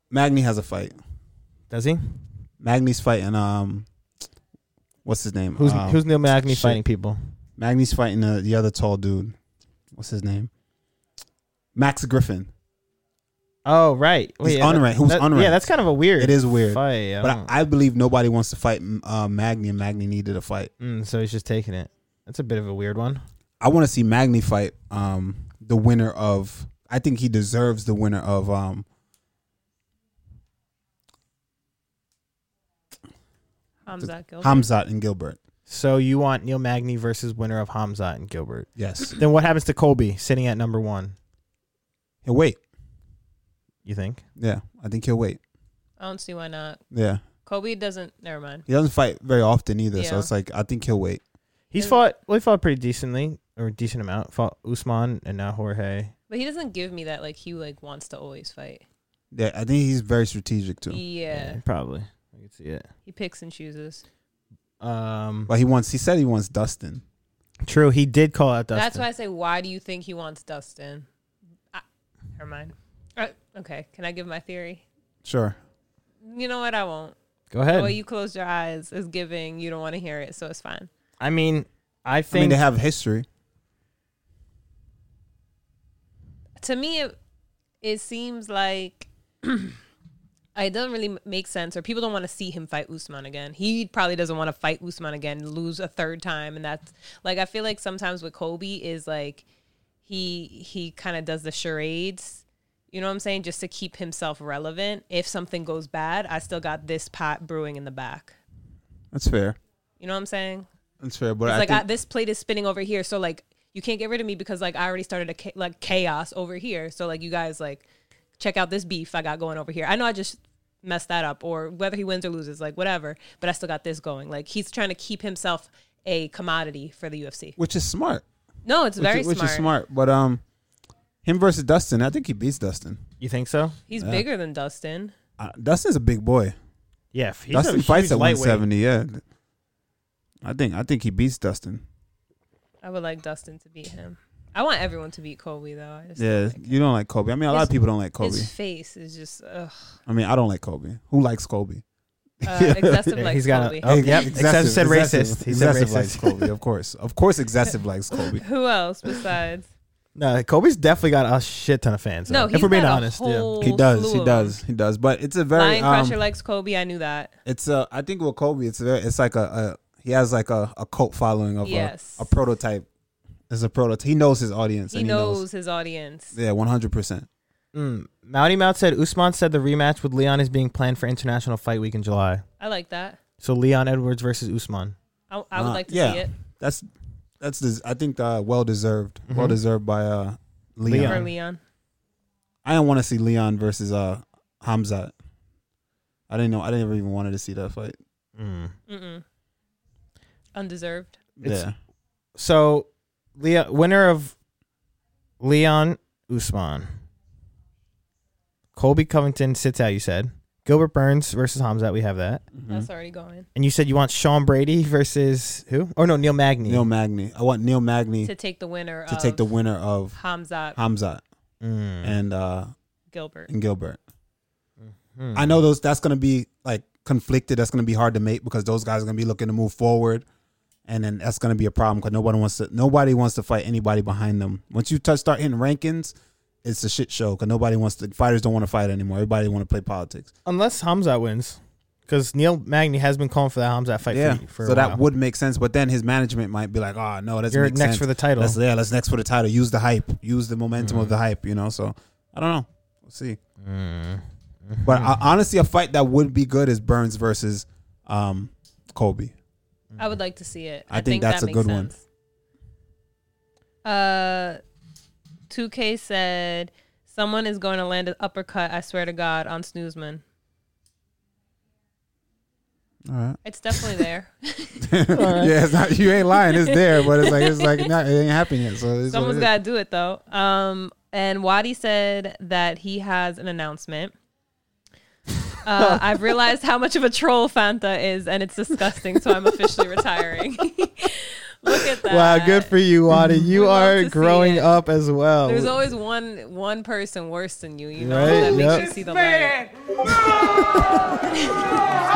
[SPEAKER 3] Magny has a fight.
[SPEAKER 2] Does he?
[SPEAKER 3] Magny's fighting. Um, what's his name?
[SPEAKER 2] Who's
[SPEAKER 3] Um,
[SPEAKER 2] who's Neil Magny
[SPEAKER 3] shit.
[SPEAKER 2] fighting people?
[SPEAKER 3] Magny's fighting the, the other tall dude. What's his name? Max Griffin.
[SPEAKER 2] Oh right,
[SPEAKER 3] He's unranked. Who's
[SPEAKER 2] that-
[SPEAKER 3] unranked?
[SPEAKER 2] Yeah, that's kind of a weird.
[SPEAKER 3] It is weird,
[SPEAKER 2] fight. I
[SPEAKER 3] but
[SPEAKER 2] don't-
[SPEAKER 3] I, I believe nobody wants to fight uh, Magny, and Magny needed a fight.
[SPEAKER 2] Mm, so he's just taking it. That's a bit of a weird one.
[SPEAKER 3] I want to see Magny fight um the winner of I think he deserves the winner of um
[SPEAKER 1] Hamzat Gilbert.
[SPEAKER 3] Hamzat and Gilbert.
[SPEAKER 2] So you want Neil Magny versus winner of Hamzat and Gilbert?
[SPEAKER 3] Yes.
[SPEAKER 2] Then what happens to Colby sitting at number one?
[SPEAKER 3] He'll wait.
[SPEAKER 2] You think?
[SPEAKER 3] Yeah, I think he'll wait.
[SPEAKER 1] I don't see why not.
[SPEAKER 3] Yeah.
[SPEAKER 1] Kobe doesn't. Never mind.
[SPEAKER 3] He doesn't fight very often either, so
[SPEAKER 1] Yeah.
[SPEAKER 3] it's like I think he'll wait.
[SPEAKER 2] He's
[SPEAKER 1] And-
[SPEAKER 2] fought. Well, he fought pretty decently or a decent amount. Fought Usman and now Jorge.
[SPEAKER 1] But he doesn't give me that. Like he like wants to always fight.
[SPEAKER 3] Yeah, I think he's very strategic too.
[SPEAKER 1] Yeah,
[SPEAKER 2] probably. I could see it.
[SPEAKER 1] he picks and chooses.
[SPEAKER 2] Um,
[SPEAKER 3] But he wants he said he wants Dustin.
[SPEAKER 2] true. He did call out Dustin.
[SPEAKER 1] That's why I say, why do you think he wants Dustin? I, never mind. Uh, okay, can I give my theory?
[SPEAKER 3] Sure.
[SPEAKER 1] You know what? I won't.
[SPEAKER 2] Go
[SPEAKER 1] The
[SPEAKER 2] ahead.
[SPEAKER 1] way you closed your eyes is giving. You don't want to hear it, so it's fine.
[SPEAKER 2] I mean, I
[SPEAKER 3] I mean
[SPEAKER 2] think
[SPEAKER 3] they have history.
[SPEAKER 1] To me, it, it seems like it doesn't really m- make sense, or people don't want to see him fight Usman again. He probably doesn't want to fight Usman again, lose a third time, and that's like I feel like sometimes with Kobe is like he he kind of does the charades. You know what I'm saying? Just to keep himself relevant. If something goes bad, I still got this pot brewing in the back.
[SPEAKER 3] That's fair.
[SPEAKER 1] You know what I'm saying?
[SPEAKER 3] That's fair. But
[SPEAKER 1] It's
[SPEAKER 3] I
[SPEAKER 1] like
[SPEAKER 3] think
[SPEAKER 1] I, this plate is spinning over here, so like you can't get rid of me because like I already started a cha- like chaos over here. So like you guys like check out this beef I got going over here. I know I just messed that up, or whether he wins or loses, like whatever. But I still got this going. Like he's trying to keep himself a commodity for the UFC.
[SPEAKER 3] which is smart.
[SPEAKER 1] No, it's very
[SPEAKER 3] which, is, which
[SPEAKER 1] smart.
[SPEAKER 3] is smart. But um him versus Dustin, I think he beats Dustin.
[SPEAKER 2] you think so.
[SPEAKER 1] He's bigger than Dustin.
[SPEAKER 3] Uh, Dustin's a big boy.
[SPEAKER 2] Yeah, if he's
[SPEAKER 3] Dustin
[SPEAKER 2] a
[SPEAKER 3] fights
[SPEAKER 2] huge
[SPEAKER 3] at
[SPEAKER 2] lightweight.
[SPEAKER 3] 170, yeah. I think I think he beats Dustin.
[SPEAKER 1] I would like Dustin to beat him. I want everyone to beat Kobe though. I just don't
[SPEAKER 3] Yeah,
[SPEAKER 1] like it.
[SPEAKER 3] you don't like Kobe. I mean, a lot
[SPEAKER 1] His-
[SPEAKER 3] of people don't like Kobe.
[SPEAKER 1] His face is just ugh,
[SPEAKER 3] I mean, I don't like Kobe. Who likes Kobe?
[SPEAKER 1] uh, excessive
[SPEAKER 2] Yeah,
[SPEAKER 1] like
[SPEAKER 2] he's got
[SPEAKER 1] Kobe.
[SPEAKER 2] a- Oh, yep. Excessive said racist. He said
[SPEAKER 3] Excessive
[SPEAKER 2] racist.
[SPEAKER 3] likes Kobe, of course. Of course, excessive likes Kobe.
[SPEAKER 1] Who else besides?
[SPEAKER 2] No, Kobe's definitely got a shit ton of fans.
[SPEAKER 1] No,
[SPEAKER 2] though,
[SPEAKER 1] he's
[SPEAKER 2] if we're being
[SPEAKER 1] got a
[SPEAKER 2] honest,
[SPEAKER 1] whole
[SPEAKER 3] He does.
[SPEAKER 1] slew
[SPEAKER 3] He
[SPEAKER 1] of 'em.
[SPEAKER 3] does. He does. But it's a very.
[SPEAKER 1] Lion
[SPEAKER 3] Um,
[SPEAKER 1] Crusher likes Kobe. I knew that.
[SPEAKER 3] it's a. I think with Kobe, it's very, It's like a, a. He has like a, a cult following of
[SPEAKER 1] Yes.
[SPEAKER 3] a, a prototype. As a prototype, he knows his audience.
[SPEAKER 1] He
[SPEAKER 3] and
[SPEAKER 1] knows, his audience.
[SPEAKER 3] He knows yeah, one hundred percent.
[SPEAKER 2] yeah. Mm, Mounty Mount said Usman said the rematch with Leon is being planned for International Fight Week in July.
[SPEAKER 1] I like that.
[SPEAKER 2] So Leon Edwards versus Usman.
[SPEAKER 1] I, I would
[SPEAKER 3] Uh,
[SPEAKER 1] like to
[SPEAKER 3] yeah.
[SPEAKER 1] see it
[SPEAKER 3] That's that's. Des- I think uh, well deserved. Well
[SPEAKER 2] Mhm.
[SPEAKER 3] deserved by uh, Leon.
[SPEAKER 2] Leon.
[SPEAKER 1] for Leon.
[SPEAKER 3] I didn't want to see Leon versus uh Hamzat. I didn't know. I didn't even wanted to see that fight.
[SPEAKER 2] Mm.
[SPEAKER 1] Mm-mm. Undeserved.
[SPEAKER 2] It's-
[SPEAKER 3] yeah,
[SPEAKER 2] So, Leon, winner of Leon Usman, Colby Covington sits out. You said Gilbert Burns versus Hamzat. We have that.
[SPEAKER 3] Mm-hmm.
[SPEAKER 1] That's already going
[SPEAKER 2] And you said you want Sean Brady versus who? Oh no, Neil Magny.
[SPEAKER 3] Neil Magny. I want Neil Magny
[SPEAKER 1] to take the winner
[SPEAKER 3] to
[SPEAKER 1] of
[SPEAKER 3] take the winner of
[SPEAKER 1] Hamza
[SPEAKER 3] Hamzat
[SPEAKER 2] Mm.
[SPEAKER 3] and uh
[SPEAKER 1] Gilbert.
[SPEAKER 3] and Gilbert.
[SPEAKER 2] Mm-hmm.
[SPEAKER 3] I know those. That's gonna be like conflicted. That's gonna be hard to make because those guys are gonna be looking to move forward, and then that's gonna be a problem because nobody wants to. Nobody wants to fight anybody behind them. Once you touch, start hitting rankings, it's a shit show because nobody wants to. Fighters don't want to fight anymore. Everybody want to play politics.
[SPEAKER 2] Unless Hamzat wins, because Neil Magny has been calling for that Hamzat fight.
[SPEAKER 3] yeah,
[SPEAKER 2] for, for
[SPEAKER 3] so
[SPEAKER 2] a
[SPEAKER 3] that
[SPEAKER 2] while.
[SPEAKER 3] would make sense. But then his management might be like, "Oh no, that's
[SPEAKER 2] you're next for the title.
[SPEAKER 3] Let's, yeah, let's next for the title. Use the hype. Use the momentum of
[SPEAKER 2] Mm.
[SPEAKER 3] the hype. You know. So I don't know. We'll see. But I, honestly, a fight that would be good is Burns versus um, Colby.
[SPEAKER 1] I would like to see it.
[SPEAKER 3] Mm-hmm. I think that's a good one.
[SPEAKER 1] one. Uh, 2K said someone is going to land an uppercut. I swear to God on Snoozman.
[SPEAKER 3] All right.
[SPEAKER 1] It's definitely there.
[SPEAKER 3] yeah, it's not. You ain't lying. It's there, but it's like it's like not, it ain't happened yet. So it's
[SPEAKER 1] Someone's
[SPEAKER 3] what it
[SPEAKER 1] got to do it though. Um, and Wadi said that he has an announcement. Uh, I've realized how much of a troll Fanta is, and it's disgusting. So I'm officially retiring. Look at that!
[SPEAKER 2] Wow, good for you, Wadi. You
[SPEAKER 1] We love to
[SPEAKER 2] are
[SPEAKER 1] see
[SPEAKER 2] growing
[SPEAKER 1] it.
[SPEAKER 2] up as well.
[SPEAKER 1] There's always one one person worse than you. You know
[SPEAKER 2] Right,
[SPEAKER 1] that makes
[SPEAKER 2] yep.
[SPEAKER 1] you see the light.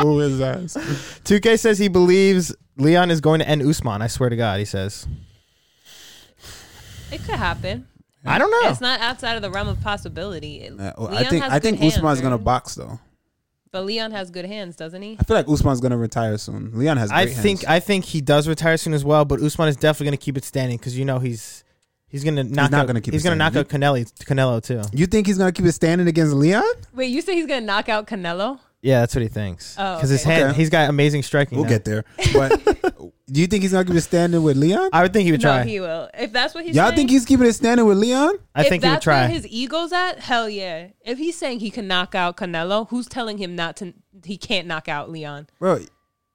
[SPEAKER 3] is. Who is that?
[SPEAKER 2] 2K says he believes Leon is going to end Usman. I swear to God, he says.
[SPEAKER 1] It could happen.
[SPEAKER 2] I don't know.
[SPEAKER 1] It's not outside of the realm of possibility. It-
[SPEAKER 3] Uh, well, I
[SPEAKER 1] Leon
[SPEAKER 3] think
[SPEAKER 1] has
[SPEAKER 3] I
[SPEAKER 1] good
[SPEAKER 3] think
[SPEAKER 1] hands,
[SPEAKER 3] Usman's gonna
[SPEAKER 1] right?
[SPEAKER 3] box though.
[SPEAKER 1] But Leon has good hands, doesn't he?
[SPEAKER 3] I feel like Usman's gonna retire soon. Leon has.
[SPEAKER 2] I
[SPEAKER 3] great
[SPEAKER 2] think
[SPEAKER 3] hands.
[SPEAKER 2] I think he does retire soon as well, but Usman is definitely going to keep it standing because you know he's he's going to knock
[SPEAKER 3] not
[SPEAKER 2] out,
[SPEAKER 3] gonna keep
[SPEAKER 2] he's
[SPEAKER 3] it
[SPEAKER 2] going to knock
[SPEAKER 3] standing.
[SPEAKER 2] out Canelo Canelo too.
[SPEAKER 3] you think he's gonna keep it standing against Leon?
[SPEAKER 1] Wait, you say he's gonna knock out Canelo?
[SPEAKER 2] Yeah, that's what he thinks.
[SPEAKER 1] Oh,
[SPEAKER 2] his
[SPEAKER 1] okay.
[SPEAKER 2] hand
[SPEAKER 3] Okay.
[SPEAKER 2] he's got amazing striking.
[SPEAKER 3] We'll
[SPEAKER 2] now.
[SPEAKER 3] get there. But do you think he's gonna keep it standing with Leon?
[SPEAKER 2] I would think he would
[SPEAKER 1] No,
[SPEAKER 2] try.
[SPEAKER 1] he will. If that's what he's
[SPEAKER 3] Y'all
[SPEAKER 1] saying,
[SPEAKER 3] think he's keeping it standing with Leon?
[SPEAKER 2] I
[SPEAKER 1] if
[SPEAKER 2] think he would
[SPEAKER 1] that's
[SPEAKER 2] try.
[SPEAKER 1] where his ego's at, hell yeah. If he's saying he can knock out Canelo, who's telling him not to? He can't knock out Leon.
[SPEAKER 3] Bro,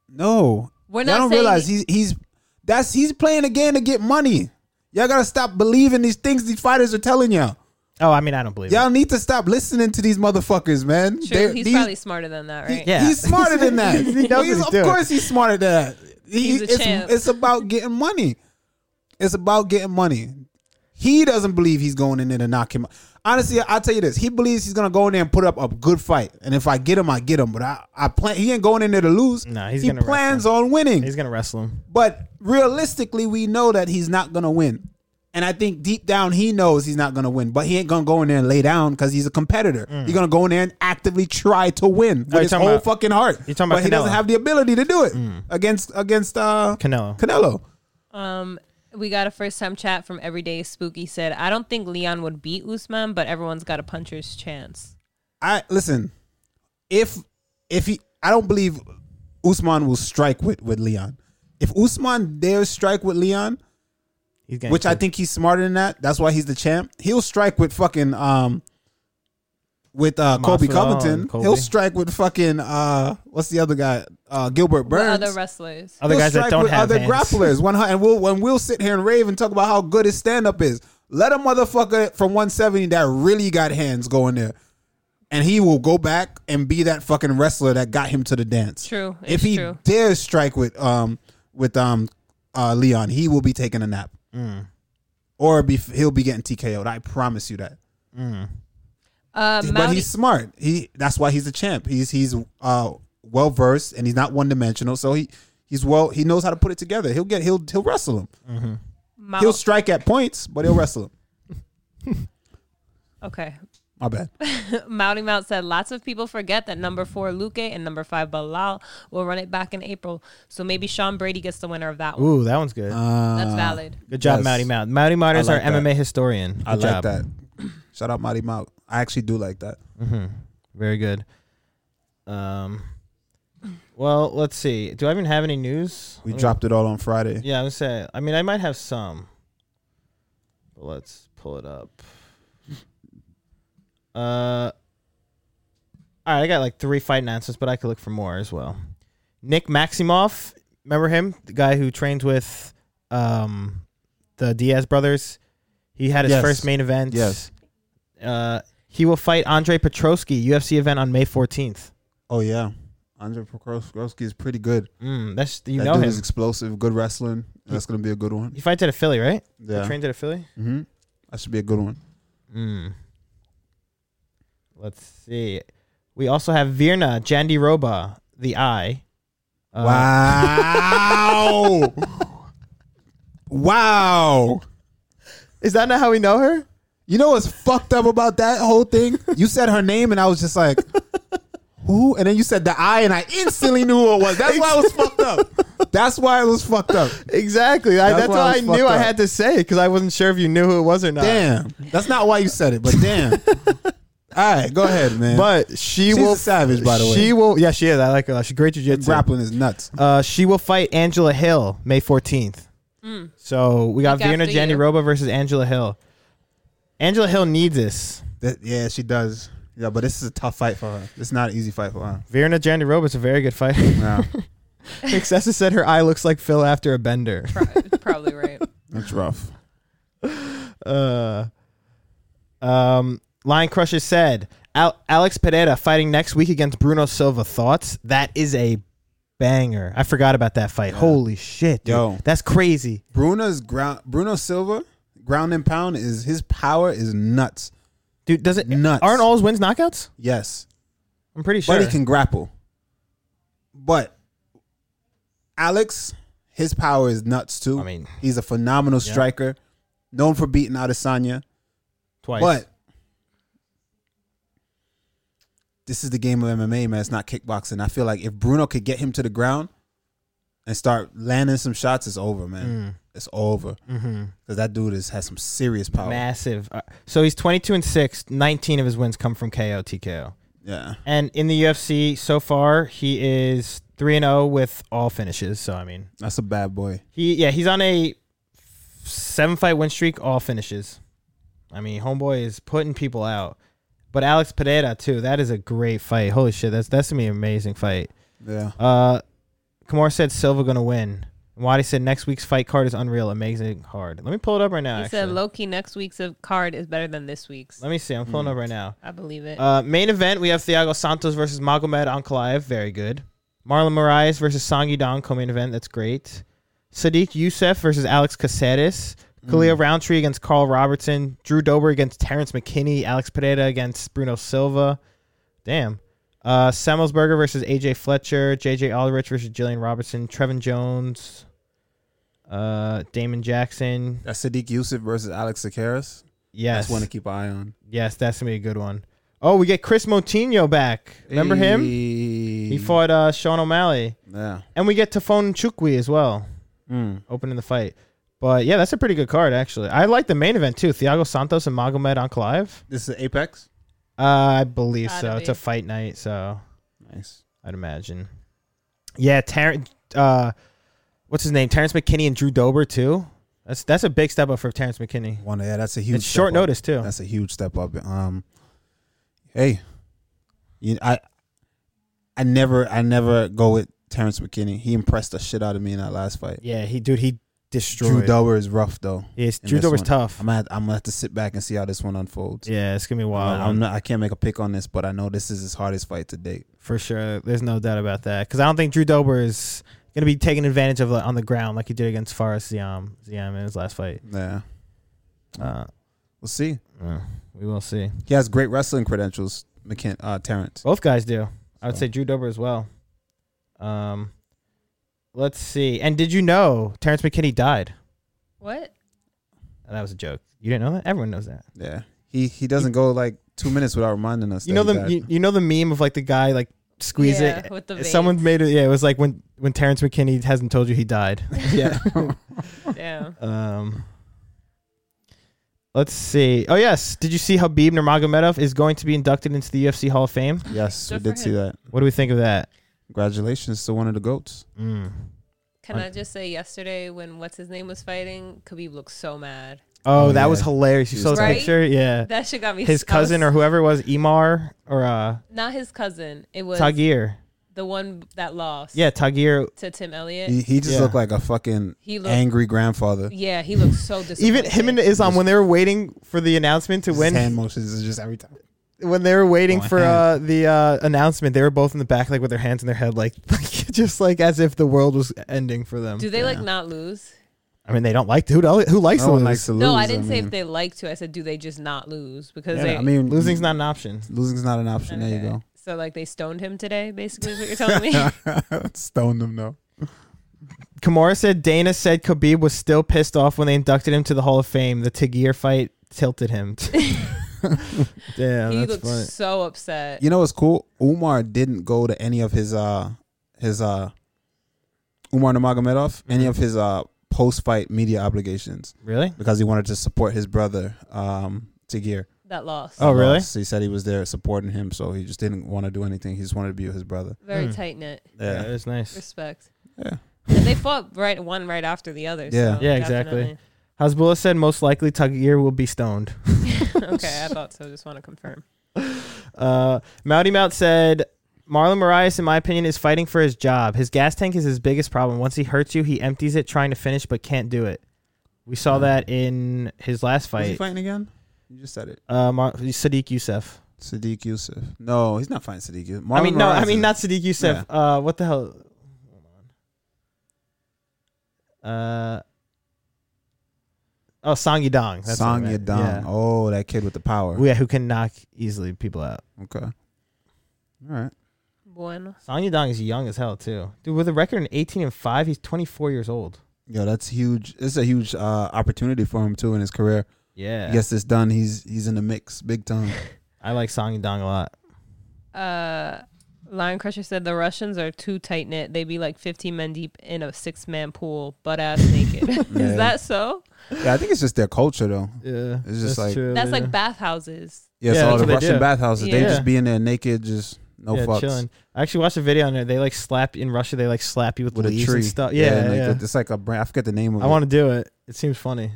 [SPEAKER 3] no.
[SPEAKER 1] We're
[SPEAKER 3] Y'all
[SPEAKER 1] not
[SPEAKER 3] don't
[SPEAKER 1] saying
[SPEAKER 3] realize
[SPEAKER 1] he-
[SPEAKER 3] he's he's that's he's playing a game to get money. Y'all gotta stop believing these things these fighters are telling y'all.
[SPEAKER 2] oh, I mean, I don't believe it.
[SPEAKER 3] Y'all need to stop listening to these motherfuckers, man.
[SPEAKER 1] True,
[SPEAKER 3] They-
[SPEAKER 1] he's
[SPEAKER 3] these-
[SPEAKER 1] probably smarter than that, right?
[SPEAKER 2] Yeah.
[SPEAKER 3] He's smarter than that.
[SPEAKER 2] He knows what
[SPEAKER 3] He's-
[SPEAKER 2] he's
[SPEAKER 3] of
[SPEAKER 2] doing.
[SPEAKER 3] course, he's smarter than that. He-
[SPEAKER 1] He's a
[SPEAKER 3] it's,
[SPEAKER 1] champ.
[SPEAKER 3] it's about getting money. It's about getting money. He doesn't believe he's going in there to knock him out. Honestly, I'll tell you this. He believes he's going to go in there and put up a good fight. And if I get him, I get him. But I, I plan. He ain't going in there to lose.
[SPEAKER 2] Nah, he's
[SPEAKER 3] he
[SPEAKER 2] gonna
[SPEAKER 3] plans on winning.
[SPEAKER 2] He's going to wrestle him.
[SPEAKER 3] But realistically, we know that he's not gonna win. And I think deep down he knows he's not gonna win. But he ain't gonna go in there and lay down because he's a competitor. He's gonna go in there and actively try to win with
[SPEAKER 2] Mm. you're
[SPEAKER 3] his
[SPEAKER 2] talking
[SPEAKER 3] whole
[SPEAKER 2] about-
[SPEAKER 3] fucking heart.
[SPEAKER 2] you're talking
[SPEAKER 3] but
[SPEAKER 2] about
[SPEAKER 3] he doesn't
[SPEAKER 2] Canelo. Mm.
[SPEAKER 3] have the ability to do it against against uh,
[SPEAKER 2] Canelo.
[SPEAKER 3] Canelo.
[SPEAKER 1] Um, we got a first time chat from Everyday Spooky said, I don't think Leon would beat Usman, but everyone's got a puncher's chance.
[SPEAKER 3] I listen. If if he, I don't believe Usman will strike with with Leon. If Usman dares strike with Leon,
[SPEAKER 2] He's getting
[SPEAKER 3] which I
[SPEAKER 2] killed.
[SPEAKER 3] think he's smarter than that. That's why he's the champ. He'll strike with fucking um with uh Kobe
[SPEAKER 2] Masvidal
[SPEAKER 3] Covington.
[SPEAKER 2] and Kobe.
[SPEAKER 3] He'll strike with fucking uh what's the other guy? Uh Gilbert
[SPEAKER 1] What
[SPEAKER 3] Burns.
[SPEAKER 1] other wrestlers.
[SPEAKER 2] other
[SPEAKER 3] He'll
[SPEAKER 2] guys that
[SPEAKER 3] strike
[SPEAKER 2] don't
[SPEAKER 3] with
[SPEAKER 2] have
[SPEAKER 3] other
[SPEAKER 2] hands.
[SPEAKER 3] grapplers. One hun- and we'll when we'll sit here and rave and talk about how good his stand up is. Let a motherfucker from 170 that really got hands go in there. And he will go back and be that fucking wrestler that got him to the dance.
[SPEAKER 1] True,
[SPEAKER 3] If
[SPEAKER 1] it's
[SPEAKER 3] he
[SPEAKER 1] true.
[SPEAKER 3] dares strike with um with um uh Leon, he will be taking a nap.
[SPEAKER 2] Mm.
[SPEAKER 3] Or be, he'll be getting TKO'd. I promise you that.
[SPEAKER 1] Uh,
[SPEAKER 3] But
[SPEAKER 1] Maudi-
[SPEAKER 3] he's smart. He that's why he's a champ. He's he's uh well versed and he's not one dimensional. So he he's well he knows how to put it together. He'll get he'll he'll wrestle him.
[SPEAKER 1] Mau-
[SPEAKER 3] He'll strike at points, but he'll wrestle him.
[SPEAKER 1] okay.
[SPEAKER 3] My bad.
[SPEAKER 1] Mounting Mount said, lots of people forget that number four Luke and number five Balal will run it back in April. So maybe Sean Brady gets the winner of that one.
[SPEAKER 2] Ooh, that one's good.
[SPEAKER 1] That's valid.
[SPEAKER 2] good job,
[SPEAKER 3] Uh, yes.
[SPEAKER 2] Mouty Mount. Mouty Mount is
[SPEAKER 3] I
[SPEAKER 2] our
[SPEAKER 3] like that.
[SPEAKER 2] MMA historian. Good
[SPEAKER 3] I like
[SPEAKER 2] job.
[SPEAKER 3] that. Shout out Mighty Mouth. I actually do like that.
[SPEAKER 2] Mm-hmm. Very good. Um, well, let's see. Do I even have any news?
[SPEAKER 3] We
[SPEAKER 2] Let me-
[SPEAKER 3] dropped it all on Friday.
[SPEAKER 2] Yeah, I would say. I mean, I might have some. But let's pull it up. Uh, all right. I got like three fight announcements, but I could look for more as well. Nick Maximoff, remember him, the guy who trained with um, the Diaz brothers. He had his
[SPEAKER 3] Yes.
[SPEAKER 2] first main event.
[SPEAKER 3] Yes.
[SPEAKER 2] Uh, he will fight Andre Petrosky, UFC event on May fourteenth.
[SPEAKER 3] Oh yeah, Andre Pokrovsky is pretty good.
[SPEAKER 2] Mm, that's you
[SPEAKER 3] that
[SPEAKER 2] know
[SPEAKER 3] dude
[SPEAKER 2] him.
[SPEAKER 3] is explosive, good wrestling. That's gonna be a good one.
[SPEAKER 2] He fights at a Philly, right?
[SPEAKER 3] Yeah,
[SPEAKER 2] He trains at a Philly.
[SPEAKER 3] hmm that should be a good one.
[SPEAKER 2] Mm. Let's see. We also have Virna Jandiroba, the Eye. Uh,
[SPEAKER 3] wow, wow.
[SPEAKER 2] Is that not how we know her?
[SPEAKER 3] You know what's fucked up about that whole thing? You said her name, and I was just like, "Who?" And then you said the I, and I instantly knew who it was. That's why it was fucked up. That's why it was fucked up.
[SPEAKER 2] Exactly. That's, I, that's
[SPEAKER 3] That's why I
[SPEAKER 2] why I
[SPEAKER 3] was
[SPEAKER 2] knew
[SPEAKER 3] fucked
[SPEAKER 2] I
[SPEAKER 3] up.
[SPEAKER 2] had to say it because I wasn't sure if you knew who it was or not.
[SPEAKER 3] Damn, that's not why you said it, but damn. All right, go ahead, man.
[SPEAKER 2] But she
[SPEAKER 3] She's
[SPEAKER 2] will
[SPEAKER 3] a savage, by the way.
[SPEAKER 2] She will. Yeah, she is. I like her. a lot. She's great jiu-jitsu.
[SPEAKER 3] grappling is nuts.
[SPEAKER 2] Uh, she will fight Angela Hill May 14th. So we got
[SPEAKER 1] Week
[SPEAKER 2] Virna
[SPEAKER 1] Hmm. after you.
[SPEAKER 2] Jandiroba versus Angela Hill. Angela Hill needs this.
[SPEAKER 3] That- yeah, she does. Yeah, but this is a tough fight for her. It's not an easy fight for her.
[SPEAKER 2] Virna Jandiroba is a very good fighter.
[SPEAKER 3] No,
[SPEAKER 2] Excessa said her eye looks like Phil after a bender.
[SPEAKER 1] Pro- probably right.
[SPEAKER 3] that's rough.
[SPEAKER 2] Uh, um, Lion Crusher said Al- Alex Pereira fighting next week against Bruno Silva. Thoughts? That is a banger. I forgot about that fight. Holy shit, dude.
[SPEAKER 3] Yo.
[SPEAKER 2] that's crazy.
[SPEAKER 3] Bruno's ground. Bruno Silva ground and pound is his power is nuts.
[SPEAKER 2] Dude, does it
[SPEAKER 3] Nuts.
[SPEAKER 2] Aren't all his wins knockouts?
[SPEAKER 3] Yes,
[SPEAKER 2] I'm pretty sure.
[SPEAKER 3] but he can grapple. But Alex, his power is nuts too.
[SPEAKER 2] I mean-
[SPEAKER 3] he's a phenomenal
[SPEAKER 2] Yeah.
[SPEAKER 3] striker, known for beating Adesanya.
[SPEAKER 2] twice.
[SPEAKER 3] But this is the game of MMA, man. It's not kickboxing. I feel like if Bruno could get him to the ground and start landing some shots, it's over,
[SPEAKER 2] Mm.
[SPEAKER 3] man. It's over because
[SPEAKER 2] Mm-hmm.
[SPEAKER 3] that dude is, has some serious power.
[SPEAKER 2] massive. Uh, so he's 22 and 6. 19 of his wins come from KO TKO.
[SPEAKER 3] Yeah,
[SPEAKER 2] And in the UFC so far, he is 3 and 0 with all finishes. So I mean,
[SPEAKER 3] that's a bad boy.
[SPEAKER 2] he yeah, he's on a 7 fight win streak all finishes. I mean, homeboy is putting people out. But Alex Pereira too. That is a great fight. Holy shit, that's that's going to be an amazing fight.
[SPEAKER 3] Yeah,
[SPEAKER 2] Uh Kamar said Silva going to win. Wadi said next week's fight card is unreal, amazing hard. Let me pull it up right now.
[SPEAKER 1] He
[SPEAKER 2] actually.
[SPEAKER 1] said Loki next week's uh, card is better than this week's.
[SPEAKER 2] Let me see. I'm pulling up right now.
[SPEAKER 1] I believe it.
[SPEAKER 2] Uh, main event, we have Thiago Santos versus Magomed Ankalaev. Very good. Marlon Moraes versus Sangi Dong, co-main event. That's great. Sadiq Youssef versus Alex Caceres.
[SPEAKER 3] Mm.
[SPEAKER 2] Khalil Roundtree against Carl Robertson. Drew Dober against Terrence McKinney. Alex Pineda against Bruno Silva. Damn. Uh, Semmelsberger versus AJ Fletcher. JJ Aldrich versus Jillian Robertson. Trevin Jones. Uh, Damon Jackson.
[SPEAKER 3] that's Sadiq Yusuf versus Alex Sakaris.
[SPEAKER 2] Yes.
[SPEAKER 3] That's one to keep an eye on.
[SPEAKER 2] Yes, that's gonna be a good one. Oh, we get Chris Moutinho back. Remember him? He
[SPEAKER 3] He
[SPEAKER 2] fought uh, Sean O'Malley,
[SPEAKER 3] Yeah.
[SPEAKER 2] and we get Tafone Chukwi as well,
[SPEAKER 3] Mm.
[SPEAKER 2] opening the fight. But yeah, that's a pretty good card actually. I like the main event too. Thiago Santos and Magomed Ankalaev.
[SPEAKER 3] This is Apex.
[SPEAKER 2] Uh, I believe
[SPEAKER 1] Gotta
[SPEAKER 2] so. It's a
[SPEAKER 1] be.
[SPEAKER 2] fight night, so
[SPEAKER 3] Nice.
[SPEAKER 2] I'd imagine. Yeah, Terrence. Uh, what's his name? Terrence McKinney and Drew Dober too. That's that's a big step up for Terrence McKinney.
[SPEAKER 3] One. Yeah, that's a huge.
[SPEAKER 2] It's short
[SPEAKER 3] step up.
[SPEAKER 2] notice too.
[SPEAKER 3] That's a huge step up. Um, hey, you, I, I never, I never go with Terrence McKinney. He impressed the shit out of me in that last fight.
[SPEAKER 2] Yeah, he dude he
[SPEAKER 3] Drew
[SPEAKER 2] destroyed.
[SPEAKER 3] Dober is rough though.
[SPEAKER 2] Yes,
[SPEAKER 3] in
[SPEAKER 2] Drew
[SPEAKER 3] this
[SPEAKER 2] Dober's
[SPEAKER 3] one.
[SPEAKER 2] tough.
[SPEAKER 3] I'm gonna, have, I'm gonna have to sit back and see how this one unfolds.
[SPEAKER 2] Yeah, it's gonna be wild.
[SPEAKER 3] I'm not, I can't make a pick on this, but I know this is his hardest fight to date.
[SPEAKER 2] For sure, there's no doubt about that. Because I don't think Drew Dober is going to be taken advantage of like, on the ground like he did against Faris Ziam, Ziam in his last fight.
[SPEAKER 3] Yeah,
[SPEAKER 2] Uh,
[SPEAKER 3] we'll see.
[SPEAKER 2] yeah, we will see.
[SPEAKER 3] He has great wrestling credentials, McKin uh, Terrence.
[SPEAKER 2] Both guys do. I would
[SPEAKER 3] So.
[SPEAKER 2] say Drew Dober as well. Um, let's see. And did you know Terrence McKinney died?
[SPEAKER 1] what?
[SPEAKER 2] That was a joke. You didn't know that. Everyone knows that.
[SPEAKER 3] Yeah, he he doesn't go like two minutes without reminding us.
[SPEAKER 2] You
[SPEAKER 3] that
[SPEAKER 2] know
[SPEAKER 3] he
[SPEAKER 2] the
[SPEAKER 3] died.
[SPEAKER 2] you, you know the meme of like the guy like squeeze
[SPEAKER 1] Yeah,
[SPEAKER 2] it.
[SPEAKER 1] with the
[SPEAKER 2] Someone
[SPEAKER 1] veins.
[SPEAKER 2] made it. Yeah, it was like when when Terrence McKinney hasn't told you he died. yeah.
[SPEAKER 1] Damn.
[SPEAKER 2] Um, let's see. Oh yes, did you see Habib Nurmagomedov is going to be inducted into the UFC Hall of Fame?
[SPEAKER 3] yes, we
[SPEAKER 1] Good for
[SPEAKER 3] did see
[SPEAKER 1] him.
[SPEAKER 3] that.
[SPEAKER 2] What do we think of that?
[SPEAKER 3] Congratulations to one of the goats.
[SPEAKER 2] Mm.
[SPEAKER 1] Can
[SPEAKER 2] I-
[SPEAKER 1] I just say, yesterday when what's his name was fighting, Khabib looked so mad.
[SPEAKER 2] Oh,
[SPEAKER 3] Oh,
[SPEAKER 2] that
[SPEAKER 3] yeah.
[SPEAKER 2] was hilarious. You
[SPEAKER 3] He
[SPEAKER 2] saw
[SPEAKER 3] was
[SPEAKER 2] the
[SPEAKER 1] Right?
[SPEAKER 2] picture? Yeah.
[SPEAKER 1] That shit got me.
[SPEAKER 2] Uh, His
[SPEAKER 1] I was-
[SPEAKER 2] cousin or whoever it was, Imar or uh,
[SPEAKER 1] not his cousin. It was
[SPEAKER 2] Tagir.
[SPEAKER 1] the one that lost.
[SPEAKER 2] Yeah, Tagir.
[SPEAKER 1] To Tim Elliott.
[SPEAKER 3] He, he just
[SPEAKER 2] Yeah.
[SPEAKER 3] looked like a fucking
[SPEAKER 1] He looked-
[SPEAKER 3] angry grandfather.
[SPEAKER 1] yeah, he looked so disappointed.
[SPEAKER 2] Even him and Islam when they were waiting for the announcement to
[SPEAKER 3] His hand
[SPEAKER 2] win.
[SPEAKER 3] motions is just every time.
[SPEAKER 2] when they were waiting
[SPEAKER 3] Oh,
[SPEAKER 2] for
[SPEAKER 3] I
[SPEAKER 2] uh, the uh, announcement, they were both in the back, like with their hands in their head, like, like just like as if the world was ending for them.
[SPEAKER 1] Do they like not lose?
[SPEAKER 2] I mean, they don't like to. Who, do- who likes
[SPEAKER 3] No
[SPEAKER 2] to
[SPEAKER 3] one
[SPEAKER 2] lose?
[SPEAKER 3] likes to lose.
[SPEAKER 1] no, I didn't say
[SPEAKER 3] mean.
[SPEAKER 1] if they like to. I said do they just not lose because
[SPEAKER 3] Yeah,
[SPEAKER 1] they.
[SPEAKER 3] I mean,
[SPEAKER 2] Losing's not an option.
[SPEAKER 3] losing's not an option. There you
[SPEAKER 1] Okay.
[SPEAKER 3] go.
[SPEAKER 1] So like they stoned him today, basically is what you're telling me.
[SPEAKER 3] Stone them though.
[SPEAKER 2] Kimura said Dana said Khabib was still pissed off when they inducted him to the Hall of Fame. The Tagir fight tilted him. Damn,
[SPEAKER 1] he
[SPEAKER 2] that's
[SPEAKER 1] looked
[SPEAKER 2] funny.
[SPEAKER 1] so upset.
[SPEAKER 3] You know what's cool? Umar didn't go to any of his uh his uh Umar Nurmagomedov any of his uh post fight media obligations
[SPEAKER 2] Really?
[SPEAKER 3] because he wanted to support his brother um Tagir.
[SPEAKER 1] That loss.
[SPEAKER 2] Oh, really?
[SPEAKER 3] So he said he was there supporting him, so he just didn't want to do anything. He just wanted to be with his brother.
[SPEAKER 1] Very
[SPEAKER 2] Hmm.
[SPEAKER 1] tight knit.
[SPEAKER 2] Yeah, it
[SPEAKER 3] Yeah,
[SPEAKER 2] was nice.
[SPEAKER 1] Respect.
[SPEAKER 3] yeah.
[SPEAKER 1] And they fought right one right after the other.
[SPEAKER 3] Yeah.
[SPEAKER 1] so
[SPEAKER 2] Yeah, exactly.
[SPEAKER 1] definitely.
[SPEAKER 2] Hasbullah said most likely Tagir will be stoned.
[SPEAKER 1] okay, I thought so. Just want to confirm.
[SPEAKER 2] Uh, Mouty Mount said, Marlon Marias, in my opinion, is fighting for his job. His gas tank is his biggest problem. Once he hurts you, he empties it trying to finish but can't do it. We saw
[SPEAKER 3] Yeah.
[SPEAKER 2] that in his last
[SPEAKER 3] Who's he
[SPEAKER 2] fight.
[SPEAKER 3] fighting again? You just said it.
[SPEAKER 2] Uh, Mar- Sadiq Youssef.
[SPEAKER 3] Sadiq Yusuf. No, he's not fighting Sadiq Yusuf.
[SPEAKER 2] I mean, no, I
[SPEAKER 3] Morales
[SPEAKER 2] mean
[SPEAKER 3] is-
[SPEAKER 2] not Sadiq Youssef. Uh, what the hell? Hold on. Uh, oh, Song Yadong. That's what I
[SPEAKER 3] Song
[SPEAKER 2] meant.
[SPEAKER 3] Yadong.
[SPEAKER 2] Yeah.
[SPEAKER 3] Oh, that kid with the power.
[SPEAKER 2] yeah, who can knock easily people out.
[SPEAKER 3] Okay. All right.
[SPEAKER 1] Bueno.
[SPEAKER 2] Song Yadong is young as hell too, dude. With a record in eighteen and five, he's twenty four years old.
[SPEAKER 3] Yo, that's huge. It's a huge uh, opportunity for him too in his career.
[SPEAKER 2] Yeah,
[SPEAKER 3] He gets this done. He's he's in the mix, big time.
[SPEAKER 2] I like Song Yadong a lot.
[SPEAKER 1] Uh, Lion Crusher said the Russians are too tight knit. They be like 15 men deep in a six man pool, butt ass naked.
[SPEAKER 3] Yeah.
[SPEAKER 1] Is that so?
[SPEAKER 3] yeah, I think it's just their culture though.
[SPEAKER 2] Yeah,
[SPEAKER 3] It's just like-
[SPEAKER 1] That's like bathhouses.
[SPEAKER 3] Yeah,
[SPEAKER 2] Yeah,
[SPEAKER 3] so all
[SPEAKER 2] that's
[SPEAKER 3] the
[SPEAKER 2] what they
[SPEAKER 3] Russian
[SPEAKER 2] do.
[SPEAKER 3] bathhouses, they
[SPEAKER 1] Yeah.
[SPEAKER 3] just be in there naked, just no fucks
[SPEAKER 2] chilling. I actually watched a video on it. They like slap in Russia. They like slap you with,
[SPEAKER 3] with a
[SPEAKER 2] leaves
[SPEAKER 3] tree
[SPEAKER 2] and stuff. Yeah, yeah.
[SPEAKER 3] and like, It's like a brand. I forget the name of
[SPEAKER 2] I
[SPEAKER 3] it.
[SPEAKER 2] want to do it. It seems funny.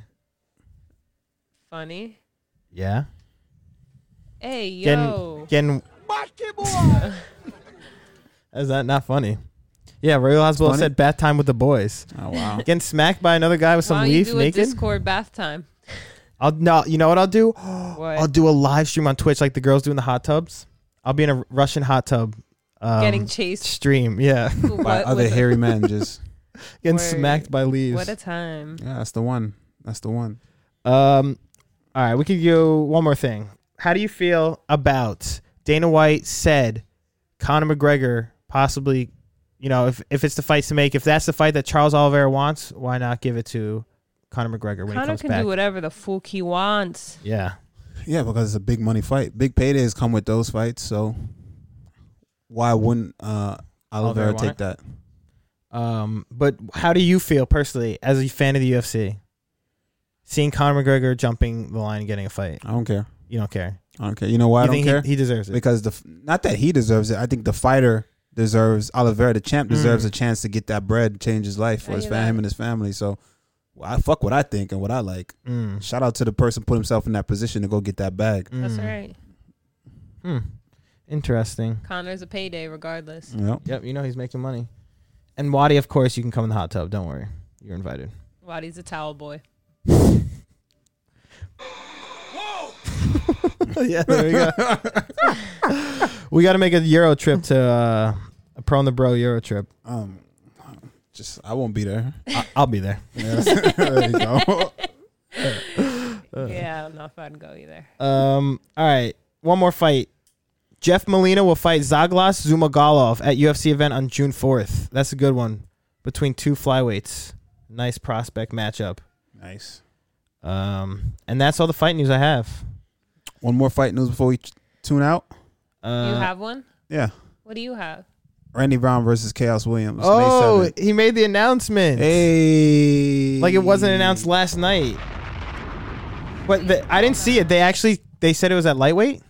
[SPEAKER 1] Funny.
[SPEAKER 2] Yeah,
[SPEAKER 1] Hey,
[SPEAKER 2] Getting-
[SPEAKER 1] yo.
[SPEAKER 2] getting. Is that not funny? Yeah, Royal Hospital
[SPEAKER 3] funny?
[SPEAKER 2] said bath time with the boys.
[SPEAKER 3] Oh wow.
[SPEAKER 2] Getting smacked by another guy with some
[SPEAKER 1] Why don't you
[SPEAKER 2] leaf
[SPEAKER 1] do a
[SPEAKER 2] naked.
[SPEAKER 1] Discord bath time?
[SPEAKER 2] I'll no. You know what I'll do?
[SPEAKER 1] What?
[SPEAKER 2] Oh, I'll do a live stream on Twitch like the girls do in the hot tubs. I'll be in a Russian hot tub. Um,
[SPEAKER 1] Getting chased.
[SPEAKER 2] stream, yeah.
[SPEAKER 1] What,
[SPEAKER 3] By other
[SPEAKER 1] with a-
[SPEAKER 3] hairy men, just
[SPEAKER 2] Getting
[SPEAKER 1] Word.
[SPEAKER 2] smacked by leaves.
[SPEAKER 1] what a time.
[SPEAKER 3] yeah, that's the one. That's the one.
[SPEAKER 2] Um, all right, we could go one more thing. How do you feel about Dana White said Conor McGregor possibly, you know, if, if it's the fight to make, if that's the fight that Charles Oliveira wants, why not give it to Conor McGregor when he
[SPEAKER 1] Connor
[SPEAKER 2] comes
[SPEAKER 1] can
[SPEAKER 2] back?
[SPEAKER 1] do whatever the fuck he wants.
[SPEAKER 2] Yeah,
[SPEAKER 3] Yeah, because it's a big money fight. Big paydays come with those fights, so why wouldn't uh,
[SPEAKER 2] Oliveira
[SPEAKER 3] Oliveira
[SPEAKER 2] want
[SPEAKER 3] take
[SPEAKER 2] it?
[SPEAKER 3] that?
[SPEAKER 2] um, but how do you feel personally as a fan of the UFC? Seeing Conor McGregor jumping the line and getting a fight,
[SPEAKER 3] I don't care.
[SPEAKER 2] you don't care.
[SPEAKER 3] I don't care. You know why
[SPEAKER 2] you
[SPEAKER 3] Oh. I don't
[SPEAKER 2] think
[SPEAKER 3] care?
[SPEAKER 2] He, he deserves it.
[SPEAKER 3] because the f- not that he deserves it. I think the fighter deserves Oliveira, the champ, deserves
[SPEAKER 2] Mm.
[SPEAKER 3] a chance to get that bread, change his life for
[SPEAKER 1] I
[SPEAKER 3] his
[SPEAKER 1] hear
[SPEAKER 3] fam-
[SPEAKER 1] that.
[SPEAKER 3] him and his family. So well, I fuck what I think and what I like.
[SPEAKER 2] Mm.
[SPEAKER 3] Shout out to the person put himself in that position to go get that bag.
[SPEAKER 1] That's
[SPEAKER 2] Mm.
[SPEAKER 1] all right.
[SPEAKER 2] Hmm. Interesting.
[SPEAKER 1] Connor's a payday regardless.
[SPEAKER 3] You know?
[SPEAKER 2] Yep, you know he's making money. And Wadi, of course, you can come in the hot tub. Don't worry, you're invited.
[SPEAKER 1] Waddy's a towel boy.
[SPEAKER 2] Oh, yeah, there we go. we got to make a Euro trip to uh, a pro and the bro Euro trip.
[SPEAKER 3] Um, just I won't be there.
[SPEAKER 2] I- I'll be there.
[SPEAKER 3] Yeah, there you go.
[SPEAKER 1] yeah, I'm not fun to go either.
[SPEAKER 2] Um, all right, one more fight. Jeff Molina will fight Zaglas Zumagalov at UFC event on June 4th. That's a good one between two flyweights. Nice prospect matchup.
[SPEAKER 3] Nice.
[SPEAKER 2] Um, and that's all the fight news I have.
[SPEAKER 3] One more fight news before we t- tune out.
[SPEAKER 2] Uh,
[SPEAKER 1] you have one?
[SPEAKER 3] Yeah,
[SPEAKER 1] What do you have?
[SPEAKER 3] Randy Brown versus Chaos Williams. May
[SPEAKER 2] oh,
[SPEAKER 3] 7th.
[SPEAKER 2] he made the announcement.
[SPEAKER 3] hey,
[SPEAKER 2] like it wasn't announced last night. But the, I didn't see it. They actually they said it was at lightweight.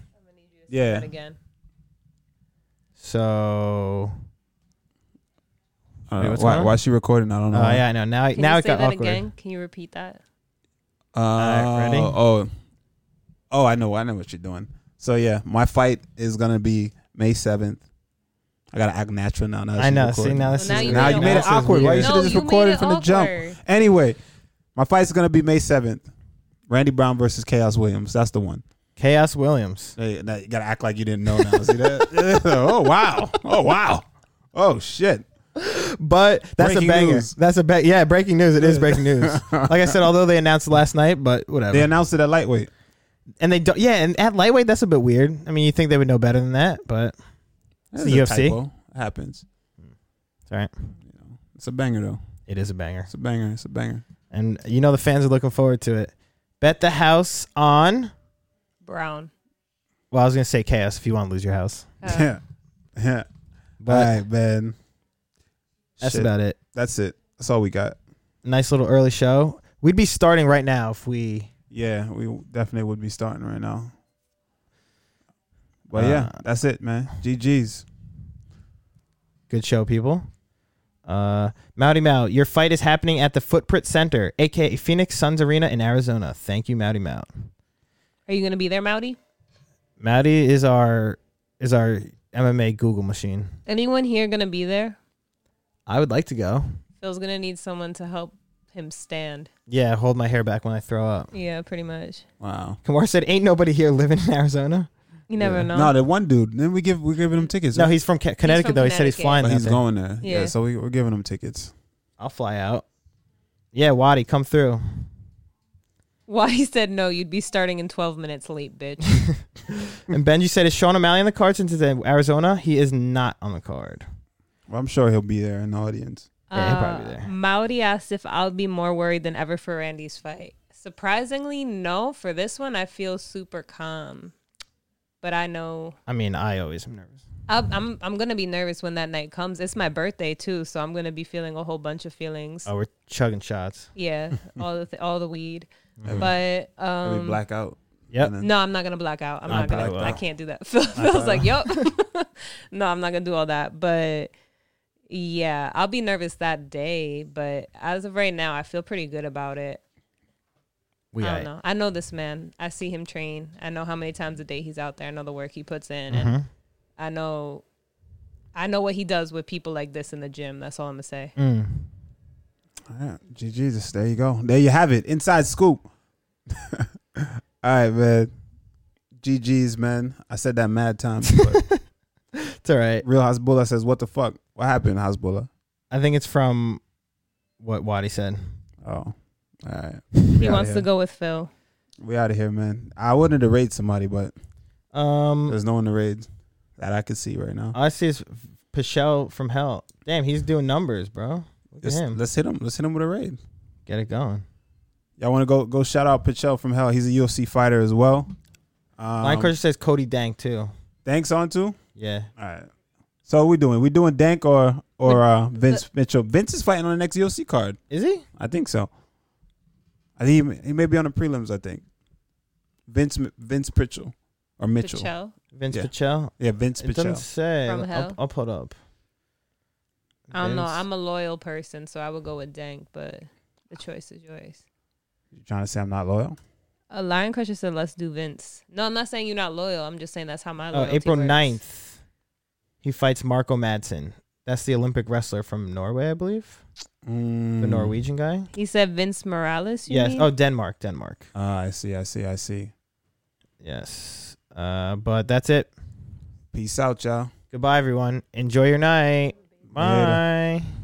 [SPEAKER 3] Yeah,
[SPEAKER 1] That again.
[SPEAKER 2] So
[SPEAKER 3] I don't
[SPEAKER 2] Wait,
[SPEAKER 3] know.
[SPEAKER 2] what's
[SPEAKER 3] Uh, why,
[SPEAKER 2] going on?
[SPEAKER 3] why is she recording? I don't
[SPEAKER 2] oh
[SPEAKER 3] know.
[SPEAKER 2] yeah, I know. Now
[SPEAKER 1] Can
[SPEAKER 2] now
[SPEAKER 1] you
[SPEAKER 2] it
[SPEAKER 1] say
[SPEAKER 2] got
[SPEAKER 1] that
[SPEAKER 2] awkward.
[SPEAKER 1] again? Can you repeat that?
[SPEAKER 3] Uh,
[SPEAKER 2] right, ready?
[SPEAKER 3] Oh, oh, I know, I know what you're doing. So yeah, my fight is gonna be May seventh. I gotta act natural now. now that
[SPEAKER 2] I
[SPEAKER 3] she's
[SPEAKER 2] know. See
[SPEAKER 3] recording.
[SPEAKER 2] now this
[SPEAKER 1] Well, now
[SPEAKER 2] is
[SPEAKER 1] you
[SPEAKER 3] now
[SPEAKER 1] made
[SPEAKER 3] you
[SPEAKER 1] it
[SPEAKER 3] made it
[SPEAKER 1] awkward.
[SPEAKER 3] awkward. Why you
[SPEAKER 2] weird.
[SPEAKER 1] No,
[SPEAKER 3] should have just
[SPEAKER 1] you made
[SPEAKER 3] recorded
[SPEAKER 1] it
[SPEAKER 3] from the jump.
[SPEAKER 1] awkward.
[SPEAKER 3] Anyway, my fight's gonna be May seventh. Randy Brown versus Chaos Williams. That's the one.
[SPEAKER 2] Chaos Williams.
[SPEAKER 3] Hey, now you gotta act like you didn't know now. See that? oh wow! Oh wow! Oh shit!
[SPEAKER 2] But that's
[SPEAKER 3] Breaking
[SPEAKER 2] a banger.
[SPEAKER 3] news.
[SPEAKER 2] That's a ba- yeah, breaking news. It is breaking news. like I said, although they announced it last night, but whatever.
[SPEAKER 3] They announced it at lightweight.
[SPEAKER 2] and they don't. Yeah, and at lightweight, that's a bit weird. I mean, you think they would know better than that, but
[SPEAKER 3] That's
[SPEAKER 2] the UFC.
[SPEAKER 3] happens.
[SPEAKER 2] it's all right.
[SPEAKER 3] It's a banger though.
[SPEAKER 2] It is a banger,
[SPEAKER 3] It's a banger. It's a banger.
[SPEAKER 2] and you know the fans are looking forward to it. Bet the house on.
[SPEAKER 1] Brown.
[SPEAKER 2] Well, I was gonna say chaos if you want to lose your house,
[SPEAKER 1] Uh,
[SPEAKER 3] yeah, yeah.
[SPEAKER 2] but
[SPEAKER 3] all right, man.
[SPEAKER 2] that's
[SPEAKER 3] Shit.
[SPEAKER 2] about it.
[SPEAKER 3] That's it. That's all we got.
[SPEAKER 2] Nice little early show. We'd be starting right now if we.
[SPEAKER 3] Yeah, we definitely would be starting right now. But
[SPEAKER 2] Uh,
[SPEAKER 3] yeah, that's it, man. GG's.
[SPEAKER 2] Good show, people. Uh, Mowdy Mout, your fight is happening at the Footprint Center, aka Phoenix Suns Arena in Arizona. Thank you, Mowdy Mout.
[SPEAKER 1] Are you gonna be there, Mowdy?
[SPEAKER 2] Mowdy is our is our MMA Google machine.
[SPEAKER 1] Anyone here gonna be there?
[SPEAKER 2] I would like to go.
[SPEAKER 1] Phil's gonna need someone to help him stand.
[SPEAKER 2] Yeah, hold my hair back when I throw up.
[SPEAKER 1] Yeah, pretty much.
[SPEAKER 3] Wow.
[SPEAKER 2] Kamar said, "Ain't nobody here living in Arizona."
[SPEAKER 1] You never know.
[SPEAKER 3] No, the one dude. Then we give we giving him tickets.
[SPEAKER 2] No,
[SPEAKER 3] right?
[SPEAKER 2] he's from Ca- Connecticut though. He said he's
[SPEAKER 1] Connecticut.
[SPEAKER 2] flying.
[SPEAKER 3] But
[SPEAKER 2] out
[SPEAKER 3] he's
[SPEAKER 2] there.
[SPEAKER 3] going there. Yeah.
[SPEAKER 1] Yeah.
[SPEAKER 3] so we, we're giving him tickets.
[SPEAKER 2] I'll fly out. Yeah, Wadi, come through.
[SPEAKER 1] Why he said no? You'd be starting in twelve minutes late, bitch.
[SPEAKER 2] And Benji said, "Is Sean O'Malley on the card since it's in Arizona? He is not on the card."
[SPEAKER 3] Well, I'm sure he'll be there in the audience.
[SPEAKER 2] Yeah, he'll probably be there.
[SPEAKER 1] Maudie Uh, asked if I'll be more worried than ever for Randy's fight. Surprisingly, no. For this one, I feel super calm, but I know
[SPEAKER 2] I mean, I always am nervous.
[SPEAKER 1] I'll, I'm I'm gonna be nervous when that night comes. It's my birthday too, so I'm gonna be feeling a whole bunch of feelings.
[SPEAKER 2] Oh, we're chugging shots.
[SPEAKER 1] Yeah, all the th- all the weed,
[SPEAKER 3] Maybe-
[SPEAKER 1] but
[SPEAKER 3] maybe
[SPEAKER 1] um,
[SPEAKER 3] black out.
[SPEAKER 2] Yep.
[SPEAKER 3] And then-
[SPEAKER 1] no, I'm not gonna black out. I'm
[SPEAKER 2] I
[SPEAKER 1] not gonna.
[SPEAKER 2] probably
[SPEAKER 1] I
[SPEAKER 2] will.
[SPEAKER 1] can't do that. Phil, Phil's like, yup. no, I'm not gonna do all that. But yeah, I'll be nervous that day. But as of right now, I feel pretty good about it.
[SPEAKER 2] We
[SPEAKER 1] I
[SPEAKER 2] are.
[SPEAKER 1] don't know. I know this man. I see him train. I know how many times a day he's out there. I know the work he puts in, and I know, I know what he does with people like this in the gym. That's all I'm gonna say.
[SPEAKER 2] Mm.
[SPEAKER 3] All right. GG's. There you go. There you have it. Inside scoop. All right, man. GG's, man. I said that mad time. But
[SPEAKER 2] It's all right.
[SPEAKER 3] Real Hasbullah says, "What the fuck? What happened, Hasbullah?"
[SPEAKER 2] I think it's from what Wadi said.
[SPEAKER 3] Oh, all right.
[SPEAKER 1] He
[SPEAKER 3] outta
[SPEAKER 1] wants
[SPEAKER 3] here.
[SPEAKER 1] to go with Phil.
[SPEAKER 3] We out of here, man. I wanted to raid somebody, but
[SPEAKER 2] Um,
[SPEAKER 3] there's no one to raid that I could see right now.
[SPEAKER 2] I see is Pichel from Hell. Damn, he's doing numbers, bro. Look at
[SPEAKER 3] Let's,
[SPEAKER 2] him.
[SPEAKER 3] let's hit him. Let's hit him with a raid.
[SPEAKER 2] Get it going.
[SPEAKER 3] Y'all want to go go shout out Pichel from Hell. He's a UFC fighter as well.
[SPEAKER 2] Line
[SPEAKER 3] Um,
[SPEAKER 2] Crusher says Cody Dank too.
[SPEAKER 3] thanks on to. All
[SPEAKER 2] Yeah.
[SPEAKER 3] right. So what we doing? We doing Dank or or uh, Vince Mitchell? Vince is fighting on the next UFC card.
[SPEAKER 2] Is he?
[SPEAKER 3] I think so. I think he, he may be on the prelims. I think Vince Vince Pritchell or Mitchell.
[SPEAKER 1] Pichel.
[SPEAKER 2] Vince
[SPEAKER 3] Yeah.
[SPEAKER 2] Pichel.
[SPEAKER 3] Yeah, Vince
[SPEAKER 2] It doesn't
[SPEAKER 3] Pichel.
[SPEAKER 2] say.
[SPEAKER 1] From
[SPEAKER 2] I'll-
[SPEAKER 1] hell?
[SPEAKER 2] I'll, put up.
[SPEAKER 1] I don't know.
[SPEAKER 2] Vince-
[SPEAKER 1] I'm a loyal person, so I would go with Dank, but the choice is yours.
[SPEAKER 3] You trying to say I'm not loyal?
[SPEAKER 1] A Lion Crusher said, "Let's do Vince." No, I'm not saying you're not loyal. I'm just saying that's how my
[SPEAKER 2] Oh,
[SPEAKER 1] loyalty
[SPEAKER 2] April
[SPEAKER 1] works.
[SPEAKER 2] 9th. He fights Marco Madsen. That's the Olympic wrestler from Norway, I believe. The
[SPEAKER 3] Mm.
[SPEAKER 2] Norwegian guy.
[SPEAKER 1] He said Vince Morales. You
[SPEAKER 2] yes.
[SPEAKER 1] mean?
[SPEAKER 2] Oh, Denmark. Denmark.
[SPEAKER 3] Ah, I see. I see. I see.
[SPEAKER 2] Yes. Uh, but that's it.
[SPEAKER 3] Peace out, y'all.
[SPEAKER 2] Goodbye, everyone. Enjoy your night.
[SPEAKER 3] Later.
[SPEAKER 2] Bye.